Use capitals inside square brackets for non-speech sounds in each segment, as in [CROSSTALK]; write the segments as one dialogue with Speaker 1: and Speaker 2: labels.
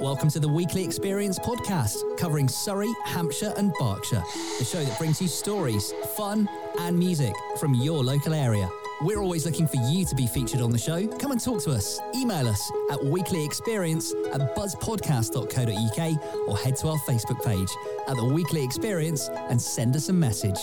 Speaker 1: Welcome to the Weekly Experience podcast, covering Surrey, Hampshire, and Berkshire. The show that brings you stories, fun, and music from your local area. We're always looking for you to be featured on the show. Come and talk to us. Email us at weeklyexperience at buzzpodcast.co.uk or head to our Facebook page at The Weekly Experience and send us a message.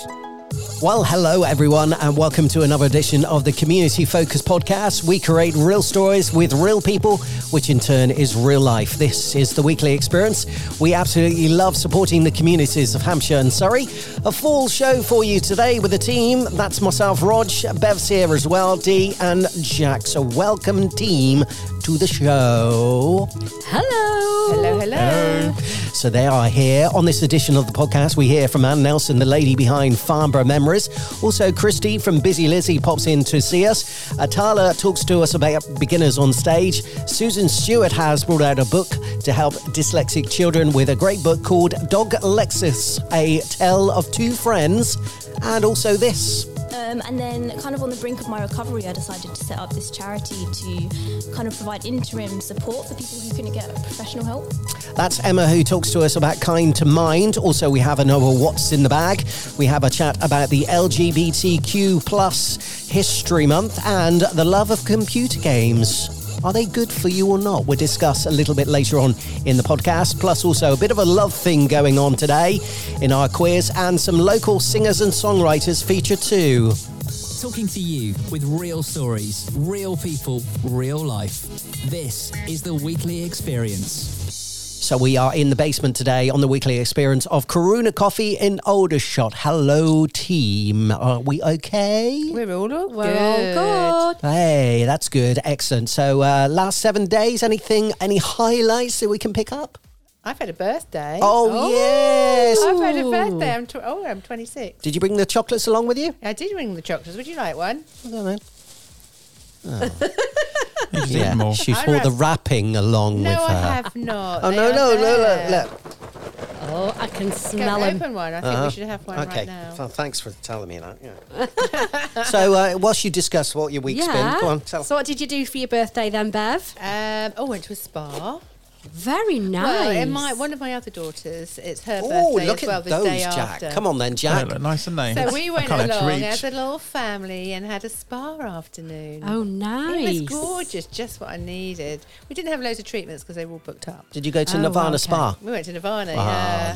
Speaker 2: Well, hello everyone, and welcome to another edition of the Community Focus podcast. We create real stories with real people, which in turn is real life. This is the weekly experience. We absolutely love supporting the communities of Hampshire and Surrey. A full show for you today with a team. That's myself, Rog, Bev's here as well, Dee and Jack. So, welcome team to the show.
Speaker 3: Hello.
Speaker 4: Hello, hello.
Speaker 2: So they are here on this edition of the podcast. We hear from Anne Nelson, the lady behind Farnborough Memories. Also, Christy from Busy Lizzie pops in to see us. Atala talks to us about beginners on stage. Susan Stewart has brought out a book to help dyslexic children with a great book called Dog Lexus: A Tale of Two Friends, and also this.
Speaker 5: Um, and then, kind of on the brink of my recovery, I decided to set up this charity to kind of provide interim support for people who couldn't get professional help.
Speaker 2: That's Emma who talks to us about Kind to Mind. Also, we have another What's in the Bag. We have a chat about the LGBTQ plus History Month and the love of computer games. Are they good for you or not? We'll discuss a little bit later on in the podcast. Plus, also a bit of a love thing going on today in our quiz and some local singers and songwriters feature too.
Speaker 1: Talking to you with real stories, real people, real life. This is the Weekly Experience.
Speaker 2: So we are in the basement today on the weekly experience of Karuna Coffee in Aldershot. Hello, team. Are we okay?
Speaker 4: We're all up.
Speaker 3: We're all good.
Speaker 2: Hey, that's good. Excellent. So, uh, last seven days, anything, any highlights that we can pick up?
Speaker 4: I've had a birthday.
Speaker 2: Oh, yes.
Speaker 4: I've had a birthday. I'm tw- oh, I'm 26.
Speaker 2: Did you bring the chocolates along with you?
Speaker 4: I did ring the chocolates. Would you like one?
Speaker 2: I don't know.
Speaker 6: You just
Speaker 2: Yeah,
Speaker 6: eat more.
Speaker 2: she's
Speaker 4: I
Speaker 2: brought the
Speaker 4: wrap-
Speaker 2: wrapping along
Speaker 4: no,
Speaker 2: with her.
Speaker 4: I have not.
Speaker 2: Oh
Speaker 4: They
Speaker 2: no
Speaker 4: are
Speaker 2: no no
Speaker 4: there.
Speaker 2: look look!
Speaker 3: Oh, I can
Speaker 4: Go
Speaker 3: smell
Speaker 4: and
Speaker 3: him.
Speaker 4: open one. I think we should have one
Speaker 2: Uh-huh. okay,
Speaker 4: right now.
Speaker 2: Th- thanks for telling me that.
Speaker 4: [LAUGHS]
Speaker 2: Yeah. so, uh, whilst you discuss what your week's been, go on. Tell
Speaker 3: so what did you do for your birthday then, Bev?
Speaker 4: Um, oh, went to a spa.
Speaker 3: Very nice.
Speaker 4: Well, and my one of my other daughters, it's her
Speaker 2: Oh,
Speaker 4: birthday
Speaker 2: look
Speaker 4: as well.
Speaker 2: at
Speaker 4: the
Speaker 2: those,
Speaker 4: day
Speaker 2: Jack.
Speaker 4: after.
Speaker 2: Come on then,
Speaker 6: They
Speaker 2: Jack.
Speaker 6: look nice, aren't they?
Speaker 2: [LAUGHS]
Speaker 4: So we
Speaker 6: I
Speaker 4: went
Speaker 6: can't actually
Speaker 4: along as a
Speaker 6: reach.
Speaker 4: little family and had a spa afternoon.
Speaker 3: oh, nice.
Speaker 4: It was gorgeous, just what I needed. We didn't have loads of treatments because they were all booked up.
Speaker 2: Did you go to
Speaker 3: Oh,
Speaker 2: Nirvana
Speaker 3: okay.
Speaker 2: Spa?
Speaker 4: We went to Nirvana.
Speaker 2: Ah,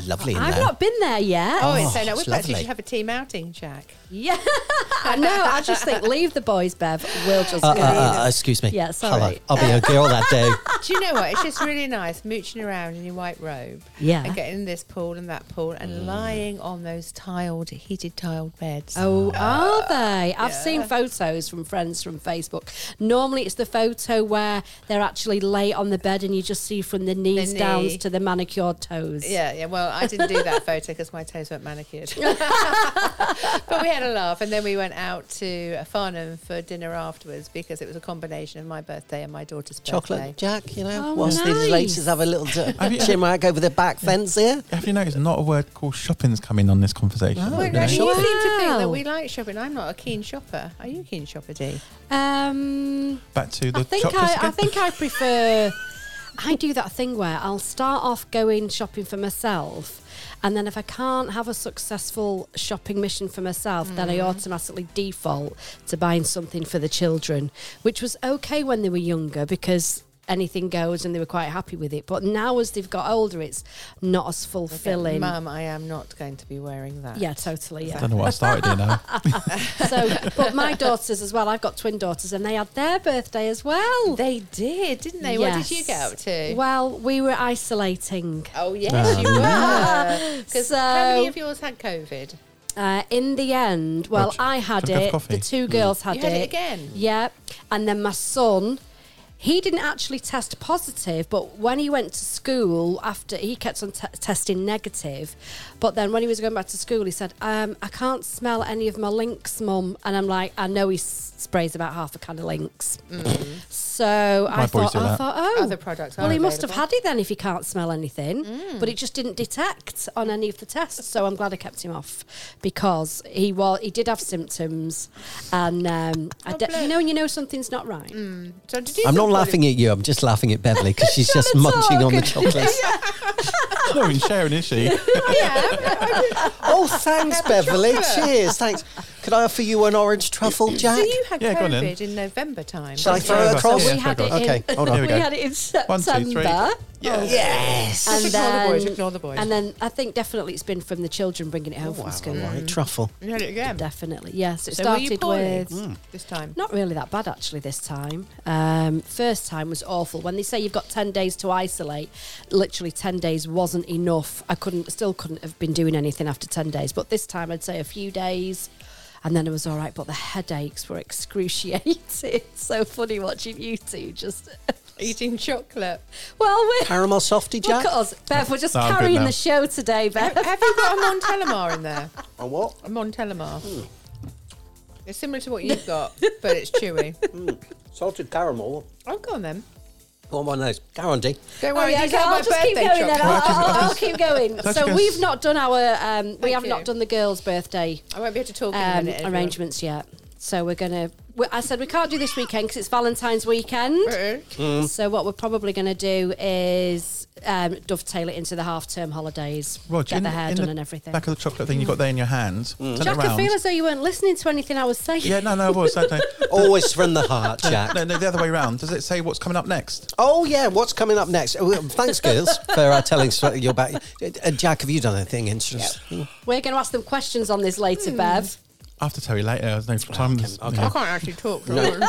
Speaker 4: yeah.
Speaker 2: lovely. in
Speaker 3: I've
Speaker 2: there.
Speaker 3: not been there yet.
Speaker 4: Oh,
Speaker 2: Oh,
Speaker 4: it's so nice.
Speaker 2: it's
Speaker 4: We actually
Speaker 2: lovely.
Speaker 4: should have a team outing, Jack.
Speaker 3: Yeah. [LAUGHS] I know. I just
Speaker 4: [LAUGHS]
Speaker 3: think leave the boys, Bev. We'll just
Speaker 2: Uh,
Speaker 3: go.
Speaker 2: uh, uh, excuse me.
Speaker 3: Yeah, it's all
Speaker 2: Hello.
Speaker 3: right.
Speaker 2: I'll be a girl that
Speaker 3: [LAUGHS]
Speaker 2: day. [LAUGHS]
Speaker 4: Do you know what? It's just really nice mooching around in your white robe.
Speaker 3: Yeah.
Speaker 4: And getting in this pool and that pool and
Speaker 2: Mm.
Speaker 4: lying on those tiled, heated tiled beds.
Speaker 3: Oh,
Speaker 4: Uh,
Speaker 3: are they? I've seen photos from friends from Facebook. Normally, it's the photo where they're actually lay on the bed and you just see from the knees
Speaker 4: knee.
Speaker 3: down to the manicured toes.
Speaker 4: Yeah, yeah. Well, I didn't do that photo because my toes weren't manicured. but we had a laugh, and then we went out to Farnham for dinner afterwards because it was a combination of my birthday and my daughter's
Speaker 2: Chocolate
Speaker 4: birthday.
Speaker 2: Jack, you know,
Speaker 3: Oh,
Speaker 2: whilst these
Speaker 3: nice.
Speaker 2: ladies have a little
Speaker 6: Have
Speaker 2: d-
Speaker 6: you-
Speaker 2: chimrack over the back fence here.
Speaker 6: Have you noticed not a word called shopping's coming on this conversation?
Speaker 2: No,
Speaker 6: you
Speaker 4: Well,
Speaker 2: no,
Speaker 6: know?
Speaker 4: no, you
Speaker 3: Shopping.
Speaker 4: seem to think that
Speaker 3: Wow.
Speaker 4: we like shopping. I'm not a keen shopper. Are you a keen shopper, Dee?
Speaker 3: Um,
Speaker 6: Back to the
Speaker 3: I think
Speaker 6: chocolates
Speaker 3: I,
Speaker 6: again.
Speaker 3: I think
Speaker 6: [LAUGHS]
Speaker 3: I prefer. I do that thing where I'll start off going shopping for myself, and then if I can't have a successful shopping mission for myself, then
Speaker 4: Mm.
Speaker 3: I automatically default to buying something for the children, which was okay when they were younger because anything goes and they were quite happy with it. But now as they've got older, it's not as fulfilling.
Speaker 4: Mum, I am not going to be wearing that.
Speaker 3: Yeah, totally. Yeah.
Speaker 6: I don't know what I started
Speaker 4: [LAUGHS]
Speaker 6: here now.
Speaker 3: so, but my daughters as well. I've got twin daughters, and they had their birthday as well.
Speaker 4: They did, didn't they? What did you get
Speaker 3: Yes.
Speaker 4: up to?
Speaker 3: Well, we were isolating.
Speaker 4: oh, yes, you
Speaker 3: [LAUGHS]
Speaker 4: were. Because how many
Speaker 3: So-
Speaker 4: of yours had COVID?
Speaker 3: Uh, in the end, well,
Speaker 6: Rog,
Speaker 3: I had
Speaker 6: shall we have
Speaker 3: it.
Speaker 6: coffee? Mm.
Speaker 3: The two girls had
Speaker 4: You
Speaker 3: it.
Speaker 4: had it again?
Speaker 3: Yeah. And then my son, he didn't actually test positive, but when he went to school, after he kept on t- testing negative. But then when he was going back to school, he said, um, I can't smell any of my links, mum. And I'm like, I know he s- sprays about half a can of links. So I
Speaker 6: My boys
Speaker 3: thought,
Speaker 6: do
Speaker 3: I
Speaker 6: that.
Speaker 3: thought, oh,
Speaker 4: Mm. Other products
Speaker 3: Well,
Speaker 4: are
Speaker 3: he must have
Speaker 4: available.
Speaker 3: had it then if he can't smell anything.
Speaker 4: Mm.
Speaker 3: But it just didn't detect on any of the tests. So I'm glad I kept him off because he was he did have symptoms, and um, I
Speaker 4: Oh,
Speaker 3: de-
Speaker 4: bless. Mm.
Speaker 3: you know when you know something's not right.
Speaker 4: So did you
Speaker 2: I'm not
Speaker 4: think
Speaker 2: laughing at you. I'm just laughing at Beverly because
Speaker 3: [LAUGHS]
Speaker 2: she's just munching on the chocolates.
Speaker 6: not even sharing, is she?
Speaker 2: [LAUGHS] Oh, thanks, Beverly. Cheers. Thanks. Could I offer you an orange truffle, Jack?
Speaker 4: So you had
Speaker 6: Yeah, go on then.
Speaker 4: COVID in November time.
Speaker 2: Shall I
Speaker 4: didn't
Speaker 2: throw
Speaker 4: you?
Speaker 2: it across?
Speaker 3: we had it
Speaker 2: Okay,
Speaker 3: [LAUGHS] in,
Speaker 2: hold on.
Speaker 6: Here we
Speaker 3: we
Speaker 6: go.
Speaker 3: had it in September. Oh.
Speaker 6: One, two, three.
Speaker 2: Yes.
Speaker 3: And
Speaker 4: Just ignore the boys,
Speaker 3: then-
Speaker 4: ignore the boys.
Speaker 3: And then I think definitely it's been from the children bringing it home from school. Mm.
Speaker 2: Right, truffle.
Speaker 4: You had it again.
Speaker 3: Definitely, yes. It
Speaker 4: So were
Speaker 3: started
Speaker 4: you poorly Mm.
Speaker 3: with
Speaker 4: this time?
Speaker 3: not really that bad actually this time. Um, first time was awful. When they say you've got ten days to isolate, literally ten days wasn't enough. I couldn't, still couldn't have been doing anything after ten days. But this time, I'd say a few days. And then it was all right, but the headaches were [LAUGHS] excruciating. It's so funny watching you two just.
Speaker 4: [LAUGHS] Eating chocolate.
Speaker 3: Well, we're.
Speaker 2: Caramel softy,
Speaker 3: Look
Speaker 2: Jack.
Speaker 3: at us. Bev, we're just
Speaker 6: No, I'm good
Speaker 3: carrying
Speaker 6: now.
Speaker 3: the show
Speaker 4: Oh,
Speaker 3: today, Bev.
Speaker 4: Have you got a Montelamar in there?
Speaker 2: [LAUGHS] A what? Hmm.
Speaker 4: A Montelamar. It's similar to what you've got, but it's
Speaker 2: [LAUGHS]
Speaker 4: chewy.
Speaker 2: Hmm. Salted caramel.
Speaker 4: Oh, go on then.
Speaker 2: Go on, one of those. Guarantee.
Speaker 4: Don't
Speaker 3: Oh,
Speaker 4: worry,
Speaker 3: yeah,
Speaker 4: these are
Speaker 3: I'll
Speaker 4: my
Speaker 3: just
Speaker 4: birthday
Speaker 3: keep going then.
Speaker 4: chocolates.
Speaker 3: I'll, I'll- I'll keep going.
Speaker 6: That's
Speaker 3: So
Speaker 6: good.
Speaker 3: we've not done our, um, we
Speaker 4: Thank
Speaker 3: have
Speaker 4: you.
Speaker 3: not done the girls' birthday
Speaker 4: I won't be able to talk in a
Speaker 3: um,
Speaker 4: minute. everyone.
Speaker 3: arrangements yet. So we're gonna. we- I said we can't do this weekend because it's Valentine's weekend.
Speaker 4: Uh-uh.
Speaker 3: So what we're probably gonna do is um, dovetail it into the half-term holidays. get
Speaker 6: Roger, in,
Speaker 3: the hair
Speaker 6: in
Speaker 3: done
Speaker 6: the
Speaker 3: and everything.
Speaker 6: Back of the chocolate thing you got there in your
Speaker 2: Mm.
Speaker 6: hands. Turn
Speaker 3: Mm. Jack,
Speaker 6: it
Speaker 3: I
Speaker 6: round.
Speaker 3: feel as though you weren't listening to anything I was saying.
Speaker 6: Yeah, no, no, I was. I don't-
Speaker 2: [LAUGHS] Always from the heart, Jack.
Speaker 6: no, no, the other way round. Does it say what's coming up next?
Speaker 2: Oh yeah, what's [LAUGHS] coming up next? Oh, well, Thanks, girls, for uh, telling us what you're back. Uh, Jack, have you done anything interesting?
Speaker 3: [LAUGHS] We're gonna ask them questions on this later, Bev.
Speaker 6: I have to tell you later. There's no time.
Speaker 4: Hmm. I
Speaker 6: Yeah.
Speaker 4: can't actually talk. Go on.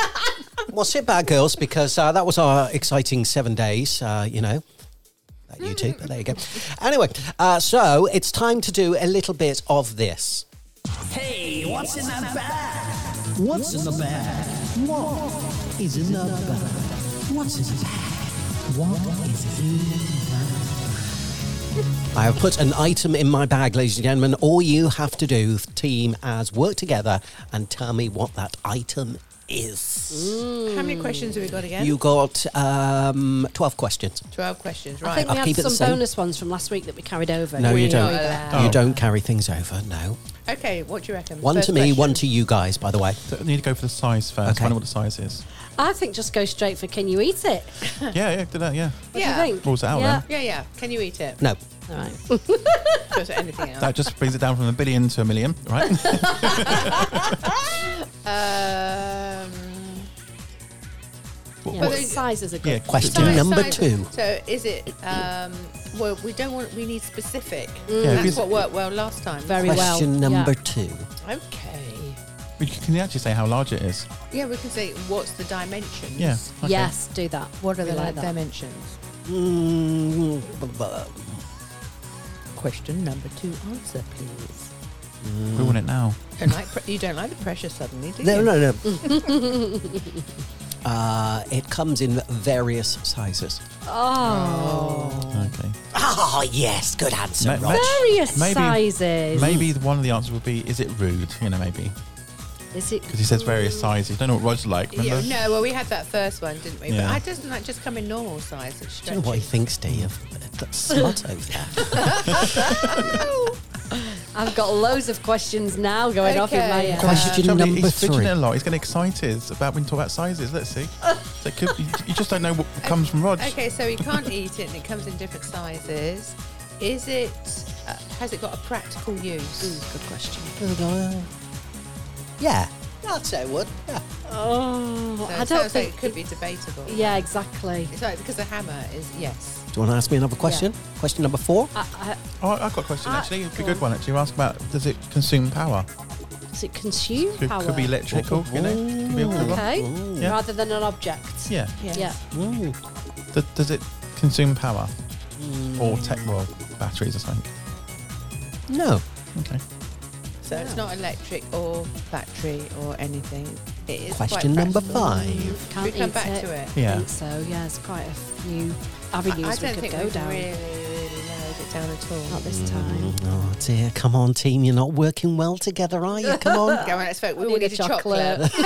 Speaker 2: Well, sit back, girls, because uh, that was our exciting seven days. Uh, you know, not you two, but there you go. Anyway, uh, so it's time to do a little bit of this. [LAUGHS]
Speaker 7: Hey, what's in that bag? What's in the bag? What is in the bag? What's in the bag? What is in
Speaker 2: I have put an item in my bag, ladies and gentlemen. All you have to do, team, as work together and tell me what that item is.
Speaker 4: How many questions have we got again?
Speaker 2: You got um, twelve questions.
Speaker 4: 12 questions,
Speaker 3: I
Speaker 4: right.
Speaker 3: think
Speaker 2: I'll
Speaker 3: we had
Speaker 2: keep it the
Speaker 3: some
Speaker 2: same.
Speaker 3: bonus ones from last week that we carried over.
Speaker 2: No, you
Speaker 4: We're
Speaker 2: don't.
Speaker 4: not allowed.
Speaker 2: You
Speaker 6: Oh.
Speaker 2: don't carry things over. No.
Speaker 4: Okay, what do you reckon?
Speaker 2: One
Speaker 4: First
Speaker 2: to me, one
Speaker 4: question.
Speaker 2: to you guys. By the way,
Speaker 6: So I need to go for the size first.
Speaker 2: Okay.
Speaker 6: Find out what the size is.
Speaker 3: I think just go straight for can you eat
Speaker 4: [LAUGHS]
Speaker 3: it?
Speaker 6: Yeah, yeah, do that, yeah.
Speaker 3: What
Speaker 4: Yeah.
Speaker 3: do you think?
Speaker 6: Rules it out
Speaker 3: yeah.
Speaker 4: Yeah, yeah. Can you eat it?
Speaker 2: no.
Speaker 3: All
Speaker 2: [LAUGHS]
Speaker 3: right.
Speaker 4: Just anything else.
Speaker 6: That just brings it down from a billion to a million,
Speaker 3: [LAUGHS]
Speaker 6: right?
Speaker 4: Um,
Speaker 6: What-
Speaker 3: Yeah,
Speaker 6: what-
Speaker 3: what sizes are good?
Speaker 6: yeah,
Speaker 2: Question
Speaker 6: yeah.
Speaker 2: number
Speaker 4: size-
Speaker 2: two.
Speaker 4: So is it? Um, well, we don't want. We need specific.
Speaker 6: Yeah,
Speaker 4: That's
Speaker 6: because-
Speaker 4: what worked well last time.
Speaker 3: Very well.
Speaker 2: Question number
Speaker 3: yeah.
Speaker 2: two.
Speaker 4: Okay.
Speaker 6: You Can you actually say how large it is?
Speaker 4: Yeah, we can say what's the dimensions.
Speaker 6: Yeah. okay.
Speaker 3: Yes, do that.
Speaker 4: What are
Speaker 3: We
Speaker 4: the like
Speaker 3: that.
Speaker 4: dimensions?
Speaker 2: Mm, b- b-
Speaker 4: Question number two. Answer, please.
Speaker 6: We want it now.
Speaker 4: Don't like pre- you don't like the pressure suddenly, do
Speaker 2: no,
Speaker 4: you?
Speaker 2: no,
Speaker 4: [LAUGHS]
Speaker 2: no. uh, it comes in various sizes.
Speaker 4: Oh,
Speaker 3: Oh.
Speaker 6: Oh. Okay.
Speaker 2: Ah, yes. Good answer,
Speaker 6: Ma- ma-
Speaker 2: Rog.
Speaker 3: Various
Speaker 6: Maybe-
Speaker 3: sizes.
Speaker 6: Maybe one of the answers would be, is it rude? You know, maybe.
Speaker 3: Is it?
Speaker 6: Because he says various sizes. You don't know what Rod's like,
Speaker 4: Yeah,
Speaker 6: remember?
Speaker 4: no, well, we had that first one, didn't we?
Speaker 6: Yeah.
Speaker 4: But I doesn't that just come in normal size? It's
Speaker 2: Do you know what he thinks, Dave? That slut over
Speaker 6: [LAUGHS]
Speaker 2: there.
Speaker 3: I've got loads of questions now going off in my
Speaker 4: Okay.
Speaker 3: head.
Speaker 2: Question
Speaker 6: Trouble is,
Speaker 2: number
Speaker 6: he's fidgeting
Speaker 2: three.
Speaker 6: a lot. He's getting excited about when you talk about sizes. Let's see. So it could, you, you just don't know what comes from Rod.
Speaker 4: Okay, so you can't eat it, and it comes in different sizes. Is it? Uh, has it got a practical use?
Speaker 3: Good question.
Speaker 2: Yeah, I'd say it would. Yeah.
Speaker 3: Oh,
Speaker 4: So
Speaker 3: I
Speaker 4: it
Speaker 3: don't
Speaker 4: sounds like
Speaker 3: think.
Speaker 4: it could be debatable.
Speaker 3: yeah, exactly.
Speaker 4: It's like because the hammer is yes.
Speaker 2: Do you want to ask me another question? Question number four.
Speaker 3: I,
Speaker 6: Oh, I- I've got a question
Speaker 3: Ah,
Speaker 6: actually. It's a
Speaker 3: go
Speaker 6: good
Speaker 3: on.
Speaker 6: one actually. You ask about does it consume power?
Speaker 3: I, does it consume
Speaker 6: Could,
Speaker 3: power?
Speaker 6: could be electrical, you know? Could be a good one.
Speaker 3: Okay.
Speaker 6: Yeah.
Speaker 3: Rather than an object.
Speaker 6: Yeah.
Speaker 4: Yes.
Speaker 3: Yeah.
Speaker 2: Ooh.
Speaker 6: Th- does it consume power?
Speaker 2: Mm.
Speaker 6: Or tech, well, batteries or something. [LAUGHS]
Speaker 2: No.
Speaker 6: Okay.
Speaker 4: So it's not electric or battery or anything. It is quite
Speaker 2: Question number
Speaker 4: practical.
Speaker 2: five.
Speaker 3: Can't
Speaker 4: we come
Speaker 3: eat
Speaker 4: back
Speaker 3: it.
Speaker 4: to it.
Speaker 3: I
Speaker 6: Yeah.
Speaker 3: think so. Yeah, it's quite a few
Speaker 4: I, I
Speaker 3: avenues we
Speaker 4: don't
Speaker 3: could
Speaker 4: think
Speaker 3: go
Speaker 4: we've
Speaker 3: down.
Speaker 4: really, really narrowed it down at all.
Speaker 3: Not this
Speaker 4: [LAUGHS]
Speaker 3: time.
Speaker 2: Oh dear, come on, team. You're not working well together, are you? Oh, Come on.
Speaker 4: [LAUGHS] Go on, let's vote. We
Speaker 3: I
Speaker 4: all need a chocolate. [LAUGHS]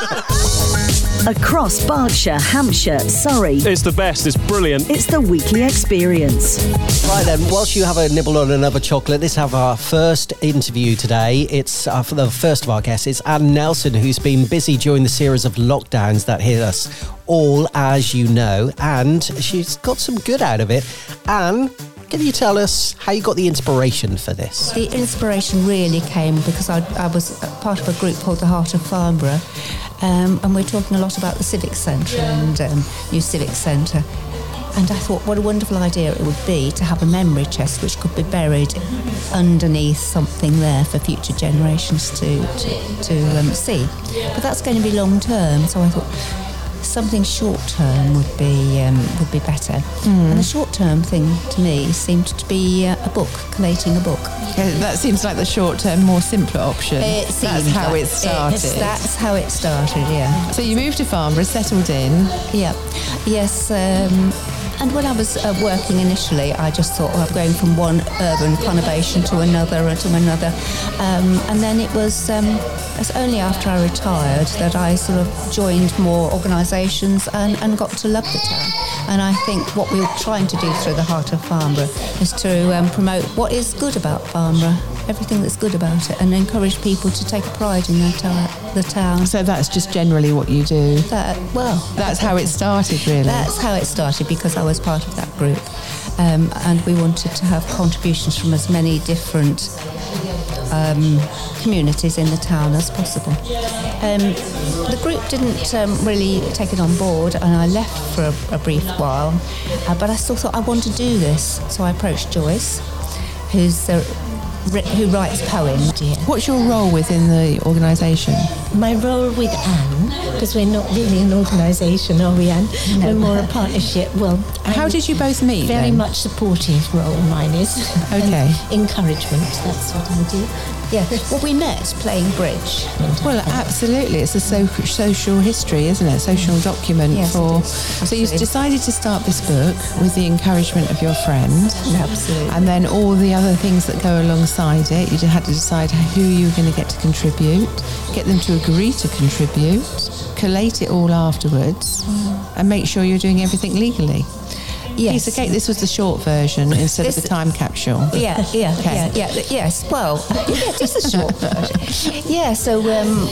Speaker 7: the Across Berkshire, Hampshire, Surrey,
Speaker 8: It's the best. It's brilliant.
Speaker 7: it's the weekly experience.
Speaker 2: Right then, whilst you have a nibble on another chocolate, let's have our first interview today. It's uh, for the first of our guests. It's Anne Nelson, who's been busy during the series of lockdowns that hit us all, as you know, and she's got some good out of it. Anne, can you tell us how you got the inspiration for this?
Speaker 8: The inspiration really came because I, I was part of a group called the Heart of Farnborough, um, and we're talking a lot about the Civic Centre and um, new Civic Centre. And I thought, what a wonderful idea it would be to have a memory chest which could be buried underneath something there for future generations to, to, to um, see. But that's going to be long term, so I thought something short term would be um, would be better. And the short term thing to me seemed to be uh, a book, collating a book.
Speaker 9: Okay, that seems like the short term, more simpler option. That's
Speaker 8: seemed
Speaker 9: how
Speaker 8: like
Speaker 9: it started.
Speaker 8: that's how it started. Yeah.
Speaker 9: so you moved to Farnborough, settled in.
Speaker 8: Yeah, yes. Um, and when I was uh, working initially, I just thought, oh, I'm going from one urban conurbation to another and to another. Um, and then it was, um, it was only after I retired that I sort of joined more organisations and, and got to love the town. And I think what we're trying to do through the Heart of Farnborough is to um, promote what is good about Farnborough, everything that's good about it, and encourage people to take pride in their ta- the town.
Speaker 9: So that's just generally what you do.
Speaker 8: That, well,
Speaker 9: That's how it started, really.
Speaker 8: that's how it started because I was part of that group. Um, and we wanted to have contributions from as many different um, communities in the town as possible. Um, the group didn't um, really take it on board, and I left for a, a brief while, uh, but I still thought I want to do this. So I approached Joyce, who's uh, ri- who writes poems.
Speaker 9: What's your role within the organisation?
Speaker 10: My role with Anne, because we're not really an organisation, are we, Anne? We're more a partnership. Well,
Speaker 9: How
Speaker 10: I'm
Speaker 9: did you both meet?
Speaker 10: Very
Speaker 9: then?
Speaker 10: much supportive role, mine is.
Speaker 9: [LAUGHS]
Speaker 10: And
Speaker 9: Okay.
Speaker 10: encouragement, that's what I do.
Speaker 8: Yeah, well, we met playing bridge.
Speaker 9: Well, absolutely. It's a so- social history, isn't it? Social document
Speaker 8: Yes, it
Speaker 9: for.
Speaker 8: is.
Speaker 9: So you
Speaker 8: Absolutely.
Speaker 9: decided to start this book with the encouragement of your friend,
Speaker 8: Absolutely.
Speaker 9: and then all the other things that go alongside it. You had to decide who you were going to get to contribute, get them to agree to contribute, collate it all afterwards, and make sure you're doing everything legally.
Speaker 8: Yes.
Speaker 9: Piece of cake. This was the short version instead of
Speaker 8: This-
Speaker 9: the time capsule.
Speaker 8: [LAUGHS]
Speaker 4: [LAUGHS]
Speaker 8: Yeah, yeah,
Speaker 9: Okay.
Speaker 8: yeah, yeah, th- yes. Well, [LAUGHS] yeah, just a
Speaker 9: [LAUGHS]
Speaker 8: short version. Yeah, so um,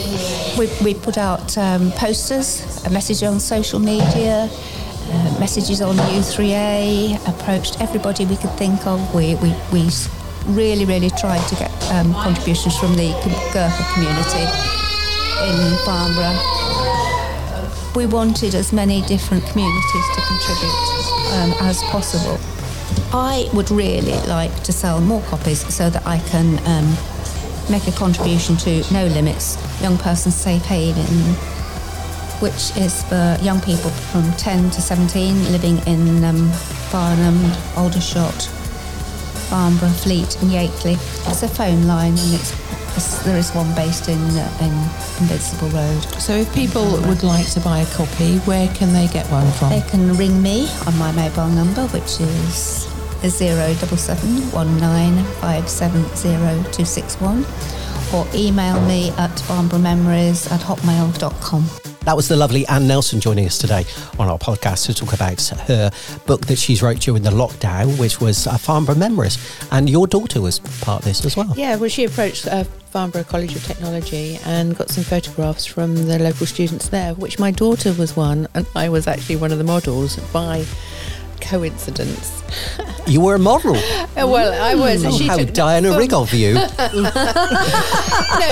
Speaker 8: we, we put out um, posters, a message on social media, uh, messages on U3A, approached everybody we could think of. We, we, we s- really, really tried to get um, contributions from the com- Gurkha community in Farnborough. We wanted as many different communities to contribute um, as possible. I would really like to sell more copies so that I can um, make a contribution to No Limits, Young Person's Safe Haven, which is for young people from 10 to 17 living in um, Farnham, Aldershot, Farnborough, Fleet, and Yakeley. It's a phone line, and it's, it's, there is one based in, uh, in Invincible Road.
Speaker 9: So if people would like to buy a copy, where can they get one from?
Speaker 8: They can ring me on my mobile number, which is zero double seven one nine five seven zero two six one, or email me at barnboroughmemories at hotmail.com.
Speaker 2: That was the lovely Anne Nelson joining us today on our podcast to talk about her book that she's wrote during the lockdown, which was uh, Farnborough Memories. And your daughter was part of this as well.
Speaker 4: Yeah, well, she approached uh, Farnborough College of Technology and got some photographs from the local students there, which my daughter was one, and I was actually one of the models by coincidence.
Speaker 2: You were a model.
Speaker 4: Uh, well, I was. and
Speaker 2: Oh,
Speaker 4: she
Speaker 2: how
Speaker 4: took
Speaker 2: Diana
Speaker 4: no,
Speaker 2: Rigg
Speaker 3: [LAUGHS]
Speaker 4: [LAUGHS]
Speaker 2: of you.
Speaker 4: No,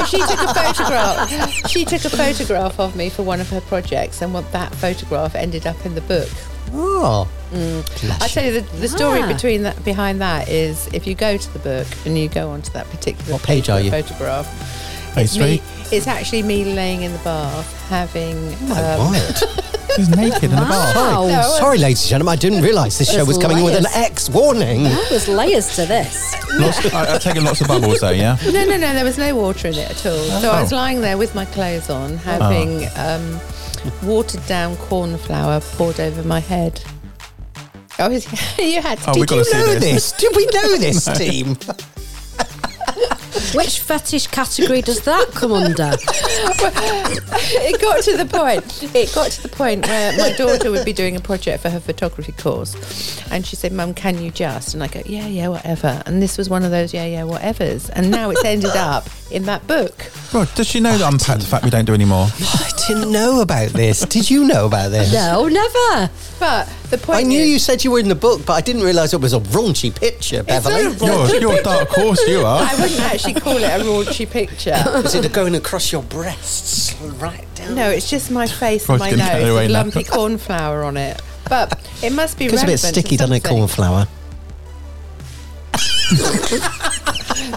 Speaker 4: she took a photograph. she took a photograph of me for one of her projects, and what that photograph ended up in the book.
Speaker 2: Oh.
Speaker 4: I tell you, the, the story
Speaker 3: Ah.
Speaker 4: between that behind that is if you go to the book and you go onto that particular
Speaker 2: What page are
Speaker 4: of
Speaker 2: you?
Speaker 4: photograph.
Speaker 6: Page
Speaker 4: it's
Speaker 6: three.
Speaker 4: Me, it's actually me laying in the bath having.
Speaker 2: My
Speaker 4: um,
Speaker 2: word.
Speaker 6: She's naked
Speaker 4: [LAUGHS]
Speaker 6: in the bath.
Speaker 3: Wow.
Speaker 2: Sorry. Sorry, ladies and gentlemen, I didn't realise this show
Speaker 3: There's
Speaker 2: was coming with an
Speaker 3: layers.
Speaker 2: X warning.
Speaker 3: There's layers to this.
Speaker 6: Lots, I, I've taken lots of bubbles though, yeah?
Speaker 4: no, no, no. There was no water in it at all. So I was
Speaker 6: Oh.
Speaker 4: lying there with my clothes on,
Speaker 6: Ah.
Speaker 4: having um, watered down cornflower poured over my head. Oh, [LAUGHS] you had to.
Speaker 6: Oh, we
Speaker 2: Did
Speaker 6: gotta [LAUGHS]
Speaker 2: you
Speaker 6: see
Speaker 2: know
Speaker 6: this.
Speaker 2: this? Did we know this, team?
Speaker 3: Which fetish category does that come under?
Speaker 4: [LAUGHS] it got to the point. It got to the point where my daughter would be doing a project for her photography course, and she said, "Mum, can you just?" And I go, "Yeah, yeah, whatever." And this was one of those "yeah, yeah, whatevers," and now it's ended up in that book.
Speaker 6: Right, does she know that I'm packed the fact we don't do any more?
Speaker 2: I didn't know about this. Did you know about this?
Speaker 3: No, never.
Speaker 4: But the point
Speaker 2: I knew you said you were in the book, but I didn't realise it was a raunchy picture, Beverly.
Speaker 4: not a raunchy
Speaker 6: You're- you're a dark horse, you
Speaker 4: [LAUGHS]
Speaker 6: are.
Speaker 4: I wouldn't actually call it a raunchy picture.
Speaker 2: [LAUGHS] Is it going across your breasts, right down?
Speaker 4: No, it's just my face,
Speaker 2: Right,
Speaker 4: my
Speaker 2: it's gonna
Speaker 4: nose,
Speaker 2: carry away
Speaker 4: with
Speaker 2: now.
Speaker 4: lumpy cornflour on it. But it must
Speaker 2: [LAUGHS]
Speaker 4: be
Speaker 2: It's a bit
Speaker 4: relevant to
Speaker 2: sticky, doesn't it,
Speaker 4: something.
Speaker 2: cornflower?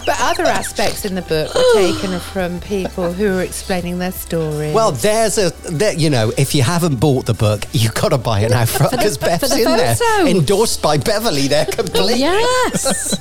Speaker 4: But other aspects in the book were taken from people who were explaining their story.
Speaker 2: Well, there's a, there, you know, if you haven't bought the book, you've got to buy
Speaker 4: [LAUGHS]
Speaker 2: it now front [LAUGHS]
Speaker 3: For the-
Speaker 2: because Bev's
Speaker 3: for the
Speaker 2: in there.
Speaker 3: photo.
Speaker 2: Endorsed by Beverly there completely.
Speaker 3: Yes.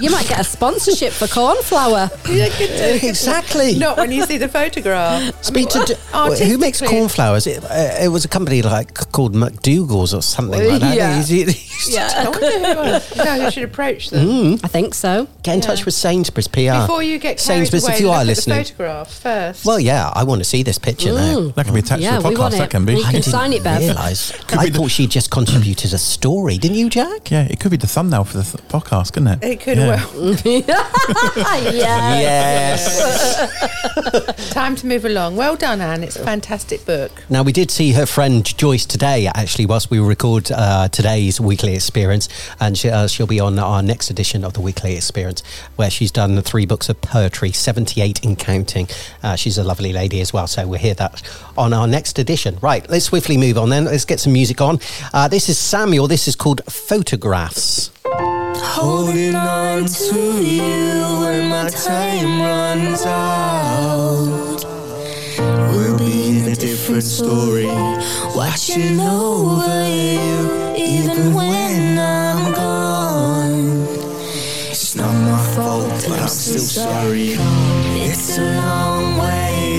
Speaker 3: you might get a sponsorship for
Speaker 4: [LAUGHS]
Speaker 3: cornflour.
Speaker 2: Exactly.
Speaker 4: Not when you see the photograph.
Speaker 2: Speak to d-
Speaker 3: Oh,
Speaker 2: who makes
Speaker 4: artistically-
Speaker 2: cornflowers? It, uh, it was a company like called McDougal's or something like that.
Speaker 3: Yeah.
Speaker 2: Is it-
Speaker 4: I wonder who it was. [LAUGHS] No, you
Speaker 3: [LAUGHS]
Speaker 4: should approach them.
Speaker 2: Mm.
Speaker 3: I think so.
Speaker 2: Get in touch with Sainsbury's PR
Speaker 4: Before you get carried
Speaker 2: Sainsbury's,
Speaker 4: away,
Speaker 2: Ah. if you
Speaker 4: look
Speaker 2: are
Speaker 4: at
Speaker 2: listening.
Speaker 4: the photograph first.
Speaker 2: Well, yeah, I want to see this picture now.
Speaker 6: That can be attached
Speaker 3: Mm. Yeah,
Speaker 6: to the
Speaker 3: we
Speaker 6: podcast.
Speaker 3: want it.
Speaker 6: That can be.
Speaker 3: We
Speaker 6: I
Speaker 3: can
Speaker 6: didn't
Speaker 3: sign it, Bev.
Speaker 2: Realise I thought she just contributed a story, didn't you, Jack?
Speaker 6: Yeah, it could be the thumbnail for the th- podcast, couldn't it?
Speaker 4: It could
Speaker 6: yeah.
Speaker 4: well.
Speaker 3: [LAUGHS] yeah.
Speaker 4: [LAUGHS] Time to move along. Well done, Anne. It's a fantastic book.
Speaker 2: Now we did see her friend Joyce today, actually, whilst we record uh, today's weekly experience, and she, uh, she'll be on our next edition of the weekly experience, where she's done the three books of poetry, seventy-eight in counting. Uh, she's a lovely lady as well, so we'll hear that on our next edition. Right, let's swiftly move on then. Let's get some music on. Uh, this is Samuel. This is called Photographs.
Speaker 7: Holding on to you when my time runs out. We'll be in a different story, watching over you even when I'm gone. It's not my fault, but I'm still sorry. It's a long way,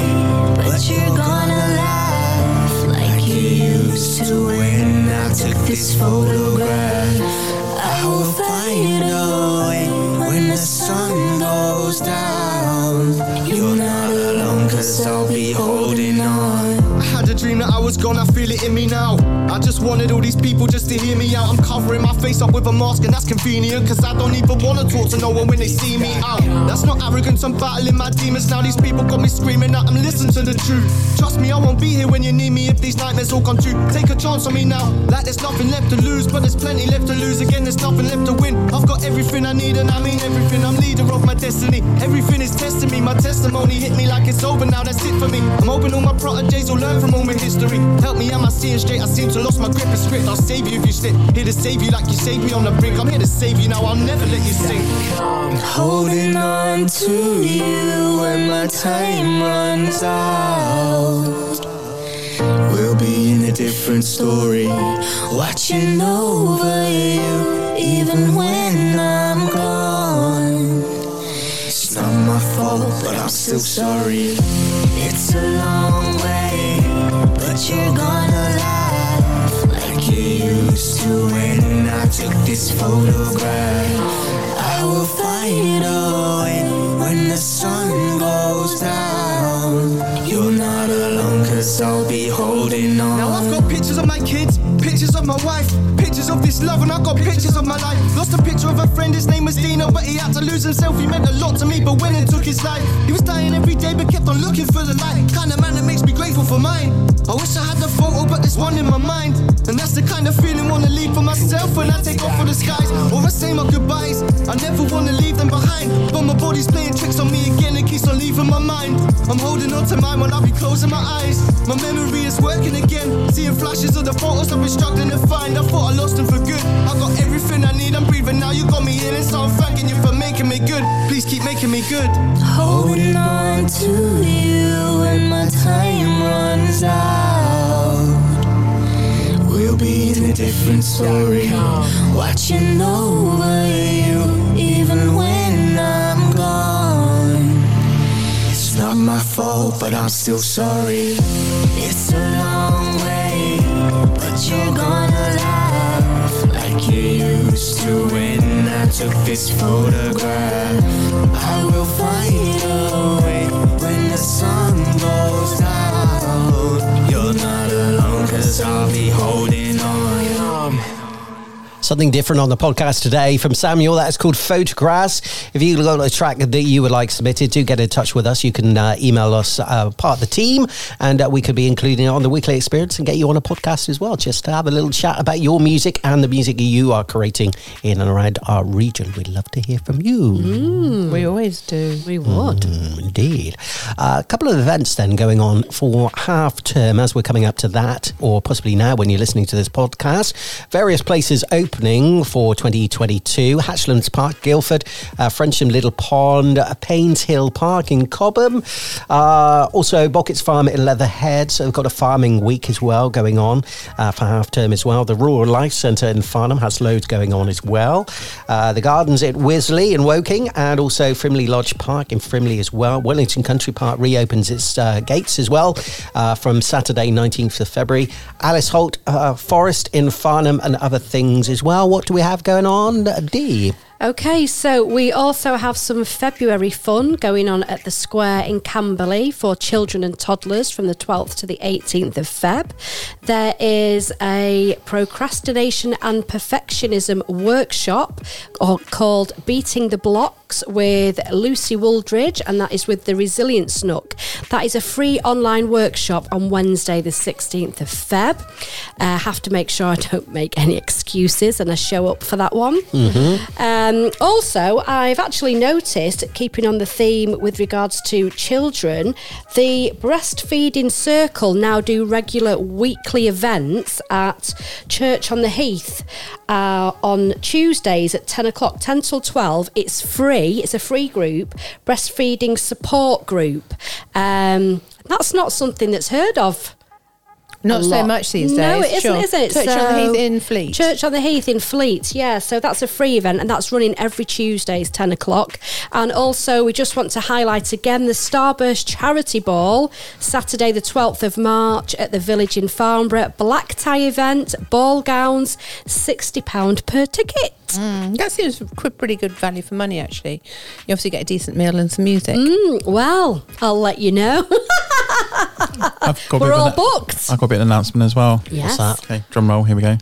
Speaker 7: but you're gonna laugh like you used to when I took this photograph. I will find a way when the sun goes down. You're not alone, cause I'll be holding on.
Speaker 11: I had a dream that I was gone, I feel it in me now. I just wanted all these people just to hear me out. I'm covering my face up with a mask, and that's convenient, cause I don't even wanna talk to no one when they see me out. That's not arrogance, I'm battling my demons now. These people got me screaming at them, listen to the truth. Trust me, I won't be here when you need me if these nightmares all come true. Take a chance on me now, like there's nothing left to lose, but there's plenty left to lose. Again, there's nothing left to win. I've got everything I need, and I mean everything. I'm leader of my destiny. Everything is testing me, my testimony hit me like it's over now, that's it for me. I'm open all my proteges will learn from all my history. Help me, am I seeing straight? I seem to lost my grip and script. I'll save you if you slip. Here to save you like you saved me on the brink. I'm here to save you now, I'll never let you sink.
Speaker 7: I'm holding on to you when my time runs out. We'll be in a different story, watching over you even when I'm gone. It's not my fault, but I'm still sorry. It's a long way, but you're gonna laugh like you used to when I took this photograph. I will find a way when the sun goes down. You're not alone, cause I'll be holding on.
Speaker 11: Now I've got pictures of my kids, pictures of my wife, pictures of this love, and I've got pictures of my life. Lost a picture of a friend, his name was Dino, but he had to lose himself. He meant a lot to me, but when it took his life, he was dying every day, but kept on looking for the light. Kind of man that makes me grateful for mine. I wish I had the photo, but there's one in my mind, and that's the kind of feeling wanna leave for myself when I take off for the skies, or I say my goodbyes. I never wanna leave them behind, but my body's playing tricks on me again, it keeps on leaving my mind. I'm holding on to mine when I be closing my eyes. My memory is working again, seeing flashes of the photos I've been struggling to find. I thought I lost them for good. I got everything I need, I'm breathing now. You got me healing, so I'm thanking you for making me good. Please keep making me good.
Speaker 7: Holding on to you when my time runs out. We'll be in a different story. Watching over you even when I'm gone. It's not my fault, but I'm still sorry. It's a long way, but you're gonna laugh like you used to when I took this photograph. I will find a way when the sun goes down. You're not alone, cause I'll be holding on.
Speaker 2: Something different on the podcast today from Samuel. That is called Photographs. If you've got a track that you would like submitted, do get in touch with us. You can uh, email us uh, part of the team, and uh, we could be including it on the weekly experience and get you on a podcast as well, just to have a little chat about your music and the music you are creating in and around our region. We'd love to hear from you.
Speaker 4: We always do.
Speaker 3: Hmm. We would.
Speaker 2: Mm, indeed. Uh, a couple of events then going on for half term as we're coming up to that, or possibly now when you're listening to this podcast. Various places opening for 2022 Hatchlands Park, Guildford, uh, Frensham Little Pond, uh, Paynes Hill Park in Cobham, uh, also Bockett's Farm in Leatherhead. So they've got a farming week as well going on uh, for half term as well. The Rural Life Centre in Farnham has loads going on as well. Uh, the gardens at Wisley in Woking and also Frimley Lodge Park in Frimley as well. Wellington Country Park reopens its uh, gates as well uh, from Saturday, 19th of February. Alice Holt uh, Forest in Farnham and other things as well. What do we have going on, uh, D?
Speaker 3: Okay, so we also have some February fun going on at the Square in Camberley for children and toddlers from the 12th to the 18th of Feb. There is a procrastination and perfectionism workshop or called Beating the Blocks with Lucy Wooldridge, and that is with the Resilience Nook. That is a free online workshop on Wednesday, the 16th of Feb. I have to make sure I don't make any excuses and I show up for that one. Um, also, I've actually noticed, keeping on the theme with regards to children, the breastfeeding circle now do regular weekly events at Church on the Heath uh, on Tuesdays at 10 o'clock, 10 till 12. It's free, it's a free group, breastfeeding support group. Um, that's not something that's heard of.
Speaker 4: Not
Speaker 3: a
Speaker 4: so
Speaker 3: lot.
Speaker 4: much these
Speaker 3: No,
Speaker 4: days,
Speaker 3: it isn't,
Speaker 4: sure.
Speaker 3: is it?
Speaker 4: Church on the Heath in Fleet.
Speaker 3: Church on the Heath in Fleet, yeah. So that's a free event and that's running every Tuesdays, 10 o'clock. And also, we just want to highlight again the Starburst Charity Ball, Saturday, the 12th of March at the Village in Farnborough. Black tie event, ball gowns, £60 per ticket.
Speaker 4: Hmm. that seems qu- pretty good value for money, actually. You obviously get a decent meal and some music.
Speaker 3: Mm, well, I'll let you know. [LAUGHS]
Speaker 6: I've got a
Speaker 3: We're
Speaker 6: bit of
Speaker 3: all
Speaker 6: an-
Speaker 3: booked.
Speaker 6: I've got a bit of an announcement as well.
Speaker 3: Yes. What's
Speaker 6: Okay, drum roll, here we go.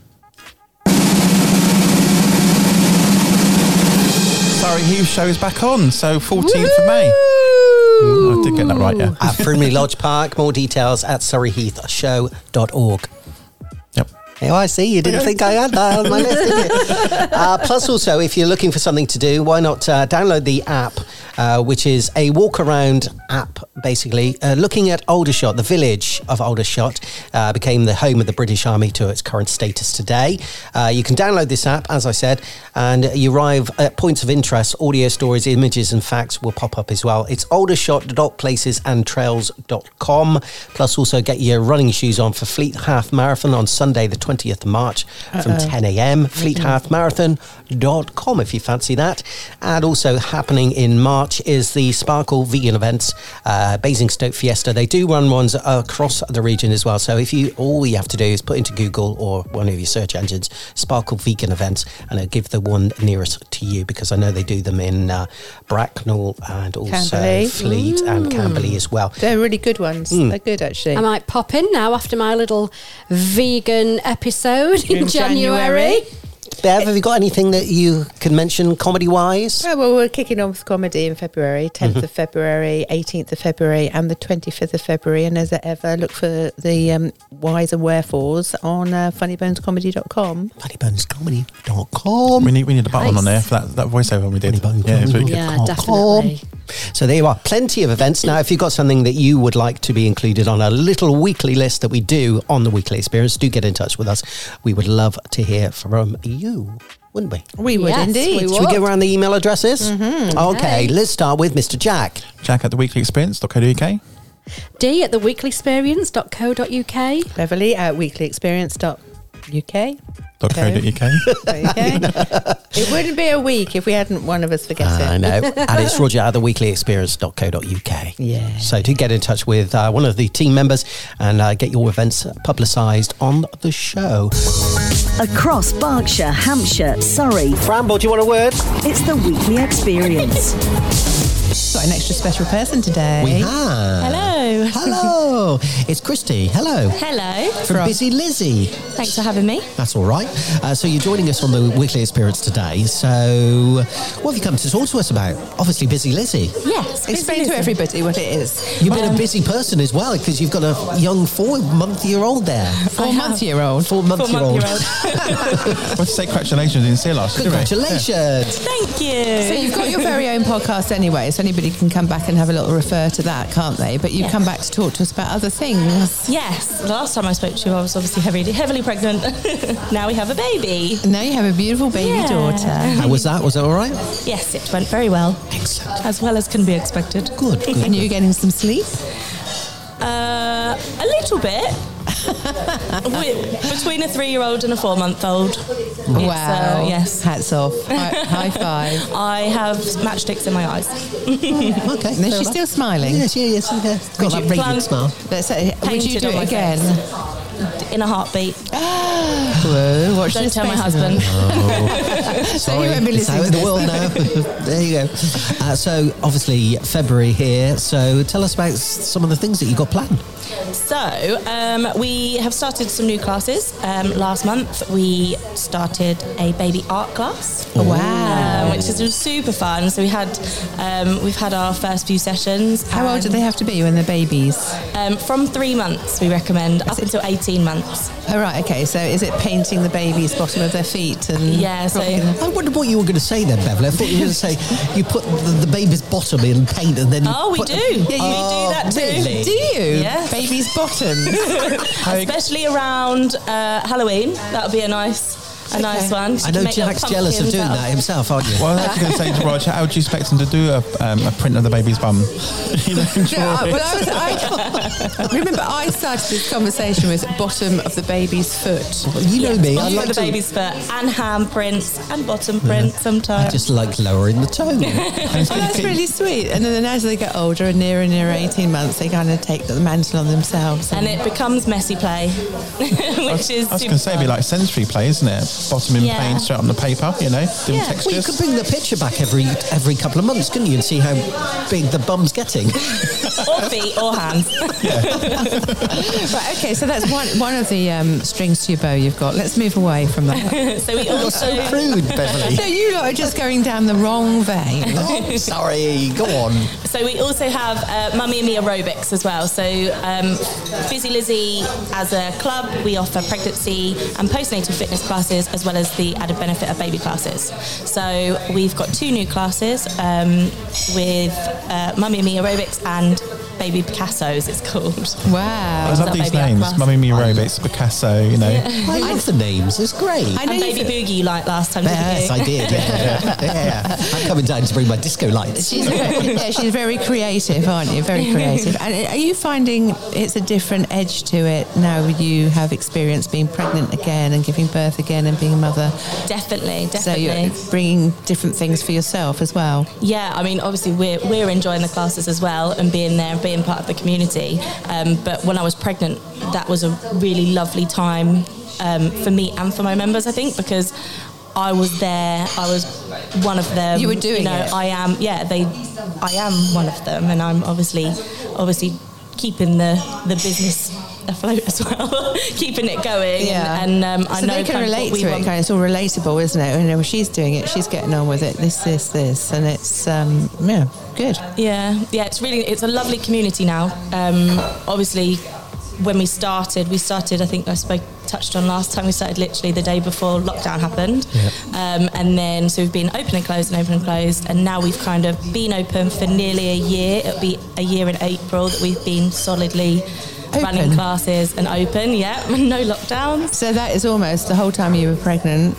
Speaker 6: Sorry, Hughes show is back on, so 14th of May. I did get that right, yeah.
Speaker 2: At Frimley Lodge Park. More details at surreyheathshow.org.
Speaker 6: Yep.
Speaker 2: Oh, I see. You didn't
Speaker 7: Okay.
Speaker 2: think I had that on my list, did you? Uh, plus, also, if you're looking for something to do, why not uh, download the app, uh, which is a walk around app, basically, uh, looking at Aldershot. The village of Aldershot uh, became the home of the British Army to its current status today. Uh, you can download this app, as I said, and you arrive at points of interest. Audio stories, images, and facts will pop up as well. It's aldershot.placesandtrails.com. Plus, also get your running shoes on for Fleet Half Marathon on Sunday, the 20th of March from
Speaker 12: Uh-oh.
Speaker 2: 10 a.m. FleetHalfMarathon.com if you fancy that. And also happening in March is the Sparkle Vegan Events uh, Basingstoke Fiesta. They do run ones across the region as well. So if you all you have to do is put into Google or one of your search engines Sparkle Vegan Events and it'll give the one nearest to you because I know they do them in uh, Bracknell and also
Speaker 4: Camberley.
Speaker 2: Fleet and
Speaker 4: Mm.
Speaker 2: Camberley as well.
Speaker 4: They're really good ones.
Speaker 2: Mm.
Speaker 4: They're good, actually.
Speaker 3: I might pop in now after my little vegan episode in,
Speaker 4: In January.
Speaker 3: January.
Speaker 2: Bev, have you got anything that you can mention comedy wise?
Speaker 4: Oh, well, we're kicking on with comedy in February, 10th
Speaker 2: Mhm.
Speaker 4: of February, 18th of February, and the 25th of February. And as ever, look for the um, whys and wherefores on uh, funnybonescomedy.com.
Speaker 2: Funnybonescomedy.com.
Speaker 6: We need we need a button on there
Speaker 4: Nice.
Speaker 6: for that, that voiceover we did. Yeah, it's really good.
Speaker 3: uh, definitely.
Speaker 2: So there you are, plenty of events. Now, if you've got something that you would like to be included on a little weekly list that we do on the weekly experience, do get in touch with us. We would love to hear from you, wouldn't we?
Speaker 4: We would Yes, indeed. we
Speaker 2: Should we
Speaker 4: would.
Speaker 2: get around the email addresses?
Speaker 4: Mhm.
Speaker 2: Mm-hmm. Okay,
Speaker 4: Okay.
Speaker 2: let's start with Mr. Jack.
Speaker 6: Jack at the weekly experience.co.uk.
Speaker 3: D at theweeklyexperience.co.uk.
Speaker 4: Beverly at weeklyexperience.uk.
Speaker 6: .co.uk.
Speaker 4: It wouldn't be a week if we hadn't one of us forget it.
Speaker 2: Ah, I know. and
Speaker 4: [LAUGHS]
Speaker 2: it's Roger at theweeklyexperience.co.uk.
Speaker 4: Yeah.
Speaker 2: So do get in touch with uh, one of the team members and uh, get your events publicised on the show.
Speaker 12: across Berkshire, Hampshire, Surrey.
Speaker 2: Bramble, do you want a word?
Speaker 12: It's the weekly experience.
Speaker 4: Got an extra special person today.
Speaker 2: We have.
Speaker 4: Hello. [LAUGHS]
Speaker 2: Hello. It's Christy. Hello.
Speaker 13: Hello.
Speaker 2: From Busy Lizzie.
Speaker 13: Thanks for having me.
Speaker 2: That's all right. Uh, so you're joining us on the Weekly Experience today. So what have you come to talk to us about? Obviously, Busy Lizzie.
Speaker 13: Yes.
Speaker 4: Explain to everybody what it is.
Speaker 2: You've been a busy person as well because you've got a young four-month-year-old there.
Speaker 4: Four-month-year-old.
Speaker 6: [LAUGHS]
Speaker 2: Four-month-year-old.
Speaker 6: Well, to say congratulations, we didn't see it last year, did we?
Speaker 2: Congratulations.
Speaker 13: Thank you.
Speaker 4: So you've got your very own podcast anyway, so anybody can come back and have a little refer to that, can't they? But you have come back to talk to us about other things.
Speaker 13: [LAUGHS] Yes. The last time I spoke to you, I was obviously heavily, heavily pregnant. [LAUGHS] now we have a baby.
Speaker 4: Now you have a beautiful baby
Speaker 13: Yeah.
Speaker 4: daughter.
Speaker 2: How was that? Was that all right?
Speaker 13: Yes, it went very well.
Speaker 2: Excellent.
Speaker 13: As well as can be expected.
Speaker 2: Good. good.
Speaker 4: And you're getting some sleep?
Speaker 13: Uh, a little bit.
Speaker 4: [LAUGHS]
Speaker 13: We- Between a three-year-old and a four-month-old. It's, uh,
Speaker 4: Wow. [LAUGHS]
Speaker 13: yes.
Speaker 4: Hats off. Hi- High five.
Speaker 13: [LAUGHS] I have matchsticks in my
Speaker 4: [LAUGHS]
Speaker 13: eyes.
Speaker 2: Okay.
Speaker 4: And
Speaker 2: fair
Speaker 4: she's
Speaker 2: enough.
Speaker 4: still smiling.
Speaker 2: Yes, yeah, yes, yes.
Speaker 13: Would
Speaker 2: Got that
Speaker 13: you
Speaker 2: radiant
Speaker 13: plan-
Speaker 2: smile.
Speaker 4: Let's say, would you
Speaker 13: Painted
Speaker 4: do
Speaker 13: on my
Speaker 4: it again?
Speaker 13: In a heartbeat.
Speaker 4: [GASPS] Whoa, watch
Speaker 13: Don't
Speaker 4: this
Speaker 13: tell my
Speaker 4: space. [LAUGHS]
Speaker 13: husband.
Speaker 4: so you won't be
Speaker 2: Oh, It's
Speaker 4: listening to
Speaker 2: out in the
Speaker 4: this.
Speaker 2: world now. [LAUGHS] there you go. Uh, so obviously February here. So tell us about s- some of the things that you got planned.
Speaker 13: So, um, we have started some new classes. Um, last month, we started a baby art class.
Speaker 4: Wow.
Speaker 13: Um, which is super fun. So we had, um, we've had our first few sessions.
Speaker 4: How old do they have to be when they're babies?
Speaker 13: Um, from three months, we recommend up until eighteen months.
Speaker 4: Oh, right, okay. So is it painting the baby's bottom of their feet? and
Speaker 13: Yeah, so-
Speaker 4: rocking them?
Speaker 2: I wondered what you were going to say then, Beverly. I thought you were going to say you put the, the baby's bottom in paint and then. you
Speaker 13: Oh, we
Speaker 2: put
Speaker 13: do.
Speaker 2: the-
Speaker 13: we
Speaker 2: Oh,
Speaker 13: do that too.
Speaker 2: really?
Speaker 4: Do you?
Speaker 13: Yes.
Speaker 4: Baby's bottom.
Speaker 13: [LAUGHS] Especially around uh, Halloween, that would be a nice, a nice one.
Speaker 2: I know Jack's jealous of doing that himself, aren't you?
Speaker 6: Well, I was actually going to say to Roger, how do you expect him to do a, um, a print of the baby's bum? [LAUGHS] you
Speaker 13: [LAUGHS]
Speaker 6: know, draw
Speaker 4: No, I,
Speaker 6: it.
Speaker 4: but I was, I, remember, I started this conversation with bottom of the baby's foot.
Speaker 2: you know me. I like
Speaker 13: the
Speaker 2: to.
Speaker 13: baby's foot and hand prints and bottom prints sometimes. [LAUGHS]
Speaker 2: I just like lowering the tone.
Speaker 6: And
Speaker 4: Oh, that's really sweet. And then as they get older and nearer and nearer 18 months, they kind of take the mantle on themselves.
Speaker 13: and it becomes messy play, which is.
Speaker 6: I was going to say it'd be like sensory play, isn't it? Bottom in
Speaker 13: Yeah.
Speaker 6: paint, straight on the paper, you know, doing
Speaker 13: Yeah.
Speaker 6: textures.
Speaker 2: Well, you could bring the picture back every uh, every couple of months, couldn't you, and see how big the bum's getting?
Speaker 13: or
Speaker 2: [LAUGHS]
Speaker 13: feet or hands.
Speaker 4: Right, okay, so that's one, one of the um, strings to your bow you've got. Let's move away from that.
Speaker 13: so we also
Speaker 2: so
Speaker 13: [LAUGHS]
Speaker 2: crude, Beverly.
Speaker 4: no, you lot are
Speaker 2: [LAUGHS]
Speaker 4: just going down the wrong vein.
Speaker 2: Oh, sorry, go on.
Speaker 13: So we also have uh, Mummy and Me aerobics as well. So um, Busy Lizzie as a club, we offer pregnancy and postnatal fitness classes as well as the added benefit of baby classes. So we've got two new classes um, with uh, Mummy and Me aerobics and Baby Picasso's, it's called.
Speaker 4: Wow.
Speaker 6: I
Speaker 13: Is
Speaker 6: love
Speaker 13: that
Speaker 6: these
Speaker 13: baby art
Speaker 6: names.
Speaker 13: class?
Speaker 6: Mummy Me Robots, Picasso, you know.
Speaker 2: I love the names. It's great.
Speaker 4: I know
Speaker 13: And
Speaker 4: you
Speaker 13: Baby Boogie you liked last time, didn't
Speaker 2: yes,
Speaker 13: you?
Speaker 2: I
Speaker 13: [LAUGHS]
Speaker 2: did. Yeah. yeah. I'm coming down to bring my disco lights.
Speaker 4: She's very, [LAUGHS] yeah, she's very creative, aren't you? Very creative. And are you finding it's a different edge to it now you have experience being pregnant again and giving birth again and being a mother?
Speaker 13: Definitely,
Speaker 4: So
Speaker 13: definitely.
Speaker 4: you're bringing different things for yourself as well.
Speaker 13: Yeah, I mean, obviously we're, we're enjoying the classes as well and being there and being part of the community. Um, but when I was pregnant, that was a really lovely time um, for me and for my members, I think, because I was there. I was one of them.
Speaker 4: You were doing
Speaker 13: you know,
Speaker 4: it.
Speaker 13: I am. Yeah, they. I am one of them, and I'm obviously, obviously, keeping the the business afloat as well, [LAUGHS] keeping it going. And, and um, I
Speaker 4: so
Speaker 13: know
Speaker 4: they can
Speaker 13: kind of what
Speaker 4: relate
Speaker 13: we
Speaker 4: to it.
Speaker 13: want.
Speaker 4: Kind of, it's all relatable, isn't it? You know, well, she's doing it. She's getting on with it. This, this, this, and it's um, yeah, good.
Speaker 13: Yeah, yeah, it's really it's a lovely community now. Um, obviously, when we started, we started. I think I spoke touched on last time. We started literally the day before lockdown happened, um, and then so we've been open and closed and open and closed, and now we've kind of been open for nearly a year. It'll be a year in April that we've been solidly. Running
Speaker 4: Open.
Speaker 13: classes and open, yeah, [LAUGHS] no lockdowns.
Speaker 4: So that is almost the whole time you were pregnant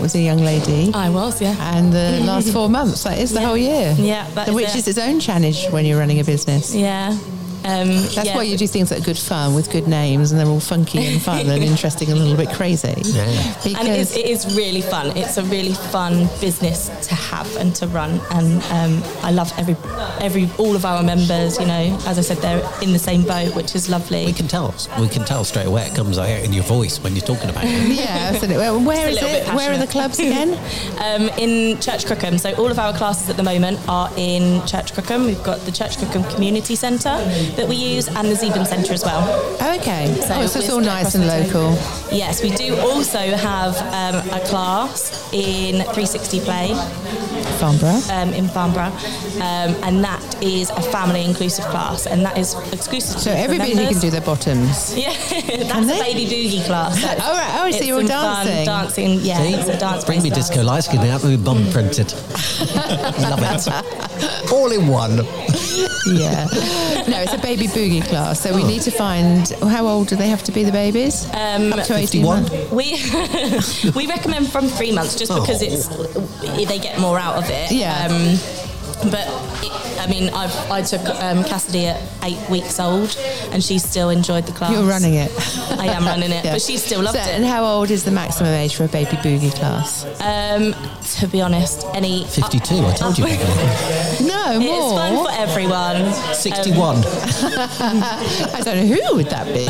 Speaker 4: was a young lady,
Speaker 13: I was, yeah.
Speaker 4: and the last four months that is the whole year.
Speaker 13: Yeah, that
Speaker 4: The-
Speaker 13: is
Speaker 4: which
Speaker 13: it.
Speaker 4: is its own challenge when you're running a business.
Speaker 13: Yeah, Um,
Speaker 9: That's
Speaker 13: yeah.
Speaker 9: why you do things that are good fun with good names and they're all funky
Speaker 13: [LAUGHS]
Speaker 9: and fun and interesting and a little bit crazy.
Speaker 13: and it is, it is really fun. It's a really fun business to have and to run, and um, I love every every all of our members. You know, as I said, they're in the same boat, which is lovely. We
Speaker 14: can tell.
Speaker 13: [LAUGHS]
Speaker 14: We can tell straight away. It comes out in your voice when you're talking about it.
Speaker 9: Yeah, absolutely. Well,
Speaker 13: Just
Speaker 9: where
Speaker 13: a
Speaker 9: is
Speaker 13: little
Speaker 9: it?
Speaker 13: bit
Speaker 9: Where are the
Speaker 13: passionate.
Speaker 9: clubs again?
Speaker 13: [LAUGHS] um, in Church Crookham. So all of our classes at the moment are in Church Crookham. We've got the Church Crookham Community Centre that we use, and the Zeben Centre as well.
Speaker 9: Okay.
Speaker 13: So
Speaker 9: oh, so it's
Speaker 13: we're
Speaker 9: all nice and local.
Speaker 13: Yes, we do also have um, a class in 360 Play
Speaker 9: Farnborough.
Speaker 13: um, in Farnborough, um, and that is a family inclusive class, and that is exclusive.
Speaker 9: So everybody can do their bottoms.
Speaker 13: Yeah, that's a baby boogie
Speaker 9: [LAUGHS]
Speaker 13: class. That's-
Speaker 9: Oh, right. Oh, so
Speaker 13: it's
Speaker 9: you're
Speaker 13: in
Speaker 9: dancing.
Speaker 13: Fun, dancing, yeah,
Speaker 14: See?
Speaker 13: it's a dance.
Speaker 14: Bring me disco lights, get me out with bum
Speaker 9: [LAUGHS]
Speaker 14: printed. Love it. All in one.
Speaker 9: yeah. [LAUGHS] No, it's a baby boogie class. So we need to find how old do they have to be the babies?
Speaker 13: Um,
Speaker 9: Up to 18 months.
Speaker 13: We [LAUGHS] we recommend from three months just because
Speaker 14: Oh.
Speaker 13: it's they get more out of it.
Speaker 9: Yeah.
Speaker 13: Um, but it, I mean, I've, I took um, Cassidy at eight weeks old, and she still enjoyed the class.
Speaker 9: You're running it.
Speaker 13: I am running it,
Speaker 9: [LAUGHS] Yeah.
Speaker 13: but she still loved
Speaker 9: So-
Speaker 13: it.
Speaker 9: And how old is the maximum age for a baby boogie class?
Speaker 13: Um, to be honest, any
Speaker 14: 52, I told you.
Speaker 9: No,
Speaker 13: more. It's fun for everyone. Um,
Speaker 14: 61. [LAUGHS]
Speaker 9: I don't know who would that
Speaker 13: [LAUGHS]
Speaker 9: be.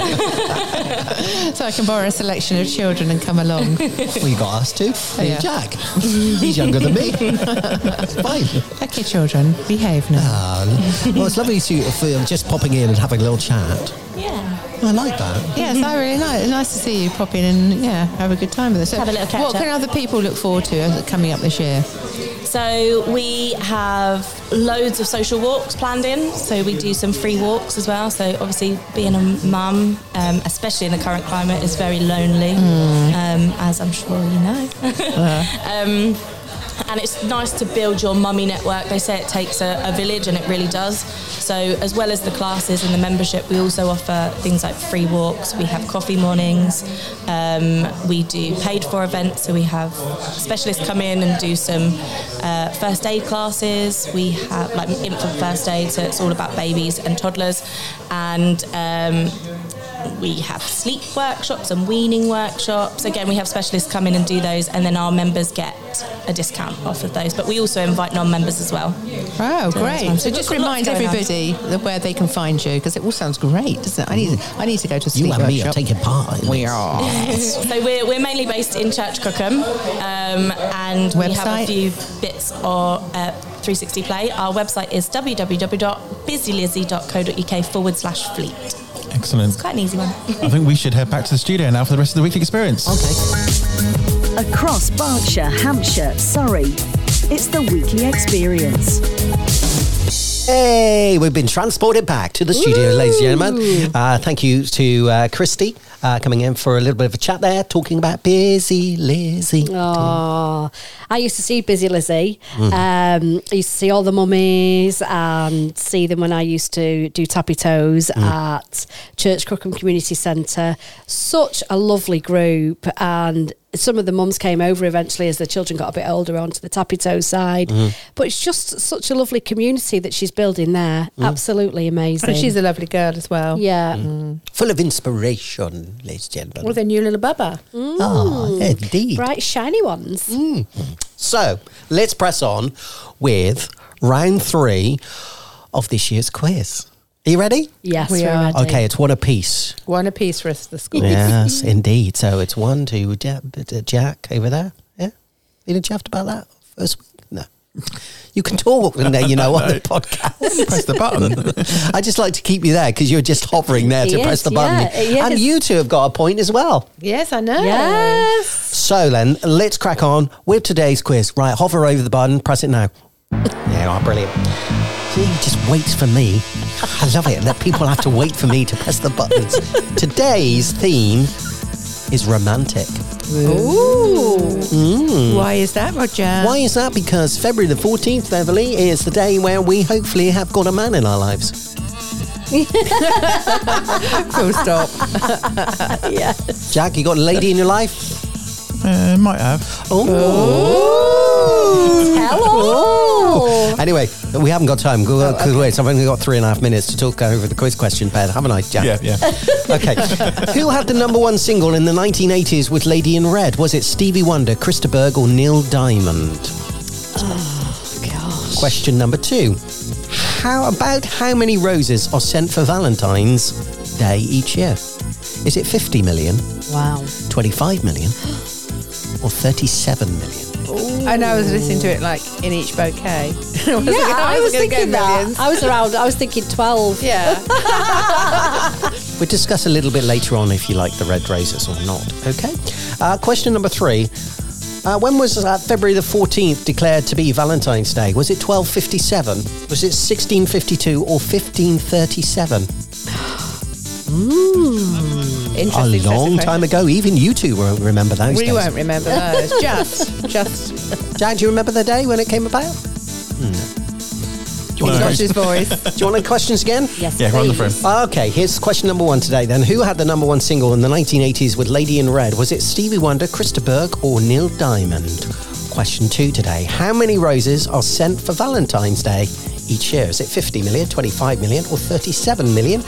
Speaker 9: so I can borrow a selection of children and come along. Oh,
Speaker 14: Well, you got us too. Me and Jack. He's younger than me. It's fine.
Speaker 9: Okay, children, behave now.
Speaker 2: Ah,
Speaker 14: well, it's lovely to, for
Speaker 2: um,
Speaker 14: you just popping in and having a little chat.
Speaker 13: Yeah.
Speaker 14: I like that.
Speaker 9: Yes, I really like. Nice to see you pop in and yeah, have a good time with us.
Speaker 13: Have a little catch
Speaker 9: What
Speaker 13: up.
Speaker 9: can other people look forward to as- coming up this year?
Speaker 13: So we have loads of social walks planned in. So we do some free walks as well. So obviously, being a mum, um, especially in the current climate, is very lonely, um, as I'm sure you know. [LAUGHS] um, and it's nice to build your mummy network. They say it takes a, a village, and it really does. So, as well as the classes and the membership, we also offer things like free walks. We have coffee mornings. Um, we do paid for events. So we have specialists come in and do some uh, first aid classes. We have like infant first aid, so it's all about babies and toddlers, and. Um, we have sleep workshops and weaning workshops. Again, we have specialists come in and do those, and then our members get a discount off of those. But we also invite non members as well.
Speaker 9: Oh,
Speaker 13: So that's
Speaker 9: great!
Speaker 13: fun.
Speaker 9: So
Speaker 13: We've
Speaker 9: just
Speaker 13: got lots
Speaker 9: remind
Speaker 13: going on.
Speaker 9: everybody that where they can find you because it all sounds great, doesn't it? I need I need to go to
Speaker 14: You
Speaker 9: a sleep
Speaker 14: and me are
Speaker 9: workshop.
Speaker 14: taking part.
Speaker 9: We are.
Speaker 13: [LAUGHS] so we're, we're mainly based in Church Crookham, um, and we have a
Speaker 9: Website?
Speaker 13: few bits or uh, 360 Play. Our website is www.busylizzy.co.uk forward slash fleet.
Speaker 6: Excellent.
Speaker 13: It's quite an easy one. [LAUGHS]
Speaker 6: I think we should head back to the studio now for the rest of the weekly experience. Okay.
Speaker 12: Across Berkshire, Hampshire, Surrey, it's the weekly experience.
Speaker 2: Hey, we've been transported back to the studio, ladies and gentlemen. Uh, thank you to uh, Christy uh, coming in for a little bit of a chat there, talking about busy Lizzie.
Speaker 3: Oh, I used to see Busy Lizzie.
Speaker 2: Mhm.
Speaker 3: Um, I used to see all the mummies and see them when I used to do tappy toes at Church Crookham Community Centre. Such a lovely group. And some of the mums came over eventually as the children got a bit older onto the tappy toe side.
Speaker 15: Hmm. Mm-hmm.
Speaker 9: Mhm.
Speaker 3: But it's just such a lovely community that she's building there.
Speaker 2: Mm.
Speaker 3: Absolutely amazing.
Speaker 2: And she's
Speaker 4: a lovely girl as well.
Speaker 3: Yeah.
Speaker 2: Full of inspiration, ladies and gentlemen.
Speaker 4: With a new little bubba. Oh,
Speaker 2: Ah, indeed.
Speaker 3: Mm. Bright, shiny ones.
Speaker 4: Mm.
Speaker 2: So let's press on with round three of this year's quiz. Are you ready?
Speaker 3: Yes,
Speaker 4: We we're are. ready.
Speaker 2: Okay, it's one apiece.
Speaker 4: One apiece for us, the school.
Speaker 2: [LAUGHS] yes, indeed. So it's one, two, Ja- uh, Jack over there. Yeah. You didn't chaffed about that first week? No. You can talk in there, you know, on the podcast.
Speaker 6: Press the button.
Speaker 2: [LAUGHS] I just like to keep you there because you're just hovering there to
Speaker 4: He
Speaker 2: press
Speaker 4: is,
Speaker 2: the button.
Speaker 4: yeah, he
Speaker 2: And
Speaker 4: is.
Speaker 2: you two have got a point as well.
Speaker 4: Yes, I know.
Speaker 3: Yes.
Speaker 2: So then, let's crack on with today's quiz. Right, hover over the button, press it now. Yeah, oh, brilliant. See, he just waits for me. I love it that people have to wait for me to press the [LAUGHS] buttons. Today's theme is romantic.
Speaker 4: Ooh.
Speaker 2: Mm.
Speaker 4: Why is that, Roger?
Speaker 2: Why is that? Because February the 14th, Beverly, is the day where we hopefully have got a man in our lives.
Speaker 4: [LAUGHS] Full stop.
Speaker 2: Jack, you got a lady in your life?
Speaker 6: Uh, might have.
Speaker 2: Oh. Hello. Anyway, we haven't got time. Go,
Speaker 4: Oh,
Speaker 2: go- Wait, I've only got three and a half minutes to talk over the quiz question, Ben, haven't I, Jack?
Speaker 6: Yeah, yeah.
Speaker 2: [LAUGHS] okay. Who had the number one single in the 1980s with Lady in Red? Was it Stevie Wonder, Krista Berg, or Neil Diamond? Question number two. How about how many roses are sent for Valentine's Day each year? Is it 50 million,
Speaker 3: Wow.
Speaker 2: 25 million, or 37 million?
Speaker 4: And I was listening to it like in each bouquet. I
Speaker 9: [LAUGHS]
Speaker 4: was
Speaker 3: yeah,
Speaker 4: thinking,
Speaker 3: I
Speaker 9: "Oh,
Speaker 4: "How's
Speaker 3: was
Speaker 4: it gonna go
Speaker 3: thinking that.
Speaker 4: millions?"
Speaker 3: I was around. I was thinking
Speaker 9: [LAUGHS]
Speaker 3: twelve.
Speaker 4: Yeah.
Speaker 2: We'll discuss a little bit later on if you like the red roses or not. Okay. Uh, question number three. Uh, when was uh, February the 14th declared to be Valentine's Day? Was it 1257? Was it 1652 or 1537?
Speaker 4: Interesting
Speaker 2: A long
Speaker 4: specification.
Speaker 2: time ago, even you two won't remember those
Speaker 4: We
Speaker 2: days.
Speaker 4: won't remember those. Just, just.
Speaker 2: Jack, do you remember the day when it came about? Do you want
Speaker 4: He's
Speaker 2: to-
Speaker 4: lost his voice.
Speaker 2: Do you want the questions again?
Speaker 3: Yes,
Speaker 6: Yeah, run the please.
Speaker 2: Okay, here's question number one today then. Who had the number one single in the 1980s with Lady in Red? Was it Stevie Wonder, Krista Berg, or Neil Diamond? Question two today. How many roses are sent for Valentine's Day each year? Is it 50 million, 25 million, or 37 million?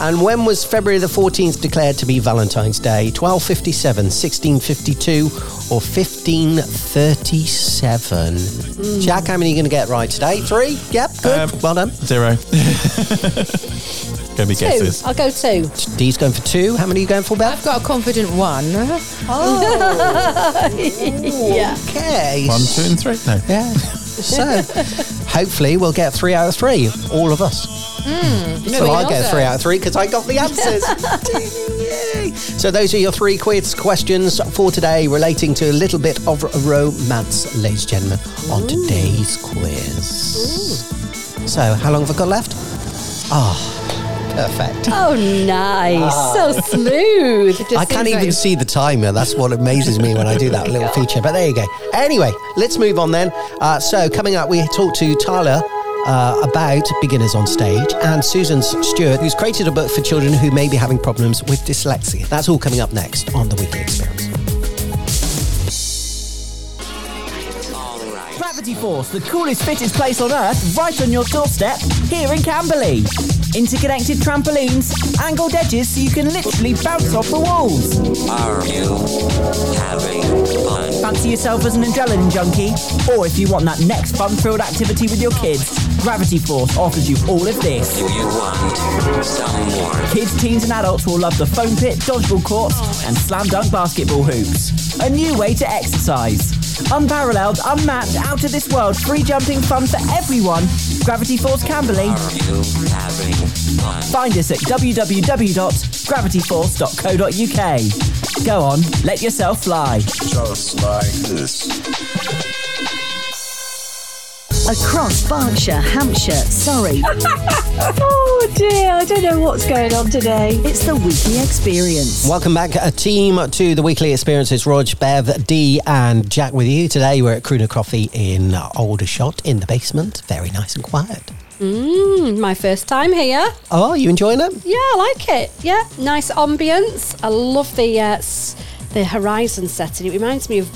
Speaker 2: And when was February the 14th declared to be Valentine's Day? 1257, 1652, or 1537?
Speaker 6: Hmm.
Speaker 2: Jack, how many are you going to get right today? Three? Yep, good.
Speaker 6: Uh,
Speaker 2: well done.
Speaker 6: Zero. Gonna be guesses.
Speaker 3: Two. I'll go two.
Speaker 2: Dee's going for two. How many are you going for, Beth?
Speaker 4: I've got a confident one.
Speaker 3: Oh. yeah.
Speaker 2: Okay.
Speaker 6: One, two, and three. No.
Speaker 2: Yeah. So, hopefully, we'll get three out of three, all of us. so I get three out of three because I got
Speaker 3: [LAUGHS]
Speaker 2: the answers. Yay. so those are your three quiz questions for today, relating to a little bit of romance, ladies and gentlemen, on today's quiz. So, how long have I got left? Ah, perfect. Ah.
Speaker 3: Oh, nice. So smooth.
Speaker 2: I can't even see the timer. That's what amazes me when I do that little feature. But there you go. Anyway, let's move on then. Uh, so, coming up, we talked to Tyler. Uh, about beginners on stage and Susan Stewart, who's created a book for children who may be having problems with dyslexia. That's all coming up next on The Weekly Experience.
Speaker 16: Gravity Force, the coolest, fittest place on earth, right on your doorstep, here in Camberley. Interconnected trampolines, angled edges so you can literally bounce off the walls.
Speaker 7: Are you having fun?
Speaker 16: Fancy yourself as an adrenaline junkie? Or if you want that next fun filled activity with your kids, Gravity Force offers you all of this.
Speaker 7: Do you want some more?
Speaker 16: Kids, teens, and adults will love the foam pit, dodgeball courts, and slam dunk basketball hoops. A new way to exercise. Unparalleled, unmatched, out of this world, free jumping fun for everyone. Gravity Force Camberley.
Speaker 7: You having fun?
Speaker 16: Find us at www.gravityforce.co.uk. Go on, let yourself fly. Just like this.
Speaker 12: Across Berkshire, Hampshire, Surrey.
Speaker 2: [LAUGHS] oh dear, I don't know what's going on today.
Speaker 12: It's the Weekly Experience.
Speaker 2: Welcome back, a team, to the weekly experiences. Rog, Bev, Dee, and Jack with you today. We're at Crooner Coffee in Aldershot in the basement. Very nice and quiet.
Speaker 3: [LAUGHS] Mm, my first time here.
Speaker 2: Oh, are you enjoying it?
Speaker 3: Yeah, I like it. Yeah, nice ambience. I love the uh, s- the horizon setting. It reminds me of.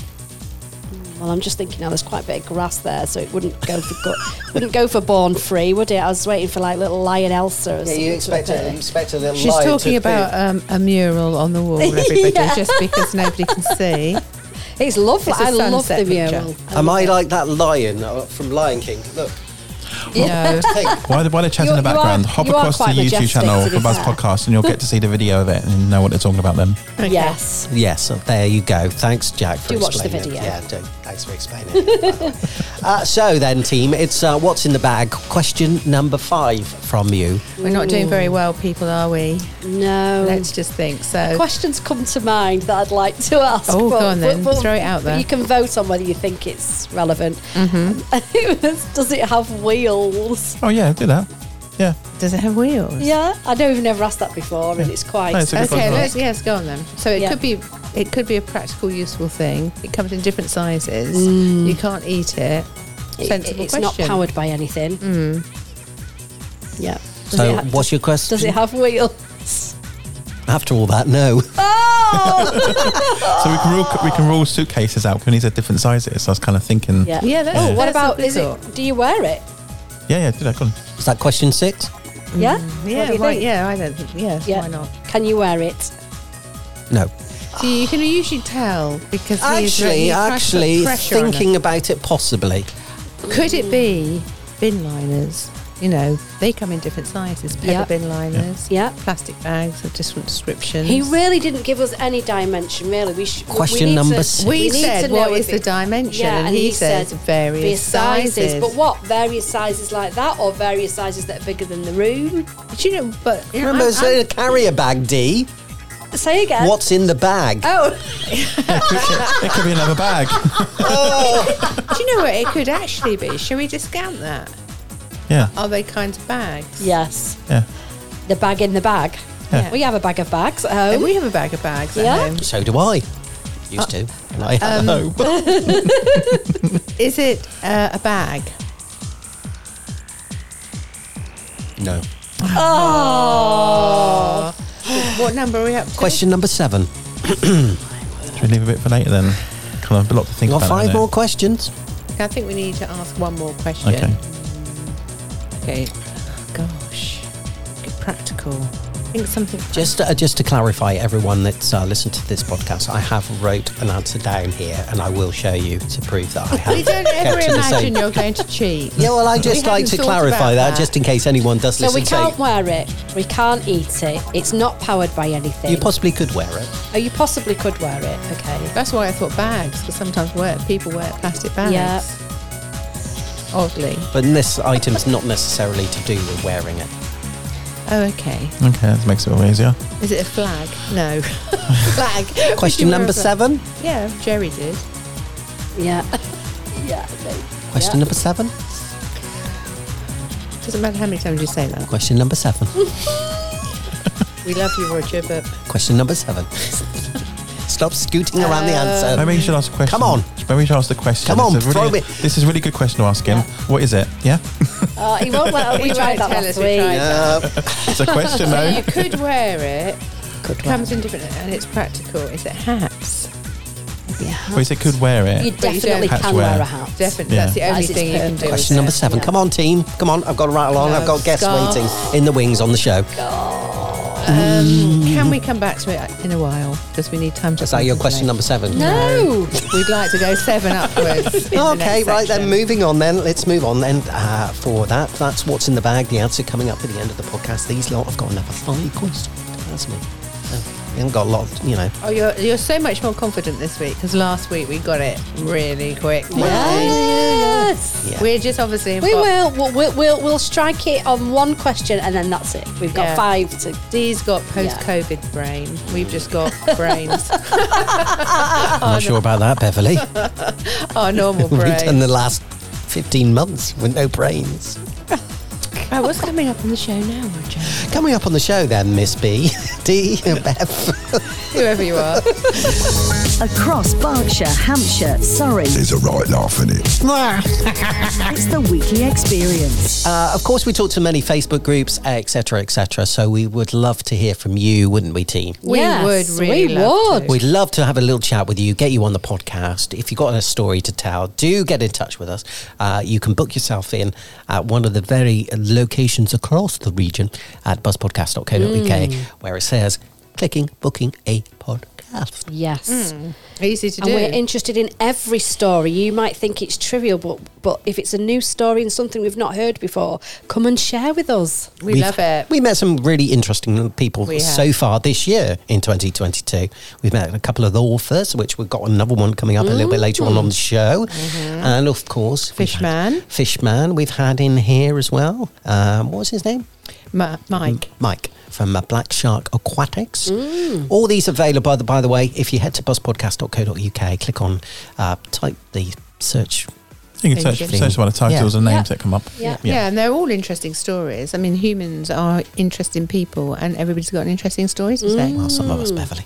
Speaker 3: Well, I'm just thinking now. There's quite a bit of grass there, so it wouldn't go [LAUGHS] for go- wouldn't go for Born Free, would it? I was waiting for like little Lion Elsa. Or something.
Speaker 2: expect a little
Speaker 4: She's talking about um, a mural on the wall, everybody,
Speaker 3: Yeah.
Speaker 4: just because nobody can see.
Speaker 3: It's lovely.
Speaker 4: It's a
Speaker 3: I love the
Speaker 4: sunset picture.
Speaker 3: mural.
Speaker 2: Am I like that lion uh, from Lion King? Look.
Speaker 3: Yeah.
Speaker 6: While, they- while they're chatting in the
Speaker 3: You- you are-
Speaker 6: background, hop
Speaker 3: you are
Speaker 6: across to the
Speaker 3: quite
Speaker 6: YouTube
Speaker 3: majestic,
Speaker 6: channel
Speaker 3: to be
Speaker 6: for Buzz
Speaker 3: fair.
Speaker 6: Podcast and you'll get to see the video of it and know what they're talking about then.
Speaker 3: Yes.
Speaker 2: Yes, there you go. Thanks, Jack, for
Speaker 3: Do watch the
Speaker 2: explaining.
Speaker 3: video.
Speaker 2: Yeah, do. thanks for explaining. uh, so then, team, it's uh, what's in the bag. Question number five from you.
Speaker 4: We're not doing very well, people, are we?
Speaker 3: No.
Speaker 4: Let's just think. So,
Speaker 3: Questions come to mind that I'd like to ask.
Speaker 4: Oh,
Speaker 3: but-
Speaker 4: go on then.
Speaker 3: but- but
Speaker 4: Throw it out there.
Speaker 3: You can vote on whether you think it's relevant. [LAUGHS]
Speaker 4: mm-hmm.
Speaker 3: It was, Does it have wheels?
Speaker 6: Oh, yeah, do that. Yeah.
Speaker 4: Does it have wheels?
Speaker 3: Yeah, I know we've never asked that before, and it's quite.
Speaker 6: No, it's a good
Speaker 4: okay,
Speaker 6: one.
Speaker 4: let's, yes, go on then. So it
Speaker 3: Yeah.
Speaker 4: could be it could be a practical, useful thing. It comes in different sizes. You can't eat it.
Speaker 3: Mm. It-
Speaker 4: Sensible
Speaker 3: it's
Speaker 4: question. Mm.
Speaker 3: not powered by anything. Yeah.
Speaker 2: So, what's your question?
Speaker 4: [LAUGHS]
Speaker 3: Does it have wheels?
Speaker 2: After all that, no.
Speaker 3: Oh,
Speaker 6: [LAUGHS] So we can rule we can rule suitcases out. Can we said different sizes? So I was kind of thinking.
Speaker 3: Yeah.
Speaker 4: Yeah, that's-
Speaker 3: oh, what
Speaker 4: that's a
Speaker 3: about
Speaker 4: good
Speaker 3: is it? Do you wear it?
Speaker 6: Yeah, yeah. Do that. Go on.
Speaker 2: Is that question six?
Speaker 3: Yeah.
Speaker 4: Mm, Yeah,
Speaker 3: What do you
Speaker 4: right.
Speaker 3: think?
Speaker 4: Yeah, I don't. think- Yeah,
Speaker 3: Yeah.
Speaker 4: why not?
Speaker 3: Can you wear it?
Speaker 2: No.
Speaker 4: So you can usually tell because he is really- he tries to
Speaker 2: Actually,
Speaker 4: put
Speaker 2: actually,
Speaker 4: pressure on
Speaker 2: thinking about it possibly.
Speaker 4: her. could it be bin liners? You know, they come in different sizes. Paper
Speaker 3: Yep.
Speaker 4: bin liners.
Speaker 3: Yeah.
Speaker 4: Plastic bags of different descriptions. [LAUGHS]
Speaker 3: He really didn't give us any dimension, really. We sh-
Speaker 4: Question
Speaker 3: we need
Speaker 4: number
Speaker 3: to,
Speaker 4: six.
Speaker 3: We,
Speaker 4: We
Speaker 3: need
Speaker 4: said,
Speaker 3: to know
Speaker 4: what
Speaker 3: if
Speaker 4: is the
Speaker 3: it-
Speaker 4: dimension?
Speaker 3: Yeah,
Speaker 4: And
Speaker 3: and
Speaker 4: he
Speaker 3: said
Speaker 4: says various sizes.
Speaker 3: But what? Various sizes like that, or various sizes that are bigger than the room?
Speaker 4: Do you know? But
Speaker 2: Remember, it's a carrier bag, D.
Speaker 3: Say again.
Speaker 2: What's in the bag? [LAUGHS]
Speaker 3: [LAUGHS] Oh.
Speaker 6: it could be another bag.
Speaker 4: Do you know what it could actually be? Shall we discount that?
Speaker 6: Yeah.
Speaker 4: Are they kinds of bags?
Speaker 3: Yes.
Speaker 6: Yeah.
Speaker 3: The bag in the bag.
Speaker 4: Yeah.
Speaker 3: We have a bag of bags at home.
Speaker 4: We have a bag of bags at
Speaker 3: Yeah.
Speaker 4: home.
Speaker 2: So do I. Used to. And I have
Speaker 4: Uh, Um,
Speaker 2: no.
Speaker 3: [LAUGHS]
Speaker 4: [LAUGHS] Is it uh, a bag?
Speaker 2: [LAUGHS] No.
Speaker 4: Oh. what number are we up to?
Speaker 2: Question number seven.
Speaker 6: Should we leave a bit for later then? Kind of a lot to think
Speaker 2: Got
Speaker 6: about.
Speaker 2: five
Speaker 6: innit?
Speaker 2: more questions.
Speaker 4: I think we need to ask one more question.
Speaker 6: Okay.
Speaker 4: Okay. Gosh. Get practical. Think something.
Speaker 2: Just, uh, just to clarify, everyone that's uh, listened to this podcast, I have wrote an answer down here, and I will show you to prove that I have.
Speaker 4: We don't
Speaker 2: kept
Speaker 4: ever
Speaker 2: to the same-
Speaker 4: imagine you're going to cheat.
Speaker 2: [LAUGHS] Yeah, well, I
Speaker 4: We
Speaker 2: just like
Speaker 4: hadn't
Speaker 2: to
Speaker 4: thought
Speaker 2: clarify
Speaker 4: about
Speaker 2: that, just in case anyone does
Speaker 3: So
Speaker 2: listen.
Speaker 3: we can't
Speaker 2: say,
Speaker 3: wear it. We can't eat it. It's not powered by anything.
Speaker 2: you possibly could wear it.
Speaker 3: oh, you possibly could wear it. Okay.
Speaker 4: That's why I thought bags, because sometimes wear, people wear plastic bags.
Speaker 3: Yeah.
Speaker 4: Oddly.
Speaker 2: But this item's not necessarily to do with wearing it.
Speaker 4: Oh, okay.
Speaker 6: Okay, that makes it a little easier.
Speaker 4: Is it a flag? No. [LAUGHS] flag. Would
Speaker 2: [LAUGHS] Question
Speaker 4: you wear
Speaker 2: number
Speaker 4: a flag?
Speaker 2: seven?
Speaker 4: Yeah, Jerry did. [LAUGHS]
Speaker 3: Yeah. yeah.
Speaker 2: Question number seven?
Speaker 4: Doesn't matter how many times you say
Speaker 3: [LAUGHS]
Speaker 4: that.
Speaker 2: Question number seven.
Speaker 4: We love you, Roger, but
Speaker 2: Question number seven.
Speaker 4: [LAUGHS]
Speaker 2: Stop scooting around
Speaker 4: Uh,
Speaker 2: the answer.
Speaker 6: Maybe you should ask a question.
Speaker 2: Come on.
Speaker 6: Maybe you should ask the question.
Speaker 2: Come on,
Speaker 6: It's a
Speaker 2: throw
Speaker 6: really,
Speaker 2: it.
Speaker 6: This is a really good question to ask him. What is it? Yeah?
Speaker 3: [LAUGHS] Oh, he won't let
Speaker 4: [LAUGHS] He
Speaker 3: We tried
Speaker 4: won't
Speaker 3: that
Speaker 4: tell
Speaker 3: last
Speaker 4: us we
Speaker 3: week.
Speaker 4: tried. Yeah.
Speaker 6: it's a
Speaker 4: [LAUGHS]
Speaker 6: question,
Speaker 4: So
Speaker 6: though.
Speaker 4: you could wear it.
Speaker 2: Could
Speaker 4: comes in different and it's practical. Is it hats?
Speaker 6: Well, he said could wear it.
Speaker 3: You definitely
Speaker 6: Hats
Speaker 3: can
Speaker 6: wear.
Speaker 3: wear a hat.
Speaker 4: Definitely. That's the
Speaker 3: Yeah.
Speaker 4: only
Speaker 3: As it's
Speaker 4: thing you can
Speaker 3: purple.
Speaker 4: do.
Speaker 2: Question number seven. Come on, team. Come on. I've got to rattle on. I've got guests
Speaker 4: Scarf.
Speaker 2: waiting in the wings on the show.
Speaker 4: Um,
Speaker 2: Mm.
Speaker 4: can we come back to it in a while? Because we need time to.
Speaker 2: Is that your question number seven?
Speaker 4: No. We'd like to go seven upwards. [LAUGHS] in the
Speaker 2: [LAUGHS] Okay,
Speaker 4: next
Speaker 2: right then,
Speaker 4: section.
Speaker 2: moving on then. Let's move on then uh, for that. That's what's in the bag. The answer coming up at the end of the podcast. These lot have got another five questions. That's me. Uh, we haven't got a lot of, you know.
Speaker 4: Oh, you're, you're so much more confident this week because last week we got it really quick.
Speaker 3: Yes.
Speaker 2: Yeah.
Speaker 4: We're just obviously.
Speaker 3: We will. We'll, we'll, we'll, we'll strike it on one question and then that's it. We've got
Speaker 4: Yeah.
Speaker 3: five to.
Speaker 4: Dee's got post COVID brain. We've just [LAUGHS] got brains.
Speaker 2: I'm not sure about that, Beverly. [LAUGHS]
Speaker 4: Our Oh, [LAUGHS] normal
Speaker 2: We've done
Speaker 4: brain.
Speaker 2: the last 15 months with no brains.
Speaker 4: Right, Oh, what's coming up on the show now, Roger?
Speaker 2: Coming up on the show then, Miss B, [LAUGHS] D, and Bev. [LAUGHS]
Speaker 4: Whoever you are.
Speaker 12: Across Berkshire, Hampshire, Surrey.
Speaker 7: There's a right laugh in it.
Speaker 12: it's the weekly experience.
Speaker 2: Uh, of course, we talk to many Facebook groups, etc., etc. So we would love to hear from you, wouldn't we, team?
Speaker 4: We
Speaker 3: Yes,
Speaker 4: would really
Speaker 3: We
Speaker 4: love
Speaker 3: would.
Speaker 2: We'd love to have a little chat with you, get you on the podcast. If you've got a story to tell, do get in touch with us. Uh, you can book yourself in at one of the very locations across the region at
Speaker 3: Mm.
Speaker 2: buzzpodcast.co.uk, where it says clicking, booking a podcast.
Speaker 3: Yes.
Speaker 15: Mm.
Speaker 4: Hmm. Easy to
Speaker 3: and
Speaker 4: do.
Speaker 3: we're interested in every story. You might think it's trivial, but but if it's a new story and something we've not heard before, come and share with us.
Speaker 4: we
Speaker 2: We've-
Speaker 4: love it.
Speaker 2: We met some really interesting people
Speaker 4: We have.
Speaker 2: so far this year in 2022. We've met a couple of the authors, which we've got another one coming up a little bit later on on the show. And of course, we've had
Speaker 4: Mm-hmm. Fishman,
Speaker 2: Fishman, we've had in here as well. Um, what was his name?
Speaker 4: Ma- Mike.
Speaker 2: Mike from uh, Black Shark Aquatics.
Speaker 4: Mm.
Speaker 2: All these available, by the, by the way, if you head to buzzpodcast.co.uk, click on, uh, type the search.
Speaker 6: You can search,
Speaker 2: Interesting.
Speaker 6: search by the titles
Speaker 2: Yeah.
Speaker 6: and names
Speaker 3: Yeah.
Speaker 6: that come up.
Speaker 3: Yeah.
Speaker 4: Yeah. and they're all interesting stories. I mean, humans are interesting people, and everybody's got an interesting story to say.
Speaker 2: Well, some of us, Beverly.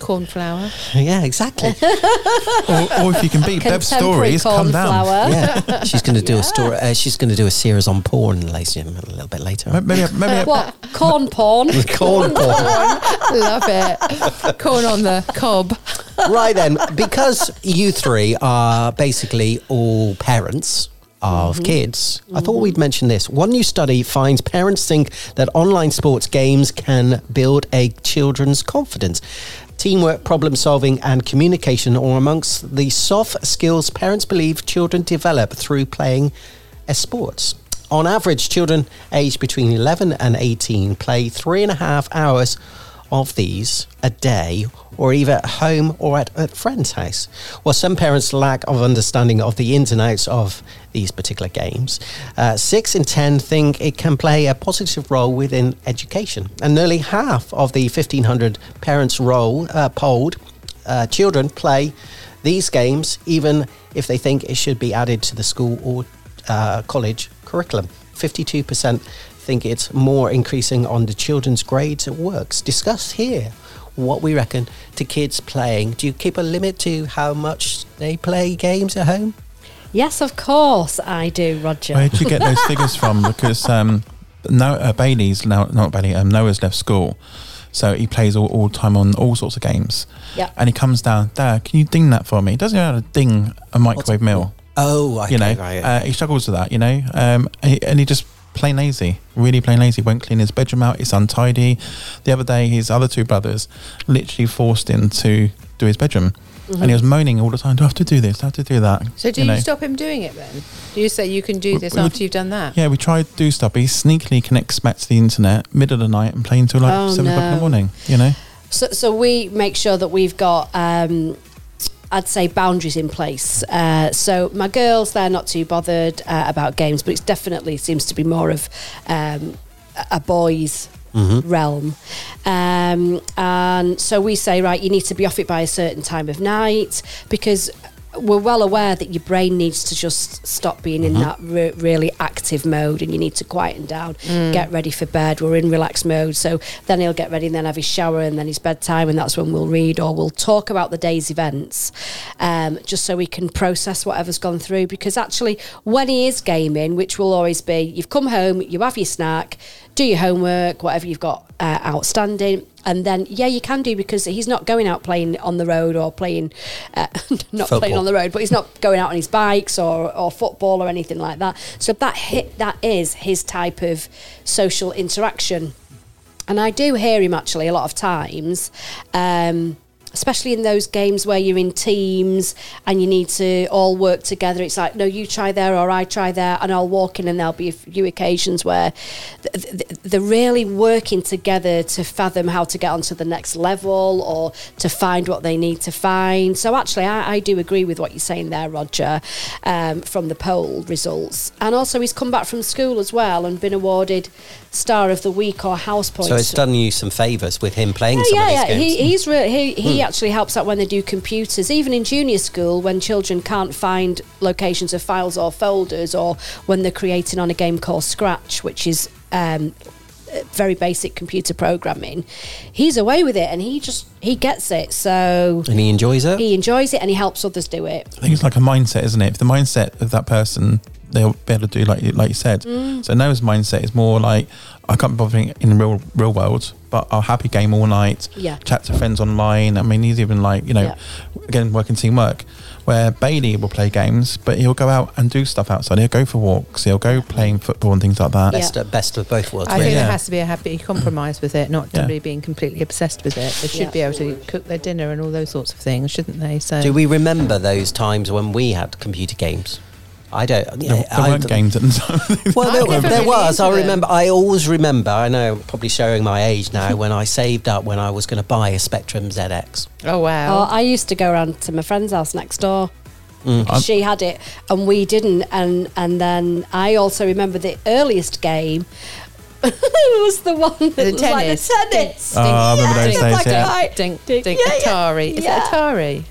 Speaker 4: cornflower.
Speaker 2: [LAUGHS] Yeah,
Speaker 6: [LAUGHS]
Speaker 2: exactly.
Speaker 6: or, or if you can beat Bev's
Speaker 4: Contemporary
Speaker 6: stories, come down.
Speaker 4: cornflower.
Speaker 6: [LAUGHS]
Speaker 2: Yeah, she's going to do a story. Uh, she's going to do a series on porn later, a little bit later. on.
Speaker 6: Maybe,
Speaker 4: [LAUGHS]
Speaker 3: what [LAUGHS] corn porn?
Speaker 2: Corn porn.
Speaker 4: Love it. [LAUGHS] Corn on the cob.
Speaker 2: right then, because you three are basically all parents of
Speaker 4: Mhm.
Speaker 2: kids, I thought we'd mention this. One new study finds parents think that online sports games can build a children's confidence. Teamwork, problem solving, and communication are amongst the soft skills parents believe children develop through playing a sports. On average, children aged between 11 and 18 play three and a half hours of these a day, or either at home or at a friend's house. While some parents' lack of understanding of the ins and outs of these particular games, uh, six in ten think it can play a positive role within education. And nearly half of the 1,500 parents role, uh, polled uh, children play these games, even if they think it should be added to the school or uh, college curriculum. 52% think it's more increasing on the children's grades at works. Discuss here what we reckon to kids playing. Do you keep a limit to how much they play games at home?
Speaker 3: Yes, of course I do, Roger.
Speaker 6: Where did you
Speaker 3: [LAUGHS]
Speaker 6: get those figures from? Because um, no, uh, Bailey's now not Bailey. Um, Noah's left school, so he plays all, all the time on all sorts of games.
Speaker 3: Yep.
Speaker 6: And he comes down, Dad, can you ding that for me? He doesn't know how to ding a microwave meal.
Speaker 2: Oh, okay,
Speaker 6: you know,
Speaker 2: right,
Speaker 6: uh, he struggles with that. You know, um, and, he, and he just plain lazy, really plain lazy. Won't clean his bedroom out. It's untidy. The other day, his other two brothers literally forced him to do his bedroom, and
Speaker 4: Mhm.
Speaker 2: Mm-hmm.
Speaker 6: he was moaning all the time. Do I have to do this? Do I have to do that?
Speaker 4: So do you,
Speaker 6: know.
Speaker 4: stop him doing it then? Do you say you can do this
Speaker 6: we-
Speaker 4: after you've done that?
Speaker 6: Yeah, we tried to do stuff, but he sneakily connects back to the internet middle of the night and play until like
Speaker 3: Oh,
Speaker 6: seven o'clock in
Speaker 3: no.
Speaker 6: the morning. You know,
Speaker 3: So, so we make sure that we've got, um, I'd say, boundaries in place. Uh, so my girls, they're not too bothered uh, about games, but it definitely seems to be more of um, a- a boy's
Speaker 7: Mhm.
Speaker 3: realm. Um, and so we say, right, you need to be off it by a certain time of night because we're well aware that your brain needs to just stop being in
Speaker 7: Mhm.
Speaker 3: that re- really active mode and you need to quieten down,
Speaker 7: Mm.
Speaker 3: get ready for bed. We're in relaxed mode. So then he'll get ready and then have his shower and then his bedtime. And that's when we'll read or we'll talk about the day's events um, just so he can process whatever's gone through. Because actually, when he is gaming, which will always be you've come home, you have your snack, do your homework, whatever you've got uh, outstanding. And then, yeah, you can do because he's not going out playing on the road or playing, uh, [LAUGHS] not playing
Speaker 7: Football.
Speaker 3: on the road, but he's not going out on his bikes or, or football or anything like that. So that hit, that is his type of social interaction. And I do hear him actually a lot of times, um, especially in those games where you're in teams and you need to all work together. It's like, no, you try there or I try there, and I'll walk in, and there'll be a few occasions where th- th- they're really working together to fathom how to get onto the next level or to find what they need to find. So, actually, I, I do agree with what you're saying there, Roger, um, from the poll results. And also, he's come back from school as well and been awarded Star of the Week or House Points.
Speaker 2: So it's done you some favours with him playing some
Speaker 3: Yeah,
Speaker 2: of these
Speaker 3: yeah, yeah.
Speaker 2: games.
Speaker 3: He, he's re- he, he
Speaker 2: Hmm.
Speaker 3: actually helps out when they do computers, even in junior school, when children can't find locations of files or folders, or when they're creating on a game called Scratch, which is um, uh, very basic computer programming. He's away with it, and he just he gets it. So
Speaker 2: and he enjoys it.
Speaker 3: he enjoys it, and he helps others do it.
Speaker 6: I think it's like a mindset, isn't it? If the mindset of that person, they'll be able to do like you- like you said.
Speaker 3: Mm.
Speaker 6: So Noah's mindset is more like I can't be bothering in the real real world, but I'll happy game all night.
Speaker 3: Yeah.
Speaker 6: Chat to friends online. I mean, he's even like you know, again working teamwork. Where Bailey will play games, but he'll go out and do stuff outside. He'll go for walks. He'll go playing football and things like that.
Speaker 2: Best, of best of both worlds.
Speaker 4: I
Speaker 2: really.
Speaker 4: think there has to be a happy compromise with it, not
Speaker 2: Yeah.
Speaker 4: somebody being completely obsessed with it. They should
Speaker 3: Yeah.
Speaker 4: be able to cook their dinner and all those sorts of things, shouldn't they? So
Speaker 2: Do we remember those times when we had computer games? I don't.
Speaker 6: There, there
Speaker 2: I
Speaker 6: weren't
Speaker 2: don't-
Speaker 6: games at the time.
Speaker 2: [LAUGHS] Well,
Speaker 4: I
Speaker 2: there,
Speaker 4: never
Speaker 2: there
Speaker 4: really
Speaker 2: was. I
Speaker 4: into them.
Speaker 2: remember. I always remember. I know. I'm probably showing my age now. when I saved up when I was going to buy a Spectrum ZX.
Speaker 4: Oh wow!
Speaker 3: Oh, I used to go around to my friend's house next door.
Speaker 2: Mm.
Speaker 3: because she had it and we didn't and and then I also remember the earliest game [LAUGHS] was the one that was
Speaker 4: tennis.
Speaker 3: like the tennis
Speaker 6: Oh, I remember those
Speaker 3: it's
Speaker 6: days,
Speaker 3: like a
Speaker 6: yeah.
Speaker 3: light-
Speaker 4: Dink,
Speaker 3: dink,
Speaker 4: dink, Atari. Is
Speaker 3: yeah.
Speaker 4: it Atari?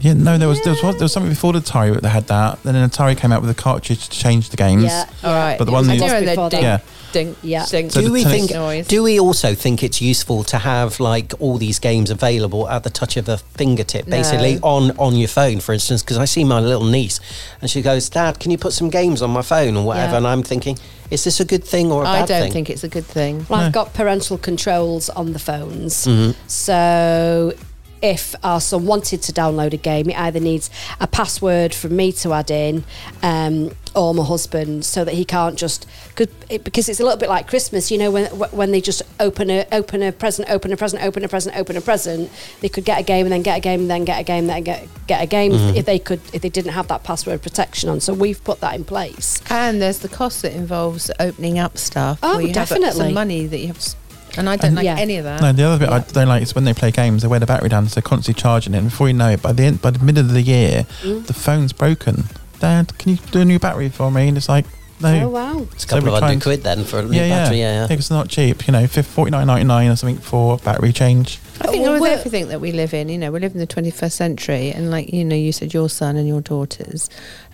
Speaker 6: Yeah, no, there was, there was there was something before the Atari that had that. Then an Atari came out with a cartridge to change the games.
Speaker 3: All right.
Speaker 6: But the one
Speaker 3: I
Speaker 6: that-
Speaker 3: do remember
Speaker 6: Yeah.
Speaker 3: that.
Speaker 6: Yeah.
Speaker 4: Ding,
Speaker 3: yeah.
Speaker 4: ding.
Speaker 2: do we think?
Speaker 4: noise.
Speaker 2: Do we also think it's useful to have like all these games available at the touch of a fingertip,
Speaker 4: No.
Speaker 2: basically on on your phone, for instance? Because I see my little niece, and she goes, "Dad, can you put some games on my phone or whatever?"
Speaker 4: Yeah.
Speaker 2: And I'm thinking, is this a good thing or a
Speaker 3: I
Speaker 2: bad
Speaker 3: don't
Speaker 2: thing?
Speaker 3: think
Speaker 4: it's a good thing.
Speaker 3: Well,
Speaker 2: No.
Speaker 3: I've got parental controls on the phones.
Speaker 2: Mhm.
Speaker 3: So if our son wanted to download a game, it either needs a password from me to add in um, or my husband so that he can't just cause it, because it's a little bit like Christmas, you know, when wh- when they just open a open a present, open a present, open a present, open a present, they could get a game and then get a game and then get a game and then get get a game
Speaker 4: Mhm.
Speaker 6: Mm-hmm.
Speaker 3: if they could if they didn't have that password protection on. So we've put that in place.
Speaker 4: And there's the cost that involves opening up stuff.
Speaker 3: Oh,
Speaker 4: where you have up
Speaker 3: definitely.
Speaker 4: some money that you have, s- and I don't
Speaker 6: And-
Speaker 4: like
Speaker 6: Yeah.
Speaker 4: any of that.
Speaker 6: No, the other bit I don't like is when they play games, they wear the battery down, so they're constantly charging it. And before you know it, by the end, by the middle of the year,
Speaker 3: Mm.
Speaker 6: the phone's broken. Dad, can you do a new battery for me? And it's like, no.
Speaker 3: Oh, wow.
Speaker 2: It's a couple
Speaker 6: we're
Speaker 2: of hundred
Speaker 6: trying
Speaker 2: quid then for a new battery, yeah, yeah.
Speaker 6: It's not cheap, you know, forty nine ninety nine or something for a battery change.
Speaker 4: I think
Speaker 3: Well,
Speaker 4: with
Speaker 3: we're-
Speaker 4: everything that we live in, you know, we live in the 21st century, and like you know, you said your son and your daughters,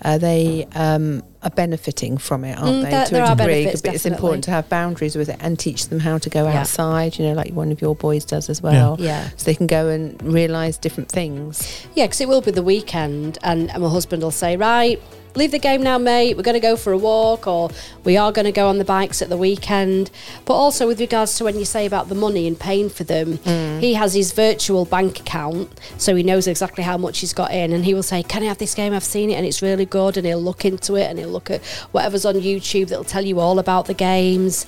Speaker 4: uh, they um, are benefiting from it, aren't
Speaker 3: Mm,
Speaker 4: they?
Speaker 3: there-
Speaker 4: to
Speaker 3: there
Speaker 4: a
Speaker 3: are
Speaker 4: degree,
Speaker 3: benefits,
Speaker 4: but it's
Speaker 3: definitely.
Speaker 4: important to have boundaries with it and teach them how to go
Speaker 3: Yeah.
Speaker 4: outside. You know, like one of your boys does as well.
Speaker 3: Yeah.
Speaker 4: so they can go and realise different things.
Speaker 3: Yeah, because it will be the weekend, and, and my husband will say, Right, leave the game now, mate. We're going to go for a walk, or we are going to go on the bikes at the weekend. But also, with regards to when you say about the money and paying for them, he has his virtual bank account, so he knows exactly how much he's got in. And he will say, Can I have this game? I've seen it, and it's really good. And he'll look into it, and he'll look at whatever's on YouTube that'll tell you all about the games.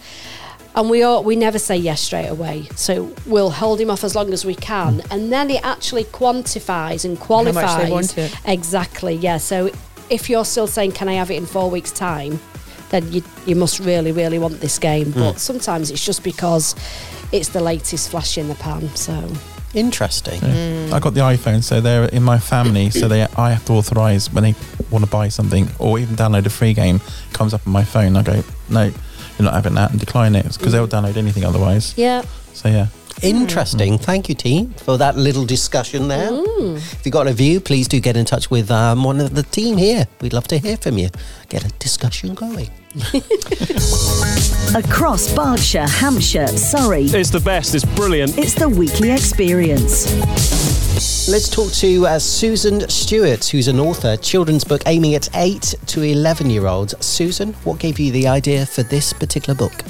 Speaker 3: And we are, we never say yes straight away. So we'll hold him off as long as we can. And then it actually quantifies and
Speaker 4: Hmm. much
Speaker 3: qualifies.
Speaker 4: they want it.
Speaker 3: Exactly, yeah. So if you're still saying, can I have it in four weeks' time? Then you, you must really, really want this game.
Speaker 4: Hmm.
Speaker 3: But
Speaker 2: Mm.
Speaker 3: sometimes it's just because it's the latest flash in the pan. So, Hmm.
Speaker 2: Interesting.
Speaker 6: Yeah. I got the iPhone, so they're in my family, so they I have to authorize when they want to buy something or even download a free game. It comes up on my phone. I go, no, you're not having that, and decline it because they'll download anything otherwise.
Speaker 3: Mm. yeah.
Speaker 6: So yeah.
Speaker 2: Interesting. Thank you, team, for that little discussion there.
Speaker 7: Mm-hmm.
Speaker 2: If you've got a view, please do get in touch with um, one of the team here. We'd love to hear from you. Get a discussion going.
Speaker 12: Across Berkshire, Hampshire, Surrey.
Speaker 17: It's the best, it's brilliant.
Speaker 12: It's the weekly experience.
Speaker 2: Let's talk to uh, Susan Stewart, who's an author, children's book aiming at 8 to 11 year olds. Susan, what gave you the idea for this particular book?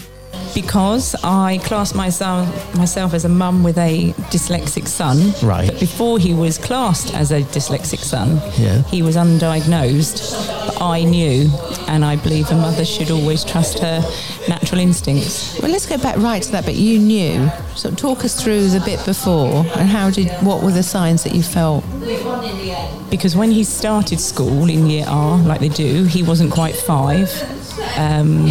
Speaker 17: Because I class myself myself as a mum with a dyslexic son.
Speaker 2: Right.
Speaker 17: But before he was classed as a dyslexic son,
Speaker 2: Yeah.
Speaker 17: he was undiagnosed. But I knew, and I believe a mother should always trust her natural instincts.
Speaker 9: Well, let's go back right to that bit. You knew. So talk us through the bit before and how did what were the signs that you felt?
Speaker 17: Because when he started school in year R, like they do, he wasn't quite five. Um,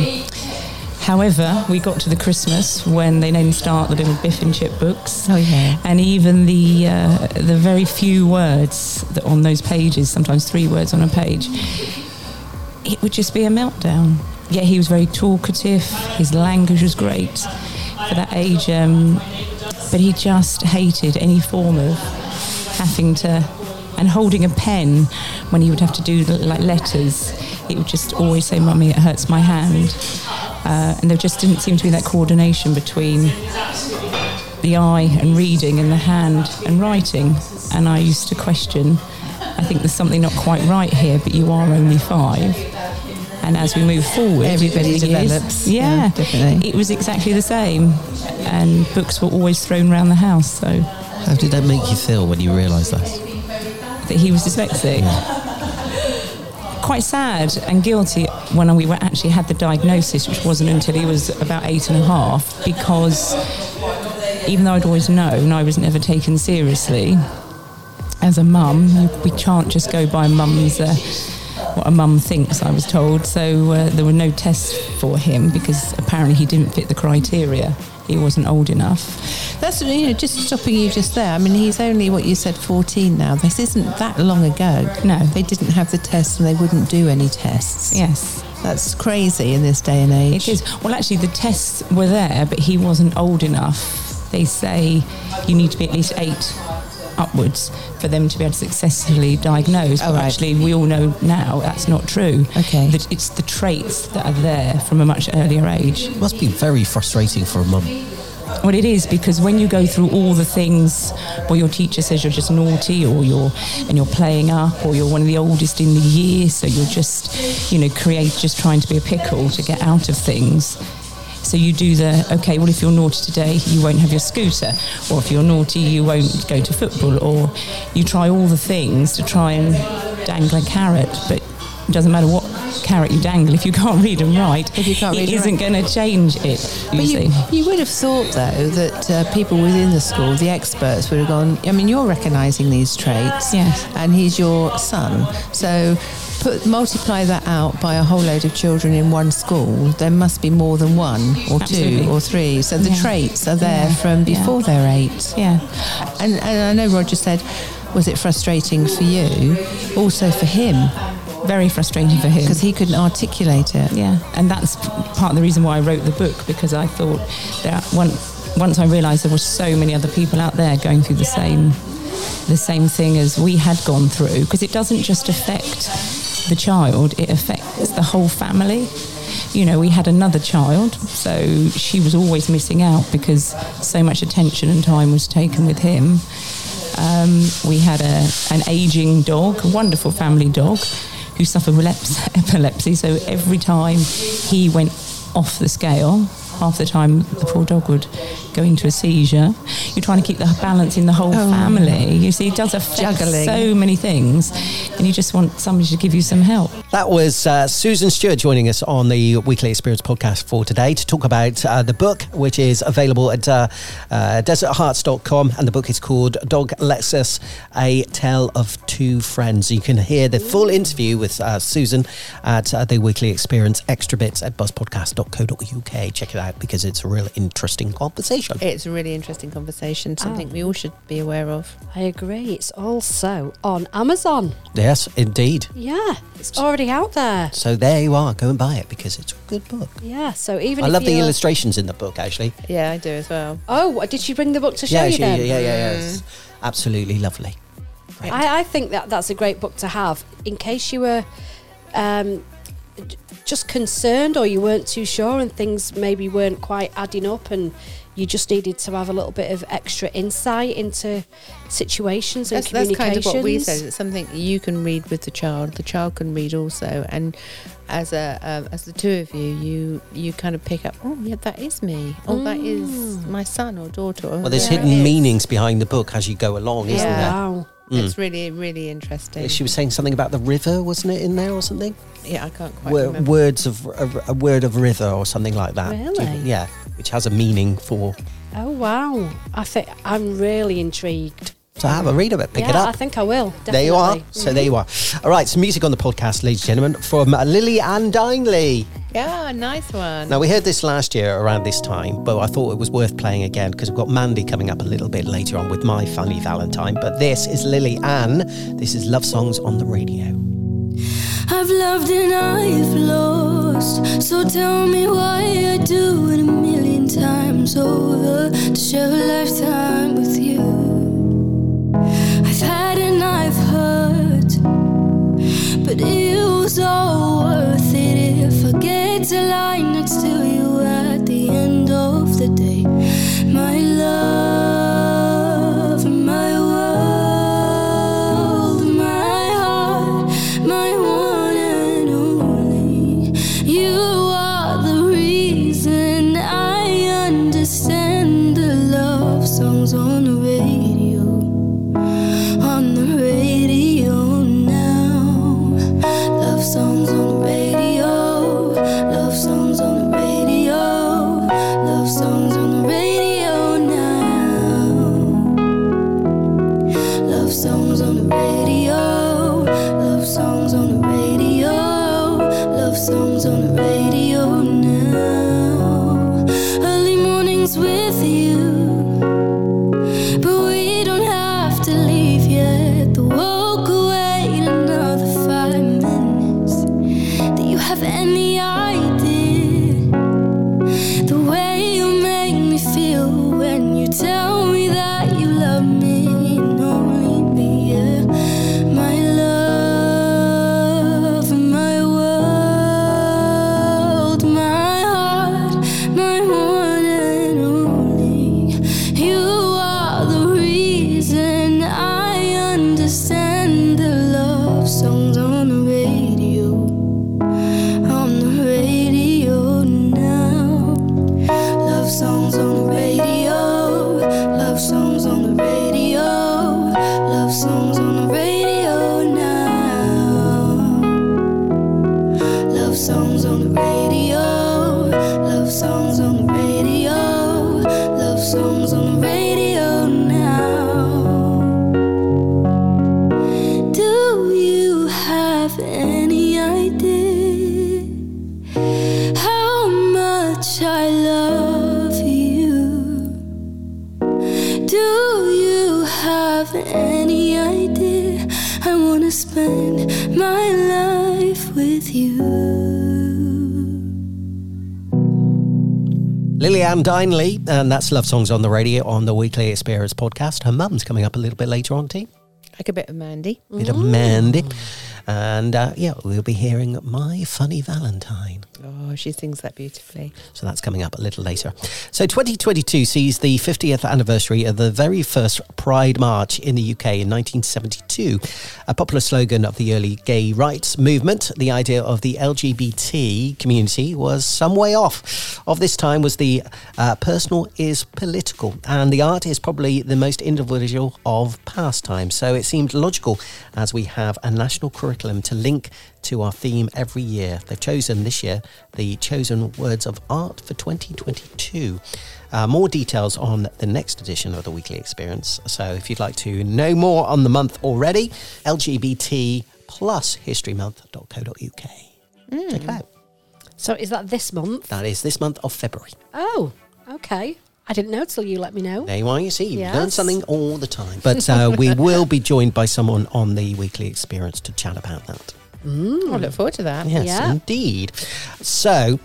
Speaker 17: however, we got to the Christmas when they then start the little Biff and Chip books.
Speaker 9: Oh yeah.
Speaker 17: and even the uh, the very few words that on those pages, sometimes three words on a page, it would just be a meltdown. Yet he was very talkative. His language was great for that age, um, but he just hated any form of having to and holding a pen when he would have to do like letters. It would just always say, "Mummy, it hurts my hand," uh, and there just didn't seem to be that coordination between the eye and reading and the hand and writing. And I used to question, I think there's something not quite right here, but you are only five. And as we move forward,
Speaker 9: Everybody
Speaker 17: over the years-
Speaker 9: develops.
Speaker 17: yeah,
Speaker 9: Yeah, definitely.
Speaker 17: It was exactly the same. And books were always thrown around the house. So
Speaker 14: How did that make you feel when you realised that?
Speaker 17: that he was dyslexic. [LAUGHS] Quite sad and guilty when we were actually had the diagnosis, which wasn't until he was about eight and a half, because even though I'd always known I was never taken seriously, as a mum, you- we can't just go by mum's. Uh, what a mum thinks, I was told. So uh, there were no tests for him because apparently he didn't fit the criteria. He wasn't old enough.
Speaker 9: That's you know just stopping you just there. I mean, he's only what you said 14 now. This isn't that long ago.
Speaker 17: No,
Speaker 9: they didn't have the tests and they wouldn't do any tests.
Speaker 17: Yes.
Speaker 9: That's crazy in this day and age.
Speaker 17: It is. Well, actually, the tests were there, but he wasn't old enough. They say you need to be at least eight upwards for them to be able to successfully diagnose.
Speaker 4: Oh,
Speaker 17: But
Speaker 4: right.
Speaker 17: Actually, we all know now that's not true. Okay. it's the traits that are there from a much earlier age.
Speaker 18: Must be very frustrating for a mum.
Speaker 17: Well, it is because when you go through all the things where your teacher says you're just naughty or you're and you're playing up or you're one of the oldest in the year, so you're just, you know, create just trying to be a pickle to get out of things. So you do the okay. Well, if you're naughty today, you won't have your scooter, or if you're naughty, you won't go to football, or you try all the things to try and dangle a carrot, but it doesn't matter what carrot you dangle if you can't read and write. If you
Speaker 4: can't read and
Speaker 17: isn't
Speaker 4: write.
Speaker 17: going to change it. You
Speaker 4: But
Speaker 17: see.
Speaker 4: you, you would have thought, though, that uh, people within the school, the experts, would have gone, I mean, you're recognising these traits. Yes. And he's your son. So put multiply that out by a whole load of children in one school. There must be more than one or
Speaker 17: Absolutely.
Speaker 4: two or three. So the
Speaker 17: Yeah.
Speaker 4: traits are there
Speaker 17: Yeah.
Speaker 4: from
Speaker 17: Yeah.
Speaker 4: before they're eight.
Speaker 17: Yeah.
Speaker 4: And, and I know Roger said, was it frustrating for you? Also for him.
Speaker 17: Very frustrating for him.
Speaker 4: Because he couldn't articulate it.
Speaker 17: Yeah, and that's p- part of the reason why I wrote the book because I thought that one, once I realised there were so many other people out there going through the same the same thing as we had gone through because it doesn't just affect the child; it affects the whole family. You know, we had another child, so she was always missing out because so much attention and time was taken with him. Um, we had a, an aging dog, a wonderful family dog, who suffered with eps- [LAUGHS] epilepsy. So every time he went off the scale, half the time the poor dog would go into a seizure. You're trying to keep the balance in the whole
Speaker 4: Oh.
Speaker 17: family. You see, it does affect
Speaker 4: Juggling.
Speaker 17: so many things, and you just want somebody to give you some help.
Speaker 2: That was uh, Susan Stewart joining us on the Weekly Experience podcast for today to talk about uh, the book, which is available at uh, uh, deserthearts.com. And the book is called Dog Lets Us A Tale of Two Friends. You can hear the full interview with uh, Susan at uh, the Weekly Experience Extra Bits at buzzpodcast.co.uk. Check it out because it's a real interesting conversation.
Speaker 19: It's a really interesting conversation, something we all should be aware of.
Speaker 3: Ah. I agree. It's also on Amazon.
Speaker 2: Yes, indeed.
Speaker 3: Yeah, it's already out there.
Speaker 2: So there you are. Go and buy it because it's a good book.
Speaker 3: Yeah, so even
Speaker 2: I
Speaker 3: if
Speaker 2: love the
Speaker 3: you're-
Speaker 2: illustrations in the book, actually.
Speaker 19: Yeah, I do as well.
Speaker 3: Oh, what, did she bring the book to show
Speaker 2: yeah,
Speaker 3: you Mm.
Speaker 2: she-
Speaker 3: then?
Speaker 2: yeah, yeah, yeah. It's absolutely lovely.
Speaker 3: I, I think that that's a great book to have in case you were um, j- just concerned or you weren't too sure and things maybe weren't quite adding up and you just needed to have a little bit of extra insight into situations and
Speaker 19: That's, that's kind of what we
Speaker 3: communications.
Speaker 19: said. It's something you can read with the child. The child can read also, and as a um, as the two of you, you you kind of pick up. Oh, yeah, that is me. Oh, that is
Speaker 3: Mm.
Speaker 19: my son or daughter.
Speaker 2: Well, there's hidden meanings behind the book as you go along, isn't
Speaker 19: Yeah.
Speaker 2: there?
Speaker 19: Wow.
Speaker 2: Mm.
Speaker 19: It's really really interesting.
Speaker 2: She was saying something about the river, wasn't it, in there or something?
Speaker 19: Yeah, I can't quite
Speaker 2: Wo-
Speaker 19: remember.
Speaker 2: words of a, a word of river or something like that.
Speaker 3: Really?
Speaker 2: Yeah, which has a meaning for.
Speaker 3: Oh wow! I think I'm really intrigued.
Speaker 2: So have a read of it, pick
Speaker 3: yeah,
Speaker 2: it
Speaker 3: I
Speaker 2: up.
Speaker 3: think I will. Definitely.
Speaker 2: There you are. So there you are. All right, some music on the podcast, ladies and gentlemen, from uh, Lily Ann Dingley.
Speaker 19: Yeah, nice one.
Speaker 2: Now, we heard this last year around this time, but I thought it was worth playing again because we've got Mandy coming up a little bit later on with My Funny Valentine. But this is Lily Ann. This is Love Songs on the Radio.
Speaker 9: I've loved and I've lost. So tell me why I do it a million times over to share a lifetime with you. I've had and I've hurt, but it was all worth it if I get to lie next to you at the end of the day. My love, my world, my heart, my one and only. You are the reason I understand the love songs on the radio, on the radio now. Love songs on the radio, love songs on the radio, love songs on the radio now. Love songs on the radio, love songs on the radio, love songs on the radio now. Early mornings with you, but we don't have to leave yet. The walk away another five minutes. Do you have any idea? The way you make me feel when you tell me that you love me, no,
Speaker 20: have any idea. I wanna spend my life with you.
Speaker 2: Lillian Dineley, and that's Love Songs on the Radio on the Weekly Experience podcast. Her mum's coming up a little bit later on, team.
Speaker 4: Like a bit of Mandy.
Speaker 2: Bit of Mandy. And uh, yeah, we'll be hearing My Funny Valentine.
Speaker 4: Oh, she sings that beautifully.
Speaker 2: So that's coming up a little later. So 2022 sees the 50th anniversary of the very first Pride March in the UK in 1972, a popular slogan of the early gay rights movement. The idea of the LGBT community was some way off. Of this time was the uh, personal is political, and the art is probably the most individual of pastimes. So it seemed logical as we have a national curriculum to link to our theme every year. They've chosen this year the chosen words of art for 2022. Uh, more details on the next edition of the Weekly Experience. So if you'd like to know more on the month already, LGBT plus historymonth.co.uk. Check it out.
Speaker 3: Mm-hmm. So is that this month?
Speaker 2: That is this month of February.
Speaker 3: Oh, okay. I didn't know till you let me know.
Speaker 2: There you are, you see, you learn
Speaker 3: Yes.
Speaker 2: something all [LAUGHS] the time. But uh, we will be joined by someone on the Weekly Experience to chat about that.
Speaker 3: Mm.
Speaker 4: I look forward to that.
Speaker 2: Yes, indeed. So,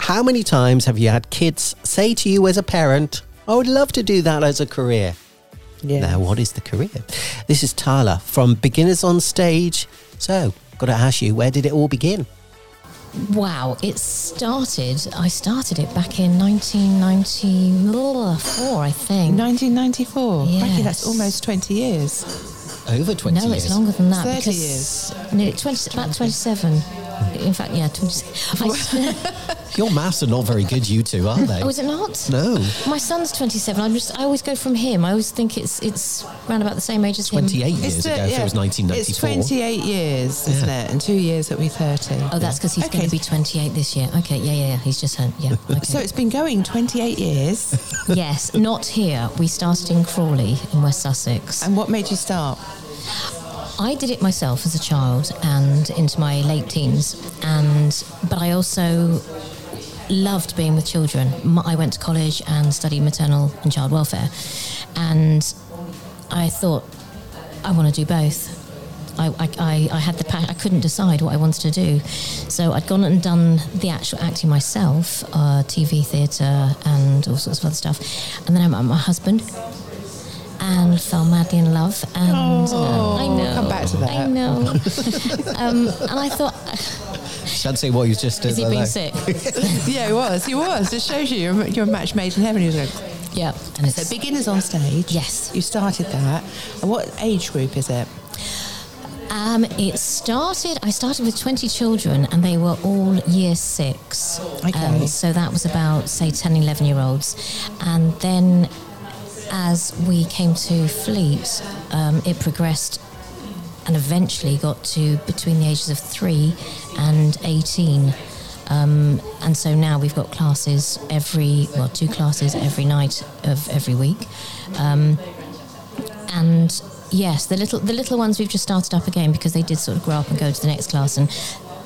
Speaker 2: how many times have you had kids say to you as a parent, I would love to do that as a career?
Speaker 4: Yeah.
Speaker 2: Now, what is the career? This is Tala from Beginners on Stage. So, got to ask you, where did it all begin?
Speaker 15: Wow, it started, I started it back in 1994, I think.
Speaker 9: 1994? Crikey, that's almost 20 years.
Speaker 14: Over 20
Speaker 15: no,
Speaker 14: years.
Speaker 15: it's longer than that.
Speaker 9: 30
Speaker 15: because-
Speaker 9: years.
Speaker 15: No, 20, about 27. In fact, yeah, [LAUGHS] 27. I swear-
Speaker 14: Your maths are not very good, you two,
Speaker 15: [LAUGHS]
Speaker 14: are they?
Speaker 15: Oh, is it not?
Speaker 14: No.
Speaker 15: My son's 27. I just I always go from him. I always think it's it's around about the same age as
Speaker 14: 28
Speaker 15: him.
Speaker 14: years ago, if it was 1994.
Speaker 9: It's 28 years, isn't it? And two years it'll be 30.
Speaker 15: Oh, that's because he's going to be 28 this year. Okay, yeah, yeah, yeah. He's just had,
Speaker 9: [LAUGHS]
Speaker 15: yeah.
Speaker 9: So it's been going 28 years.
Speaker 15: [LAUGHS] yes, not here. We started in Crawley in West Sussex.
Speaker 9: And what made you start?
Speaker 15: I did it myself as a child and into my late teens, and but I also loved being with children. M- I went to college and studied maternal and child welfare, and I thought I want to do both. I, I, I, I had the pa- I couldn't decide what I wanted to do, so I'd gone and done the actual acting myself, uh, TV, theatre, and all sorts of other stuff, and then I met my husband, and fell madly in love. And
Speaker 9: Oh,
Speaker 15: I know,
Speaker 9: come back to that.
Speaker 15: I know.
Speaker 9: [LAUGHS]
Speaker 15: um, and I thought,
Speaker 14: Fancy what you just did
Speaker 15: is he
Speaker 14: there,
Speaker 15: being
Speaker 14: though.
Speaker 4: [LAUGHS]
Speaker 15: sick?
Speaker 9: yeah, he was. He was. It shows you you're, you're a match made in heaven. He was like,
Speaker 15: yeah. And
Speaker 9: so beginners on stage.
Speaker 15: Yes.
Speaker 9: You started that. And what age group is it?
Speaker 15: Um, it started. I started with twenty children, and they were all year six. Um,
Speaker 9: Okay.
Speaker 15: so that was about say 10, 11 year olds, and then as we came to Fleet, um, it progressed and eventually got to between the ages of three and eighteen. Um, and so now we've got classes every well, two classes every night of every week. Um, and yes, the little the little ones we've just started up again because they did sort of grow up and go to the next class, and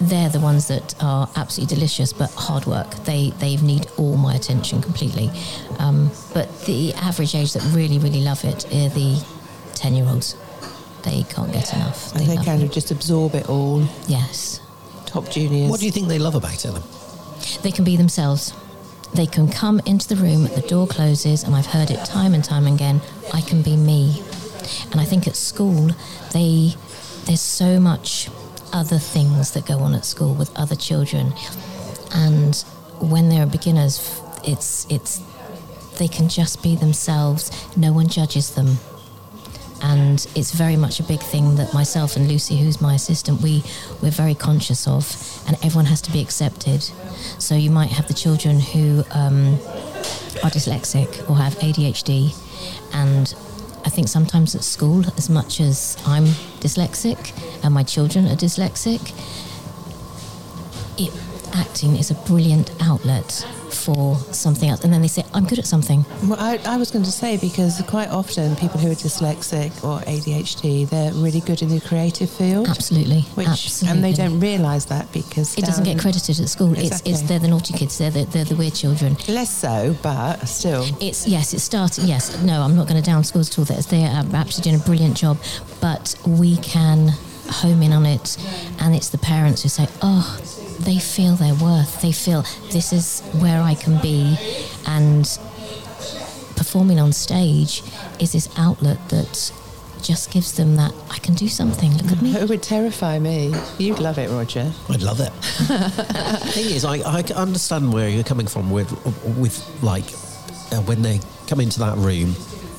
Speaker 15: they're the ones that are absolutely delicious but hard work. They they need all my attention completely. Um, but the average age that really really love it are the ten year olds. They can't get enough.
Speaker 9: And they
Speaker 15: love
Speaker 9: kind
Speaker 15: it.
Speaker 9: of just absorb it all.
Speaker 15: Yes.
Speaker 9: Top juniors.
Speaker 14: What do you think they love about it? then?
Speaker 15: They can be themselves. They can come into the room, the door closes, and I've heard it time and time again I can be me. And I think at school, they, there's so much other things that go on at school with other children. And when they're beginners, it's, it's, they can just be themselves, no one judges them and it's very much a big thing that myself and Lucy, who's my assistant, we we're very conscious of, and everyone has to be accepted. So you might have the children who um, are dyslexic or have ADHD, and I think sometimes at school, as much as I'm dyslexic and my children are dyslexic, it, acting is a brilliant outlet for something else. And then they say, I'm good at something.
Speaker 4: Well, I, I was going to say because quite often people who are dyslexic or ADHD, they're really good in the creative field.
Speaker 15: Absolutely,
Speaker 4: Which, And
Speaker 15: absolutely.
Speaker 4: they don't realise that because
Speaker 15: It doesn't
Speaker 4: down-
Speaker 15: get credited at school. It's, it's
Speaker 4: Exactly.
Speaker 15: they're the naughty kids. They're the, they're the weird children.
Speaker 4: Less so, but still.
Speaker 15: It's yes. It started. Yes. No. I'm not going to down schools at all. They're, they are absolutely doing a brilliant job, but we can home in on it, and it's the parents who say, "Oh, they feel their worth. They feel this is where I can be," and performing on stage is this outlet that just gives them that I can do something. Look at me.
Speaker 4: It would terrify me. You'd love it, Roger.
Speaker 21: I'd love it. The thing is, I, I understand where you're coming from with, with like, uh, when they come into that room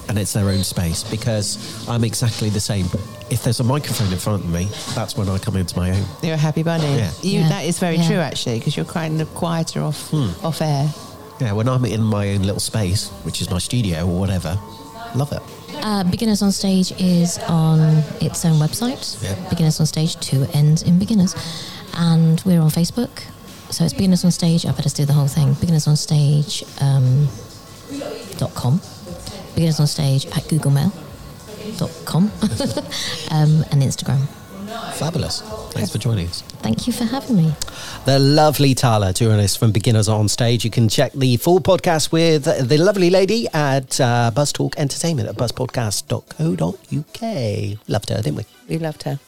Speaker 21: and it's their own space, because I'm exactly the same. If there's a microphone in front of me, that's when I come into my own.
Speaker 4: You're a happy bunny.
Speaker 21: Yeah.
Speaker 4: You,
Speaker 21: Yeah.
Speaker 4: That is very
Speaker 21: Yeah.
Speaker 4: true, actually, because you're kind of quieter off
Speaker 2: Hmm.
Speaker 4: off air.
Speaker 21: Yeah, when I'm in my own little space, which is my studio or whatever, love it.
Speaker 15: Uh, Beginners on Stage is on its own website. Beginners on Stage, two ends in Beginners. And we're on Facebook. So it's Beginners on Stage. I better do the whole thing. Beginners on Stage um, dot com. Beginners on Stage at Google Mail dot com. [LAUGHS] um, and Instagram.
Speaker 21: Fabulous. Thanks for joining us.
Speaker 15: Thank you for having me.
Speaker 2: The lovely Tala joining us from Beginners on Stage. You can check the full podcast with the lovely lady at uh, Buzz Talk Entertainment at buzzpodcast.co.uk. Loved her, didn't we?
Speaker 4: We loved her.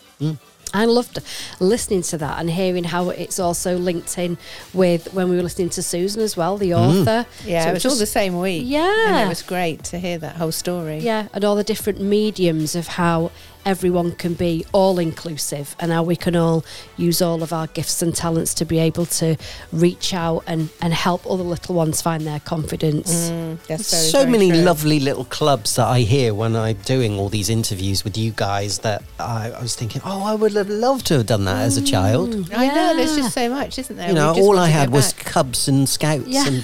Speaker 3: I loved listening to that and hearing how it's also linked in with when we were listening to Susan as well, the
Speaker 4: Mm.
Speaker 3: author.
Speaker 4: Yeah, it was all the same week. And
Speaker 3: Yeah.
Speaker 4: it was great to hear that whole story.
Speaker 3: Yeah, and all the different mediums of how everyone can be all inclusive and how we can all use all of our gifts and talents to be able to reach out and, and help other little ones find their confidence.
Speaker 4: Mm,
Speaker 2: so many lovely little clubs that I hear when I'm doing all these interviews with you guys that I, I was thinking, oh, I would have loved to have done that as a child.
Speaker 4: I know, there's just so much, isn't there?
Speaker 2: you know,
Speaker 4: Mm. We just
Speaker 2: all
Speaker 4: want
Speaker 2: I
Speaker 4: to go
Speaker 2: had was
Speaker 4: back.
Speaker 2: cubs and scouts
Speaker 4: Yeah.
Speaker 2: and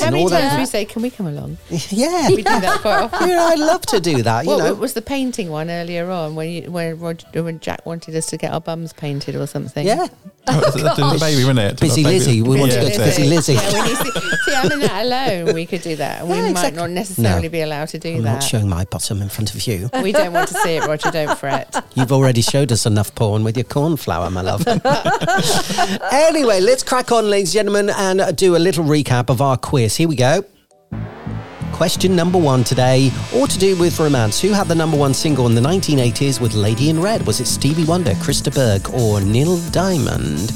Speaker 4: [LAUGHS] How
Speaker 2: and
Speaker 4: many
Speaker 2: all
Speaker 4: times we
Speaker 2: that.
Speaker 4: say, can we come along?
Speaker 2: [LAUGHS] Yeah.
Speaker 4: We do that quite
Speaker 2: [LAUGHS]
Speaker 4: often.
Speaker 2: Yeah, I'd love to do that, you
Speaker 4: What
Speaker 2: know.
Speaker 4: was the painting one earlier on when you, when, Roger, when Jack wanted us to get our bums painted or something? [LAUGHS]
Speaker 2: Yeah.
Speaker 6: Oh, that's- that's the baby, wasn't it?
Speaker 2: Busy
Speaker 6: Baby-
Speaker 2: Lizzie. We want to
Speaker 6: Yeah,
Speaker 2: go to
Speaker 6: that's
Speaker 2: Busy
Speaker 6: it.
Speaker 2: Lizzie.
Speaker 4: Yeah, when you see, [LAUGHS] see, I'm in that alone. We could do that. We
Speaker 2: Yeah,
Speaker 4: might
Speaker 2: exactly.
Speaker 4: not necessarily
Speaker 2: No.
Speaker 4: be allowed to do
Speaker 2: I'm
Speaker 4: that.
Speaker 2: not showing my bottom in front of you.
Speaker 4: We don't want to see it, Roger. Don't fret.
Speaker 2: [LAUGHS] You've already showed us enough porn with your cornflower, my love. [LAUGHS] anyway, let's crack on, ladies and gentlemen, and do a little recap of our quiz. Here we go. Question number one today, all to do with romance. Who had the number one single in the 1980s with Lady in Red? Was it Stevie Wonder, Krista Berg, or Neil Diamond?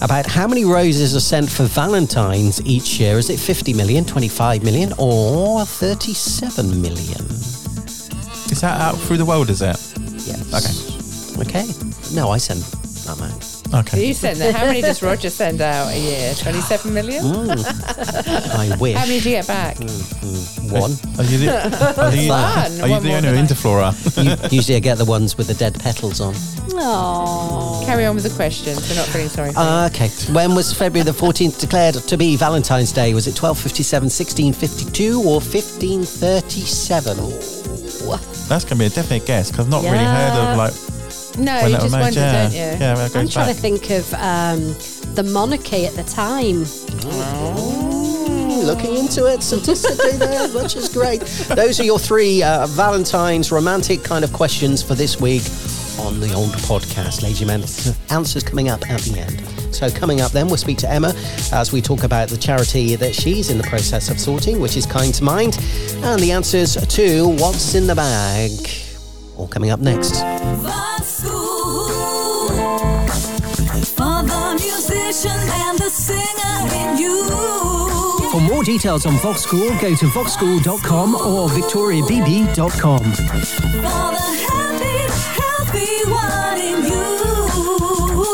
Speaker 2: About how many roses are sent for Valentine's each year? Is it 50 million, 25 million, or 37 million?
Speaker 6: Is that out through the world, is it?
Speaker 2: Yes. Okay. Okay. No, I send that man.
Speaker 6: Okay.
Speaker 4: You send that. How many does Roger send out a year? Twenty-seven million.
Speaker 6: [LAUGHS]
Speaker 2: I wish. Mm,
Speaker 4: How many do you get back?
Speaker 2: One.
Speaker 4: [LAUGHS]
Speaker 6: Are you the, are you,
Speaker 4: Fun.
Speaker 6: are you
Speaker 4: One
Speaker 6: the
Speaker 4: more
Speaker 6: owner of Interflora?
Speaker 2: you, Usually I get the ones with the dead petals on.
Speaker 4: Carry on with the questions. We're not feeling sorry. For
Speaker 2: Ah, okay. When was February the 14th declared to be Valentine's Day? Was it 1257, 1652 or 1537?
Speaker 6: That's going to be a definite guess because I've not really heard
Speaker 3: Yeah.
Speaker 6: of like.
Speaker 3: No,
Speaker 6: when that was made. yeah. Yeah, well, it
Speaker 3: I'm
Speaker 6: goes
Speaker 3: trying
Speaker 6: back.
Speaker 3: to think of um, the monarchy at the time.
Speaker 4: Oh.
Speaker 2: Looking into it, statistically there, [LAUGHS] which is great. Those are your three uh, Valentine's romantic kind of questions for this week on the old podcast, ladies and gentlemen. Answers coming up at the end. So coming up then, we'll speak to Emma as we talk about the charity that she's in the process of sorting, which is Kind to Mind, and the answers to What's in the Bag. All coming up next.
Speaker 20: The school for the musician and the singer in you.
Speaker 22: For more details on Vox School, go to voxschool.com or victoriabb.com.
Speaker 20: For the happy, happy one in you.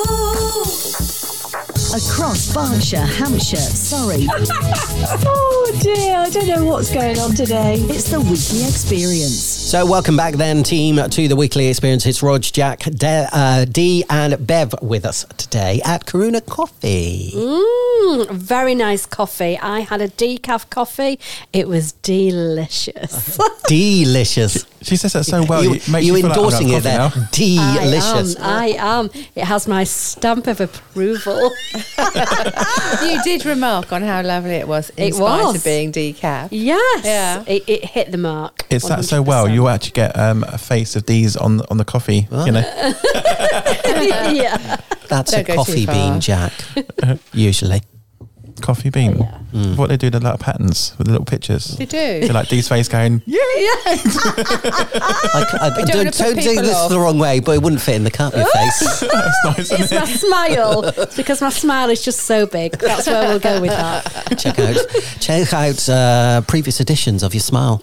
Speaker 12: Across Berkshire, Hampshire, [LAUGHS] Surrey.
Speaker 20: oh
Speaker 12: dear, I don't know what's going on today. It's the weekly experience.
Speaker 2: So, welcome back then, team, to the weekly experience. It's Rog, Jack, De- uh, Dee, and Bev with us today at Karuna Coffee.
Speaker 3: Mm, very nice coffee.
Speaker 4: [LAUGHS]
Speaker 3: I had a decaf coffee. It was delicious.
Speaker 2: Delicious.
Speaker 6: She says that so well.
Speaker 2: You-
Speaker 6: it makes
Speaker 2: you
Speaker 6: feel like I've got
Speaker 2: endorsing
Speaker 6: coffee
Speaker 2: it there.
Speaker 6: now.
Speaker 4: um,
Speaker 3: I am, I am. It has my stamp of approval. [LAUGHS]
Speaker 4: [LAUGHS] you did remark on how lovely it was in
Speaker 3: It
Speaker 4: spite
Speaker 3: was.
Speaker 4: of being decaf.
Speaker 3: Yes.
Speaker 4: Yeah.
Speaker 3: It, it hit the mark.
Speaker 6: It's that so well. You actually get um, a face of these on the- on the coffee. You know,
Speaker 3: yeah.
Speaker 2: [LAUGHS] That's
Speaker 4: Don't
Speaker 2: a
Speaker 4: go too
Speaker 2: coffee
Speaker 4: far.
Speaker 6: [LAUGHS]
Speaker 2: bean, Jack. usually, Hmm.
Speaker 6: coffee bean. What they do, the little patterns with the little pictures.
Speaker 4: Oh, They do.
Speaker 6: They're like these face going.
Speaker 4: Yeah.
Speaker 2: I, c-
Speaker 4: We don't
Speaker 2: I- Uh, don't,
Speaker 4: wanna
Speaker 2: don't,
Speaker 4: put
Speaker 2: do
Speaker 4: people
Speaker 2: this
Speaker 4: off.
Speaker 2: the wrong way, but it wouldn't fit in
Speaker 4: [LAUGHS]
Speaker 2: the cup. [LAUGHS] Your
Speaker 6: [LAUGHS]
Speaker 2: face.
Speaker 3: It's my smile. It's because my smile is just so big. That's where we'll go with that.
Speaker 2: check out check out uh, previous editions of
Speaker 6: [LAUGHS]
Speaker 2: your smile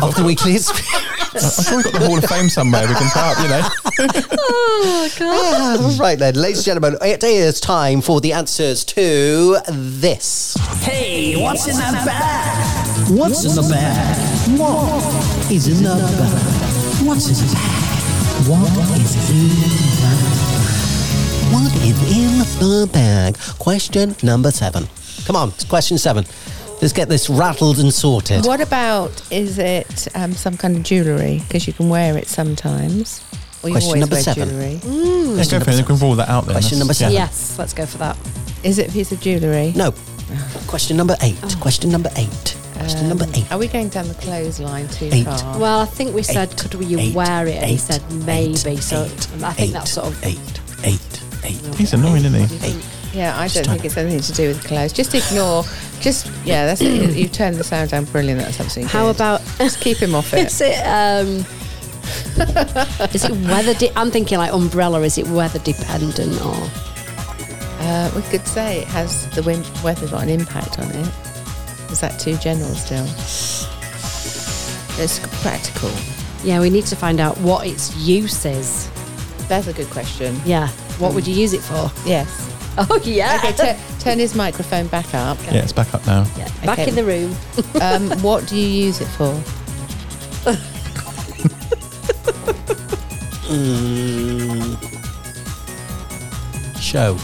Speaker 2: of the weekly experience.
Speaker 6: I'm sure we've got the Hall of Fame somewhere we can put up, you know.
Speaker 3: oh
Speaker 2: God! Ah, right then, ladies and gentlemen, it is time for the answers to this.
Speaker 7: Hey, what's in that bag? What's in the bag? What is in the bag? What's in the bag? What is
Speaker 2: What is in the bag? Question number seven. Come on, it's question seven. Let's get this rattled and sorted.
Speaker 4: What about is it um, some kind of jewellery? Because you can wear it sometimes. Or you
Speaker 2: Question
Speaker 4: always
Speaker 2: number
Speaker 4: wear
Speaker 2: seven.
Speaker 4: jewellery.
Speaker 6: [LAUGHS]
Speaker 3: Mm.
Speaker 6: Let's go for it. We can roll that out. Then.
Speaker 2: Question number seven.
Speaker 3: Yes, let's go for that.
Speaker 4: Is it a piece of jewellery?
Speaker 3: [SIGHS]
Speaker 2: No. Question number eight.
Speaker 3: Oh.
Speaker 2: Question number eight. Question number eight.
Speaker 4: Are we going down the clothesline too
Speaker 2: Eight.
Speaker 4: far?
Speaker 3: Well, I think we said, could we you wear it? And he said, maybe. so I think that's sort of.
Speaker 6: He's annoying, isn't he?
Speaker 4: yeah, I don't think it's anything to do with clothes. Just ignore. Just yeah, that's it. You turned the sound down. Brilliant. That's absolutely.
Speaker 3: How
Speaker 4: good.
Speaker 3: about.
Speaker 4: Just keep him off
Speaker 3: [LAUGHS]
Speaker 4: it.
Speaker 3: Is it. Um, [LAUGHS] is it weather? De- I'm thinking like umbrella. Is it weather dependent or?
Speaker 4: Uh, we could say it has the wind, weather got an impact on it. Is that too general still? It's practical.
Speaker 3: Yeah, we need to find out what its use is.
Speaker 4: That's a good question. Mm.
Speaker 3: Yeah. What would you use it for?
Speaker 4: Yes.
Speaker 3: [LAUGHS] Oh, yeah.
Speaker 4: Okay, tu- turn his microphone back up.
Speaker 6: Yeah, it's back up now.
Speaker 3: Back in the room.
Speaker 4: um, what do you use it
Speaker 3: [LAUGHS]
Speaker 4: for?
Speaker 6: Oh.
Speaker 2: Show.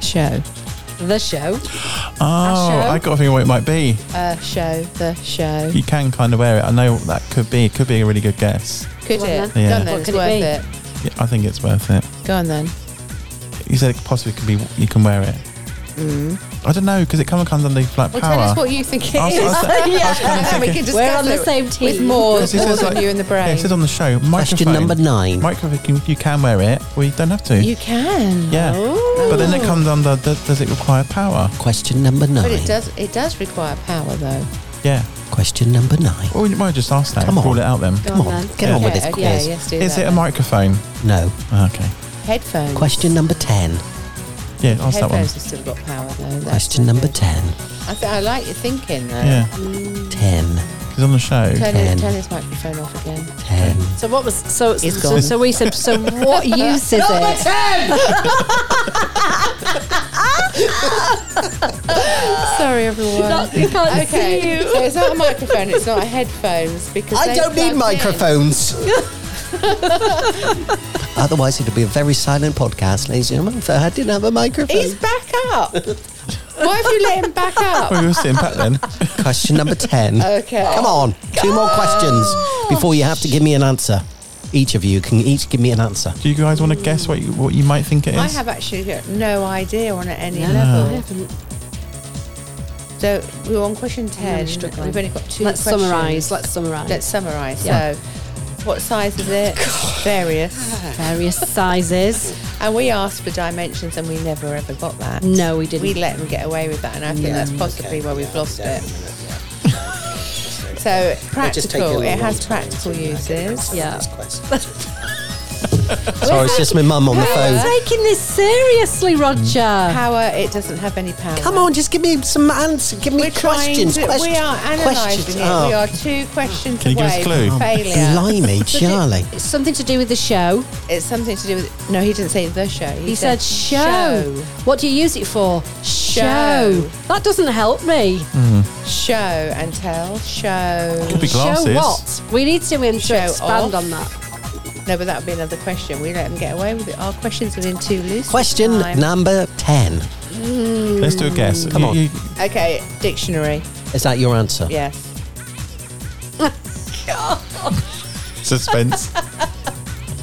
Speaker 4: Show.
Speaker 3: The show.
Speaker 6: Oh,
Speaker 4: show?
Speaker 6: I got a feeling what it might be.
Speaker 4: Uh, show. The show.
Speaker 6: You can kind of wear it. I know that could be. It could be a really good guess.
Speaker 4: Could
Speaker 6: Yeah.
Speaker 4: it? Go on then,
Speaker 6: What
Speaker 4: it's
Speaker 6: could it
Speaker 4: worth
Speaker 6: be?
Speaker 4: it,
Speaker 6: Yeah, I think it's worth it.
Speaker 4: Go on then.
Speaker 6: You said it possibly could be. You can wear it.
Speaker 4: Mm.
Speaker 6: I don't know because it kind of comes under like
Speaker 4: Well,
Speaker 6: power.
Speaker 4: tell us what you think it
Speaker 6: I was-
Speaker 4: is. [LAUGHS]
Speaker 6: I was- I was
Speaker 4: yeah.
Speaker 6: kinda
Speaker 4: and we
Speaker 6: thinking-
Speaker 4: can discuss
Speaker 3: We're on the
Speaker 4: it
Speaker 3: same
Speaker 4: With
Speaker 3: team.
Speaker 4: more, more
Speaker 6: Because it says,
Speaker 4: than
Speaker 6: like-
Speaker 4: you in the
Speaker 6: Yeah, it
Speaker 4: brain.
Speaker 6: says on the show.
Speaker 2: Question
Speaker 6: microphone.
Speaker 2: number nine.
Speaker 6: Microphone. You can wear it, or you don't have to.
Speaker 4: you can.
Speaker 6: yeah. But then it comes under. Does, does it require power?
Speaker 2: Question number
Speaker 4: But it does. It does require power, though.
Speaker 6: Yeah.
Speaker 2: Question number nine.
Speaker 6: Well, you might just ask that. and
Speaker 2: Come on.
Speaker 6: Call it out then.
Speaker 4: Go Come on on. then.
Speaker 2: Get on with this
Speaker 4: Okay,
Speaker 2: quiz.
Speaker 4: okay, let's do
Speaker 6: Is
Speaker 4: that
Speaker 6: it a
Speaker 4: then.
Speaker 6: microphone? Ah,
Speaker 2: No.
Speaker 6: Okay.
Speaker 4: Headphones.
Speaker 2: Question number ten.
Speaker 6: Yeah,
Speaker 4: Headphones have still got power, though. That's
Speaker 2: Question number ten.
Speaker 4: I, th- I like your thinking, though.
Speaker 6: Yeah.
Speaker 4: Mm.
Speaker 2: Ten.
Speaker 6: He's on the show.
Speaker 4: Turn, his, turn his microphone off again.
Speaker 3: So what was so
Speaker 4: It's
Speaker 3: so,
Speaker 4: gone.
Speaker 3: so we said so
Speaker 6: [LAUGHS]
Speaker 3: what use is
Speaker 4: Number
Speaker 3: it?
Speaker 4: 10! Sorry, everyone.
Speaker 3: Not- we can't
Speaker 4: okay.
Speaker 3: see you.
Speaker 4: So it's not a microphone, it's not a headphones. because
Speaker 2: I
Speaker 4: they're
Speaker 2: don't need
Speaker 4: plugged in.
Speaker 2: microphones. [LAUGHS] Otherwise, it'd be a very silent podcast, ladies and gentlemen. If I didn't have a microphone.
Speaker 4: He's back up. Why have you let him back up?
Speaker 2: Oh,
Speaker 6: Well, we were sitting back then.
Speaker 2: [LAUGHS] Question number 10.
Speaker 4: [LAUGHS] Okay.
Speaker 2: Come on. Two more questions before you have to give me an answer. Each of you can each give me an answer.
Speaker 6: Do you guys want to guess what you, what you might think it is?
Speaker 4: I have actually got no idea on any
Speaker 6: No,
Speaker 4: level.
Speaker 6: I
Speaker 4: So we're on question
Speaker 3: I'm
Speaker 4: 10.
Speaker 3: really struggling.
Speaker 4: We've only got two
Speaker 3: Let's
Speaker 4: questions.
Speaker 3: summarise, let's summarise.
Speaker 4: Let's summarise.
Speaker 3: Yeah.
Speaker 4: So what size is it? Various.
Speaker 3: Various sizes.
Speaker 4: And we asked for dimensions and we never ever got that.
Speaker 3: No, we didn't.
Speaker 4: We let them get away with that and I think
Speaker 3: Yeah.
Speaker 4: that's possibly where we've lost
Speaker 3: [LAUGHS]
Speaker 4: it. So
Speaker 2: just take a
Speaker 4: practical,
Speaker 2: little
Speaker 4: it
Speaker 2: long
Speaker 4: has practical uses. [LAUGHS] Yeah.
Speaker 2: Sorry, it's just my mum on the phone.
Speaker 3: Taking this seriously, Roger.
Speaker 4: Power, it doesn't have any power.
Speaker 2: Come on, just give me some answers. Give me
Speaker 4: We're trying
Speaker 2: questions.
Speaker 4: to- we
Speaker 2: questions.
Speaker 4: are
Speaker 2: questions.
Speaker 4: analysing it.
Speaker 2: Oh.
Speaker 4: We are two questions
Speaker 2: Can you give us
Speaker 4: away
Speaker 2: a clue?
Speaker 4: from failure.
Speaker 2: Blimey, Charlie.
Speaker 4: It's
Speaker 3: something to do with the show.
Speaker 4: It's something to do with. No, he didn't say the show. He,
Speaker 3: He, said, show. What do you use it for?
Speaker 4: Show.
Speaker 3: That doesn't help me.
Speaker 4: Show and tell. Show.
Speaker 3: Could be Show glasses. what? We need to, um, to expand on that.
Speaker 4: No, but that would be another question. We let them get away with it. Our questions have been too loose.
Speaker 2: Question number 10.
Speaker 6: Let's do a guess.
Speaker 2: Come
Speaker 6: You-
Speaker 2: on.
Speaker 6: you-
Speaker 4: Okay, dictionary.
Speaker 2: Is that your answer?
Speaker 4: Yes.
Speaker 3: [LAUGHS]
Speaker 6: Suspense.
Speaker 4: [LAUGHS]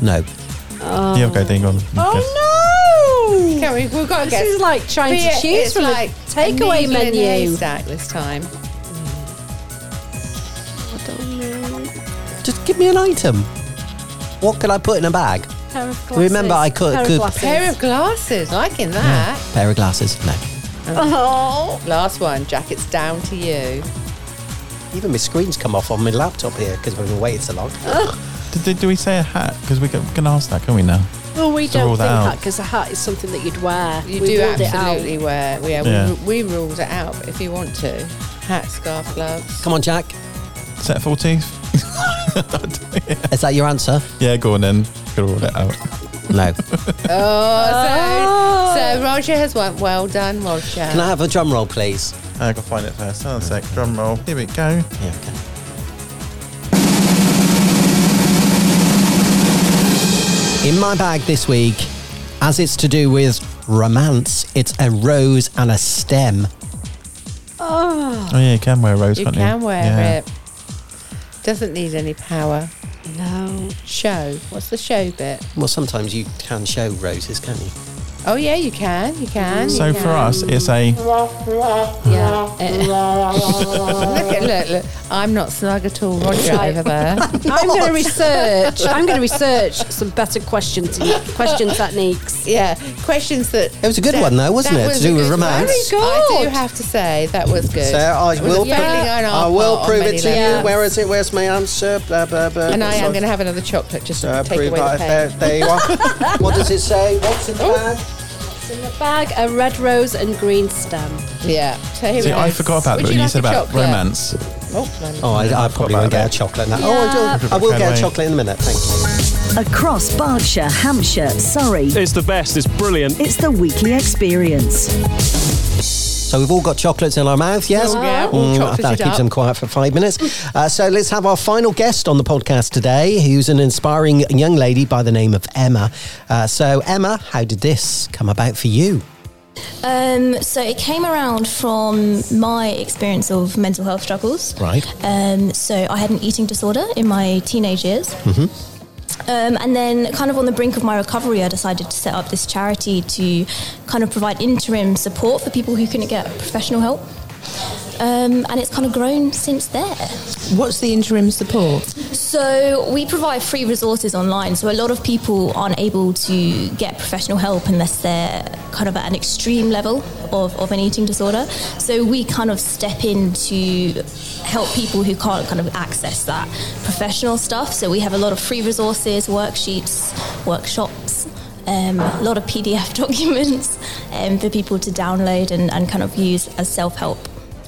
Speaker 2: No.
Speaker 3: Oh.
Speaker 6: Yeah, okay, then go on.
Speaker 3: Oh no!
Speaker 4: Can we, we've got to
Speaker 3: this
Speaker 4: get-
Speaker 3: is like trying
Speaker 4: Be
Speaker 3: to
Speaker 4: it-
Speaker 3: choose
Speaker 4: it's
Speaker 3: from
Speaker 4: like
Speaker 3: a takeaway
Speaker 4: needle in a
Speaker 3: menu.
Speaker 4: haystack this time.
Speaker 3: I don't know.
Speaker 2: Just give me an item. What could I put in a bag?
Speaker 4: Pair of
Speaker 2: glasses. Remember, I could- Pair of could- glasses.
Speaker 4: Pair of glasses. Liking
Speaker 3: Hmm.
Speaker 4: that.
Speaker 2: Pair of glasses. No.
Speaker 4: Oh. Last one, Jack. It's down to you.
Speaker 2: Even my screen's come off on my laptop here because we've been waiting
Speaker 4: [LAUGHS]
Speaker 2: so long.
Speaker 4: Oh,
Speaker 6: Did, did, do we say a hat? Because we can, we can ask that, can we now?
Speaker 3: Well, we
Speaker 6: So
Speaker 3: don't
Speaker 6: rule
Speaker 3: think
Speaker 6: that out.
Speaker 3: that because a hat is something that you'd wear.
Speaker 4: You
Speaker 3: We
Speaker 4: do
Speaker 3: ruled it out.
Speaker 4: absolutely wear. We, yeah,
Speaker 6: Yeah.
Speaker 4: We, we ruled it out. But if you want to, hat,
Speaker 3: [LAUGHS]
Speaker 4: scarf, gloves.
Speaker 2: Come on, Jack.
Speaker 6: Set full teeth.
Speaker 2: [LAUGHS] Is that your answer?
Speaker 6: Yeah, go on then. Gotta roll it out.
Speaker 2: No.
Speaker 4: Oh,
Speaker 3: Oh.
Speaker 4: So, so Roger has won. Well done, Roger.
Speaker 2: Can I have a drum roll, please?
Speaker 6: I can find it first. Hold on a sec. Drum roll. Here we go.
Speaker 2: Yeah, okay. In my bag this week, as it's to do with romance, it's a rose and a stem.
Speaker 4: Oh.
Speaker 6: Oh yeah, you can wear a rose,
Speaker 4: you
Speaker 6: can't
Speaker 4: can
Speaker 6: you?
Speaker 4: wear
Speaker 6: yeah.
Speaker 4: it. Doesn't need any power.
Speaker 3: No.
Speaker 4: Show. What's the show bit?
Speaker 2: Well, sometimes you can show roses, can't you?
Speaker 4: Oh yeah, you can. You can.
Speaker 6: So
Speaker 4: you
Speaker 6: for
Speaker 4: can.
Speaker 6: us, it's a-
Speaker 4: Yeah. it- look at look look. I'm not snug at all, Roger over there.
Speaker 3: [LAUGHS] [LAUGHS] I'm going to research. I'm going to research some better question te- question techniques.
Speaker 4: Yeah, questions that. It
Speaker 2: was a good one though, wasn't it? To do with romance.
Speaker 4: I do have to say that was good.
Speaker 2: So I
Speaker 4: It was
Speaker 2: will,
Speaker 4: a failing on our
Speaker 2: I will
Speaker 4: part on
Speaker 2: prove
Speaker 4: many
Speaker 2: it to
Speaker 4: levels.
Speaker 2: you. Where is it? Where's my answer? Blah blah blah.
Speaker 4: And I am
Speaker 2: So-
Speaker 4: going to have another chocolate just to
Speaker 2: Uh,
Speaker 4: take away
Speaker 2: prove
Speaker 4: the
Speaker 2: that-
Speaker 4: pain.
Speaker 2: there, there you
Speaker 4: [LAUGHS]
Speaker 2: are. what does it say? What's in the bag?
Speaker 3: It's in the bag a red rose and green stem.
Speaker 4: Yeah. So here
Speaker 6: See,
Speaker 4: it
Speaker 6: I
Speaker 4: is.
Speaker 6: forgot about
Speaker 4: Would
Speaker 6: that when
Speaker 4: you
Speaker 6: you
Speaker 4: like
Speaker 6: said
Speaker 4: a
Speaker 6: about
Speaker 4: chocolate?
Speaker 6: romance.
Speaker 2: Oh, I, I probably won't get a chocolate now. Oh, I do.
Speaker 6: Yeah.
Speaker 2: I will get
Speaker 6: Anyway.
Speaker 2: a chocolate in a minute. Thank you.
Speaker 12: Across Berkshire, Hampshire, Surrey.
Speaker 23: It's the best, it's brilliant.
Speaker 12: It's the weekly experience.
Speaker 2: So we've all got chocolates in our mouth, yes?
Speaker 12: Oh, yeah, all chocolated
Speaker 2: that keeps
Speaker 12: up.
Speaker 2: them quiet for five minutes. Uh, so let's have our final guest on the podcast today, who's an inspiring young lady by the name of Emma. Uh, so Emma, how did this come about for you?
Speaker 5: Um, so it came around from my experience of mental health struggles.
Speaker 2: Right.
Speaker 5: Um, so I had an eating disorder in my teenage years.
Speaker 2: Mm-hmm.
Speaker 5: Um, and then, kind of on the brink of my recovery, I decided to set up this charity to kind of provide interim support for people who couldn't get professional help. Um, and it's kind of grown since there.
Speaker 4: What's the interim support?
Speaker 5: So, we provide free resources online. So, a lot of people aren't able to get professional help unless they're kind of at an extreme level of, of an eating disorder. So, we kind of step in to help people who can't kind of access that professional stuff. So, we have a lot of free resources, worksheets, workshops. Um, a lot of PDF [LAUGHS] documents um, for people to download and, and kind of use as self help.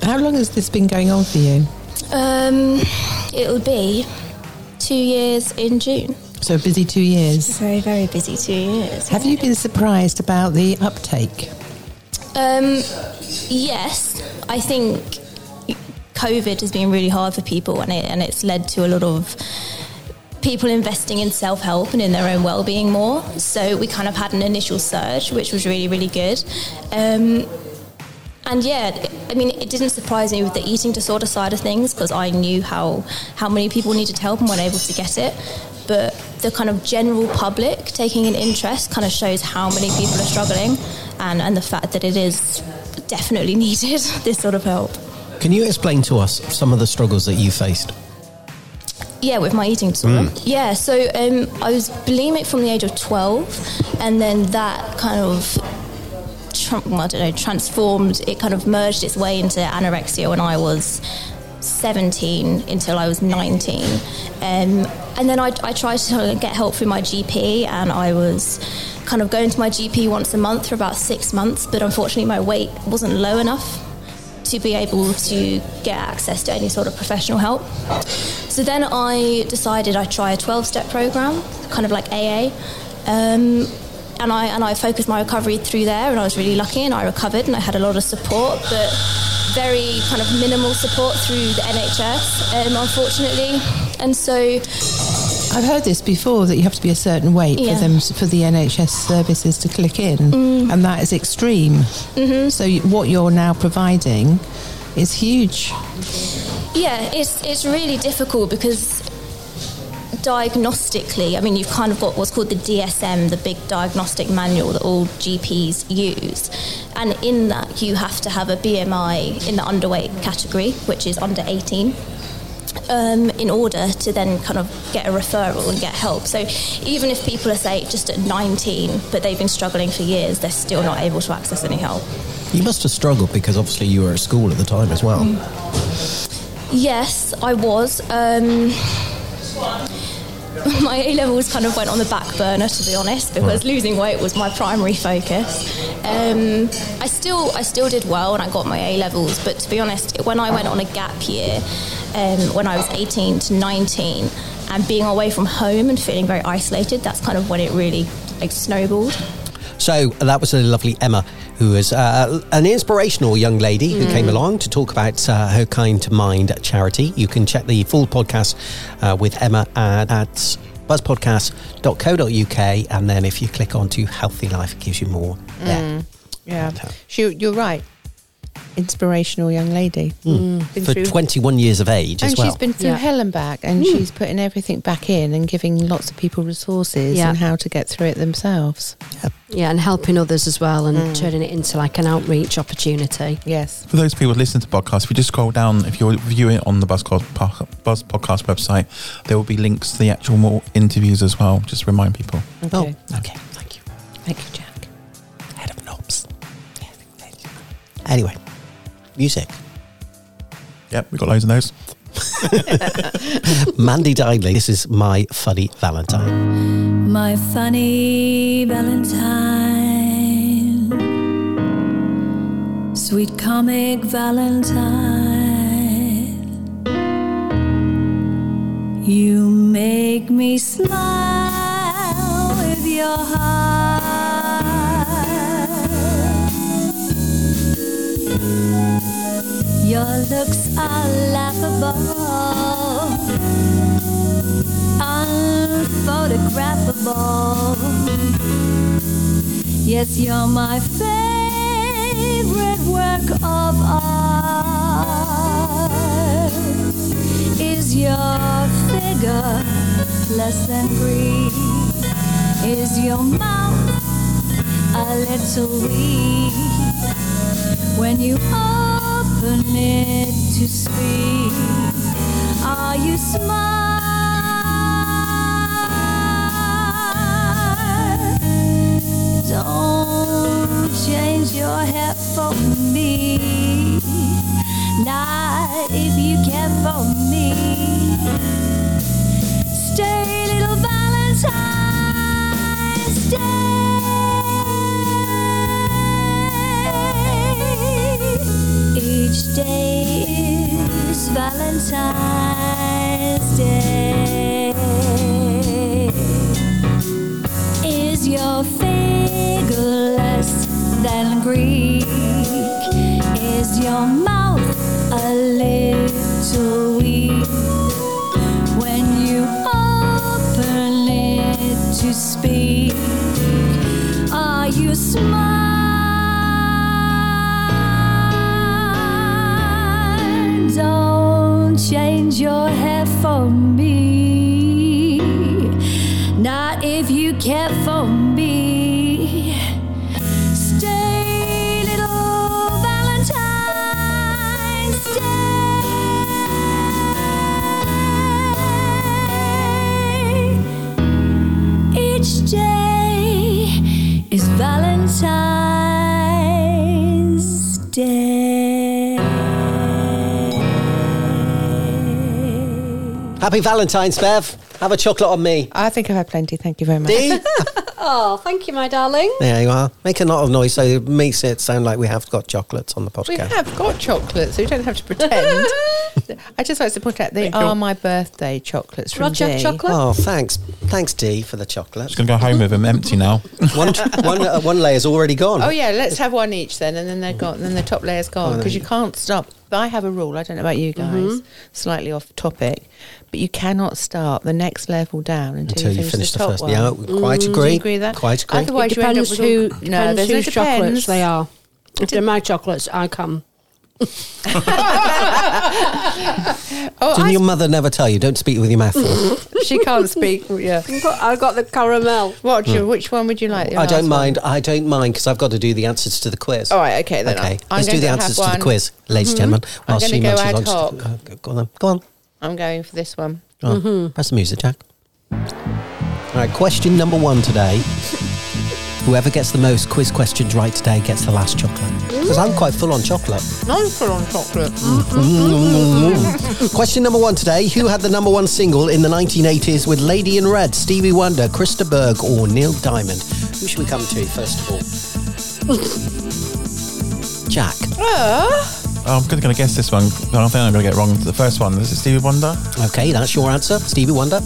Speaker 9: How long has this been going on for you?
Speaker 5: Um, it'll be two years in June.
Speaker 9: So busy two years.
Speaker 5: Very, very busy two years.
Speaker 9: Have you been surprised about the uptake?
Speaker 5: Um, yes, I think COVID has been really hard for people, and it, and it's led to a lot of people investing in self help and in their own well being more. So we kind of had an initial surge, which was really, really good. Um, and yeah, I mean, it didn't surprise me with the eating disorder side of things because I knew how how many people needed help and weren't able to get it. But the kind of general public taking an interest kind of shows how many people are struggling, and and the fact that it is definitely [LAUGHS] needed this sort of help.
Speaker 2: Can you explain to us some of the struggles that you faced?
Speaker 5: Yeah, with my eating
Speaker 4: Hmm.
Speaker 5: disorder. Yeah, so um, I was bulimic from the age of 12, and then that kind of, tran- well, I don't know, transformed, it kind of merged its way into anorexia when I was 17 until I was 19. Um, and then I, I tried to get help through my GP, and I was kind of going to my GP once a month for about six months, but unfortunately, my weight wasn't low enough to be able to get access to any sort of professional help. So then I decided I'd try a 12 step program, kind of like AA. Um, and I, and I focused my recovery through there, and I was really lucky, and I recovered, and I had a lot of support, but very kind of minimal support through the NHS, um, unfortunately. And so
Speaker 9: I've heard this before that you have to be a certain weight
Speaker 5: Yeah.
Speaker 9: for them for the NHS services to
Speaker 4: Mm. Mm-hmm.
Speaker 9: click in, and that is extreme. So you, what you're now providing is huge.
Speaker 5: Yeah, it's it's really difficult because diagnostically, I mean, you've kind of got what's called the DSM, the big diagnostic manual that all GPs use, and in that you have to have a BMI in the underweight category, which is under 18. Um, in order to then kind of get a referral and get help. So even if people are, say, just at 19, but they've been struggling for years, they're still not able to access any help.
Speaker 14: You must have struggled because obviously you were at school at the time as well.
Speaker 4: Hmm.
Speaker 5: Yes, I was. Um, [LAUGHS] my A levels kind of went on the back burner, to be honest, because losing weight was my primary focus. Um, I still, I still did well, and I got my A levels. But to be honest, when I went on a gap year, um, when I was 18 to 19, and being away from home and feeling very isolated, that's kind of when it really like snowballed.
Speaker 2: So that was a lovely Emma, who is uh, an inspirational young lady who
Speaker 5: Mm.
Speaker 4: Hmm.
Speaker 2: came along to talk about uh, her Kind to Mind charity. You can check the full podcast uh, with Emma at, at buzzpodcast.co.uk. And then if you click onto Healthy Life, it gives you more.
Speaker 4: Mm. Yeah. She, you're right. Inspirational young lady. Mm. Been
Speaker 2: Hmm. Mm. For
Speaker 4: through-
Speaker 2: 21 years of age
Speaker 4: and
Speaker 2: as well.
Speaker 4: she's been through
Speaker 2: Yeah.
Speaker 4: hell and back, and she's putting everything back in and giving lots of people resources
Speaker 3: Yeah.
Speaker 4: and how to get through it themselves. Mm.
Speaker 3: Yeah, and helping others as well and turning it into like an outreach opportunity.
Speaker 4: Yes.
Speaker 6: For those people listening to podcasts, if you just scroll down, if you're viewing it on the Buzz, Pod- Po- Buzz Podcast website, there will be links to the actual more interviews as well. Just to remind people.
Speaker 4: Okay.
Speaker 2: okay.
Speaker 4: Thank you, Jack.
Speaker 2: Head of knobs. Anyway, music.
Speaker 6: Yep, we've got loads of those.
Speaker 2: [LAUGHS] Mandy Didley, this is my funny Valentine.
Speaker 20: My funny Valentine, sweet comic Valentine, you make me smile with your heart. Your looks are laughable, unphotographable. Yes, you're my favorite work of art. Is your figure less than green? Is your mouth a little weak? when you open it to speak? Are you smart? Don't change your hair for me. Not if you care for me. Stay, little Valentine. Stay. Each day is Valentine's Day. Is your figure less than Greek? Is your mouth a little weak? When you open it to speak, are you smart? Don't change your hair for me. Not if you care for me. Stay, little Valentine. Stay. Each day is Valentine's Day.
Speaker 2: Happy Valentine's, Bev. Have a chocolate on me.
Speaker 4: I think I've had plenty. Thank you very much. [LAUGHS]
Speaker 2: Dee?
Speaker 3: Oh, thank you, my darling.
Speaker 2: There you are. Make a lot of noise so it makes it sound like we have got chocolates on the podcast.
Speaker 4: We have got chocolates, so you don't have to
Speaker 2: [LAUGHS]
Speaker 4: pretend. I just like to point out they
Speaker 2: you.
Speaker 4: are my birthday chocolates from Dee.
Speaker 2: Oh, thanks. Thanks, Dee, for the chocolate. Just
Speaker 6: going to go home with them empty now.
Speaker 2: one, one, uh, one layer's already gone.
Speaker 4: Oh yeah, let's have one each then, and then they're gone, and then the top layer's
Speaker 2: Oh,
Speaker 4: gone because you can't stop. But I have a rule. I don't know about you guys.
Speaker 3: Mm-hmm.
Speaker 2: Mhm.
Speaker 4: Slightly off topic, but you cannot start the next level down until,
Speaker 2: Until you
Speaker 4: you finish,
Speaker 2: finish
Speaker 4: the,
Speaker 2: the
Speaker 4: top
Speaker 2: first-
Speaker 4: one. Mm,
Speaker 2: yeah, we quite
Speaker 4: Do you
Speaker 2: agree.
Speaker 4: agree with that?
Speaker 2: Quite agree.
Speaker 4: Otherwise,
Speaker 3: It
Speaker 4: you end up
Speaker 3: depends
Speaker 4: with
Speaker 3: who
Speaker 4: all, no,
Speaker 3: depends
Speaker 4: there's no
Speaker 3: whose chocolates
Speaker 4: depends.
Speaker 3: they are. If
Speaker 4: Didn't-
Speaker 3: they're my chocolates, I come.
Speaker 4: Oh,
Speaker 2: Didn't
Speaker 4: I
Speaker 2: your mother never tell you? Don't speak with your mouth full.
Speaker 4: [LAUGHS] she can't speak.
Speaker 3: [LAUGHS]
Speaker 4: Yeah,
Speaker 3: I got the caramel.
Speaker 4: What? do you-
Speaker 2: Hmm.
Speaker 4: Which one would you like? The
Speaker 2: I don't
Speaker 4: last one?
Speaker 2: mind. I don't mind because I've got to do the answers to the quiz.
Speaker 4: All right, okay then.
Speaker 2: Okay,
Speaker 4: I'm
Speaker 2: let's do
Speaker 4: going
Speaker 2: the
Speaker 4: to have
Speaker 2: answers to the
Speaker 4: one.
Speaker 2: quiz, ladies
Speaker 4: Mhm.
Speaker 2: and gentlemen.
Speaker 4: I'm going
Speaker 2: whilst
Speaker 4: to
Speaker 2: she
Speaker 4: go
Speaker 2: munches
Speaker 4: ad
Speaker 2: on
Speaker 4: hoc.
Speaker 2: to- uh, go on then. Go on.
Speaker 4: I'm going for this one.
Speaker 2: Go on.
Speaker 4: Mm-hmm.
Speaker 2: Press the music, Jack. All right, question number one
Speaker 4: [LAUGHS]
Speaker 2: today. Whoever gets the most quiz questions right today gets the last chocolate. Because I'm quite full on
Speaker 4: [LAUGHS]
Speaker 2: chocolate.
Speaker 4: I'm full on chocolate.
Speaker 2: Question number one today. Who had the number one single in the 1980s with Lady in Red, Stevie Wonder, Krista Berg, or Neil Diamond? Who should we come to first of all? Jack.
Speaker 3: Ah.
Speaker 6: Oh, I'm going to guess this one. I don't think I'm going to get it wrong. The first one. This is Stevie Wonder.
Speaker 2: Okay, that's your answer. Stevie Wonder.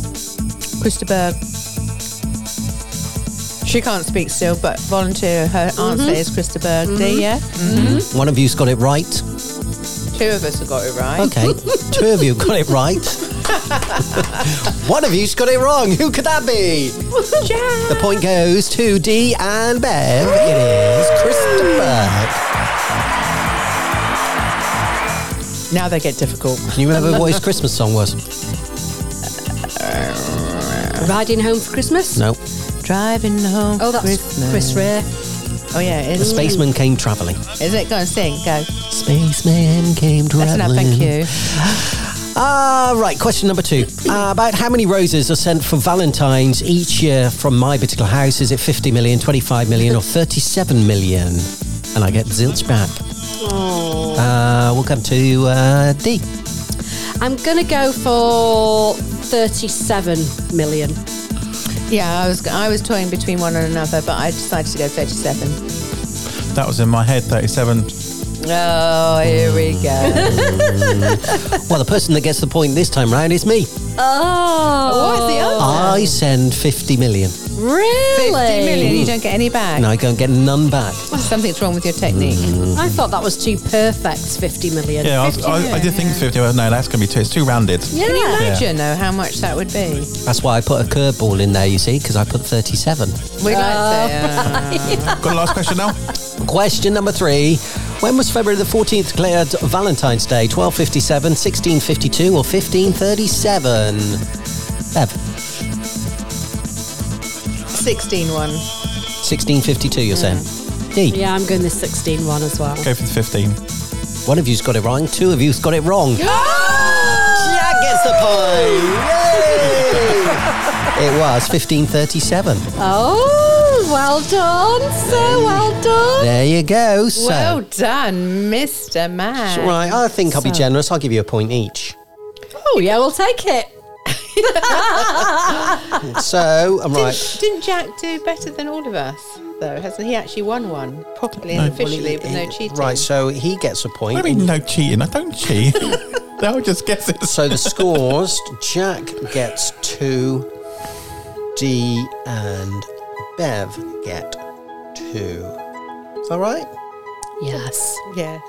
Speaker 4: Krista Berg. She can't speak still, but volunteer. Her
Speaker 3: Mm-hmm.
Speaker 4: answer is Krista Berg. D, yeah? Mm-hmm.
Speaker 2: One of you's got it right.
Speaker 4: Two of us have got it right. [LAUGHS]
Speaker 2: Okay, two of you got it right. One of you's got it wrong. Who could that be? The point goes to Dee and Bev. It is Christopher.
Speaker 4: Now they get difficult.
Speaker 2: Can you remember what his Christmas song was?
Speaker 3: Riding home for Christmas?
Speaker 2: No.
Speaker 4: Driving home.
Speaker 3: Oh, that's Chris Rea.
Speaker 4: Oh, yeah, it
Speaker 2: The
Speaker 4: is.
Speaker 2: Spaceman Came Travelling.
Speaker 4: Is it? Go and sing. Go.
Speaker 2: Spaceman Came
Speaker 4: That's
Speaker 2: Travelling.
Speaker 4: enough. Thank you.
Speaker 2: Ah, right. Question number two. Uh, about how many roses are sent for Valentine's each year from my particular house? Is it 50 million, 25 million, or 37 million? And I get zilch back.
Speaker 4: Oh.
Speaker 2: Uh, we'll come to uh, D.
Speaker 3: I'm going to go for 37 million.
Speaker 4: Yeah, I was I was toying between one and another, but I decided to go 37.
Speaker 6: That was in my head. 37.
Speaker 4: Oh, here we [LAUGHS] go.
Speaker 2: Well, the person that gets the point this time round is me.
Speaker 4: Oh.
Speaker 2: I send 50 million
Speaker 3: Really?
Speaker 4: 50 million, you don't get any back.
Speaker 2: and I don't get none back.
Speaker 4: Something's wrong with your technique.
Speaker 3: I thought that was too perfect, 50 million.
Speaker 6: Yeah, I, was, I, I did think 50. Well, no, that's going to be too. It's too rounded.
Speaker 4: Can you
Speaker 6: Yeah.
Speaker 4: imagine, though, how much that would be?
Speaker 2: That's why I put a curveball in there, you see, because I put 37.
Speaker 4: We like to.
Speaker 6: Got a last question now?
Speaker 2: Question number three. When was February the 14th declared Valentine's Day? 1257, 1652, or 1537? Bev,
Speaker 4: 16 one.
Speaker 2: 1652, you're saying? D.
Speaker 3: Yeah, I'm going the 16 one as
Speaker 4: [GASPS]
Speaker 3: well.
Speaker 6: Go for the 15.
Speaker 2: One of you's got it wrong, two of you's got
Speaker 4: [GASPS]
Speaker 2: it wrong.
Speaker 7: Jack
Speaker 2: gets the
Speaker 7: [LAUGHS]
Speaker 2: point. It was 1537.
Speaker 3: Oh, well done, sir. Well done.
Speaker 2: There you go. So,
Speaker 4: Well done, Mr. Man.
Speaker 2: right, I think I'll be
Speaker 4: So-
Speaker 2: generous. I'll give you a
Speaker 4: [LAUGHS]
Speaker 2: point each.
Speaker 3: Oh, yeah, we'll take it.
Speaker 2: So, I'm right.
Speaker 4: Didn't, didn't Jack do better than all of us, though? Hasn't he actually won one properly and officially with no cheating?
Speaker 2: Right, so he gets a point.
Speaker 6: I mean, no cheating. I don't cheat. I'll just guess it. [LAUGHS]
Speaker 2: So the scores Jack gets two, D and Bev get two. Is that right?
Speaker 3: Yes.
Speaker 4: Yeah.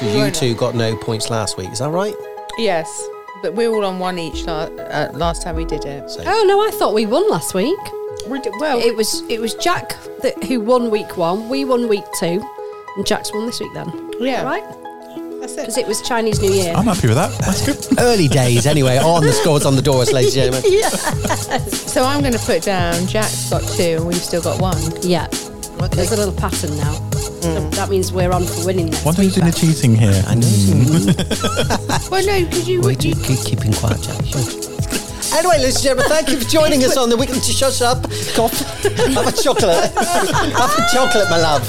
Speaker 2: You two got no points last week. Is that right?
Speaker 4: Yes, but we're all on one each la- uh, last time we did it.
Speaker 3: Oh no, I thought we won last week.
Speaker 4: We did, well,
Speaker 3: it was it was Jack that, who won week one. We won week two, and Jack's won this week. Then
Speaker 4: Yeah.
Speaker 3: right. That's it. Because it was Chinese New Year.
Speaker 6: I'm happy with that. That's good.
Speaker 2: Early days, anyway. on the scores on the doors, ladies
Speaker 4: [LAUGHS]
Speaker 2: and gentlemen.
Speaker 4: So I'm going to put down Jack's got two and we've still got one.
Speaker 3: Yeah. There's a little pattern now.
Speaker 4: Mm. [LAUGHS]
Speaker 3: So that means we're on for winning next
Speaker 6: What are you
Speaker 3: week.
Speaker 6: doing the cheating here? I [LAUGHS] know.
Speaker 4: well, no, because you.
Speaker 2: Wait, you keep keeping quiet, Jack. Anyway, ladies and gentlemen, thank you for joining us on the weekly. Shut up, cough. Have a chocolate. Have a chocolate, my love.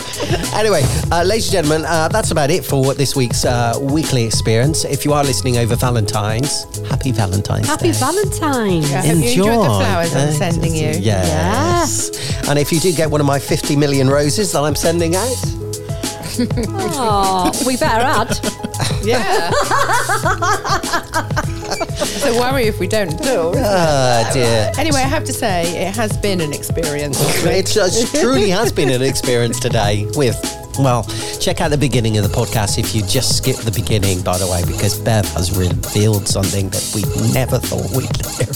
Speaker 2: Anyway, uh, ladies and gentlemen, uh, that's about it for this week's uh, weekly experience. If you are listening over Valentine's, happy Valentine's
Speaker 3: Happy
Speaker 2: Day.
Speaker 3: Valentine's.
Speaker 4: I hope you enjoyed the flowers I'm sending you.
Speaker 2: Yes. And if you do get one of my 50 million roses that I'm sending out,
Speaker 3: Oh, we better add.
Speaker 4: [LAUGHS] Yeah. it's a worry if we don't do.
Speaker 2: Ah, dear.
Speaker 4: Anyway, I have to say, it has been an experience.
Speaker 2: [LAUGHS] It just uh, truly has been an experience today with, well, check out the beginning of the podcast if you just skip the [LAUGHS] beginning, by the way, because Bev has revealed something that we never thought we'd hear.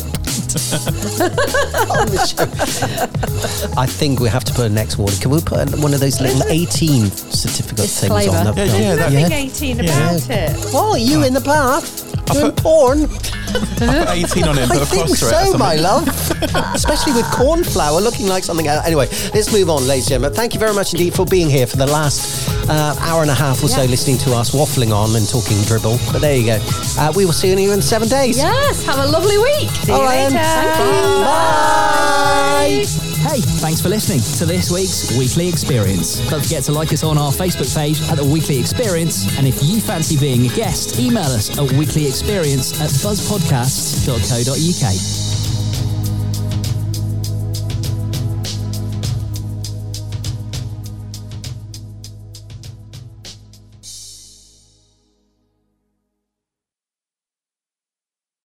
Speaker 2: I think we have to put a next warning. Can we put an- one of those little 18 certificate things on the
Speaker 4: There's nothing
Speaker 2: Yeah.
Speaker 4: 18
Speaker 2: Yeah.
Speaker 4: about it.
Speaker 2: What? You in the bath? Doing porn?
Speaker 6: I put 18 on it and
Speaker 2: I
Speaker 6: put a
Speaker 2: think
Speaker 6: cross through it or
Speaker 2: so, my
Speaker 6: something.
Speaker 2: love. Especially with cornflower looking like something else. Anyway, let's move on, ladies and gentlemen. Thank you very much indeed for being here for the last uh, hour and a half or so, listening to us waffling on and talking dribble. But there you go. Uh, we will see you in seven days.
Speaker 3: Yes, have a lovely week. See
Speaker 2: you All right, later. Bye.
Speaker 1: Hey, thanks for listening to this week's Weekly Experience. Don't forget to like us on our Facebook page at The Weekly Experience. And if you fancy being a guest, email us at weeklyexperience at buzzpodcasts.co.uk.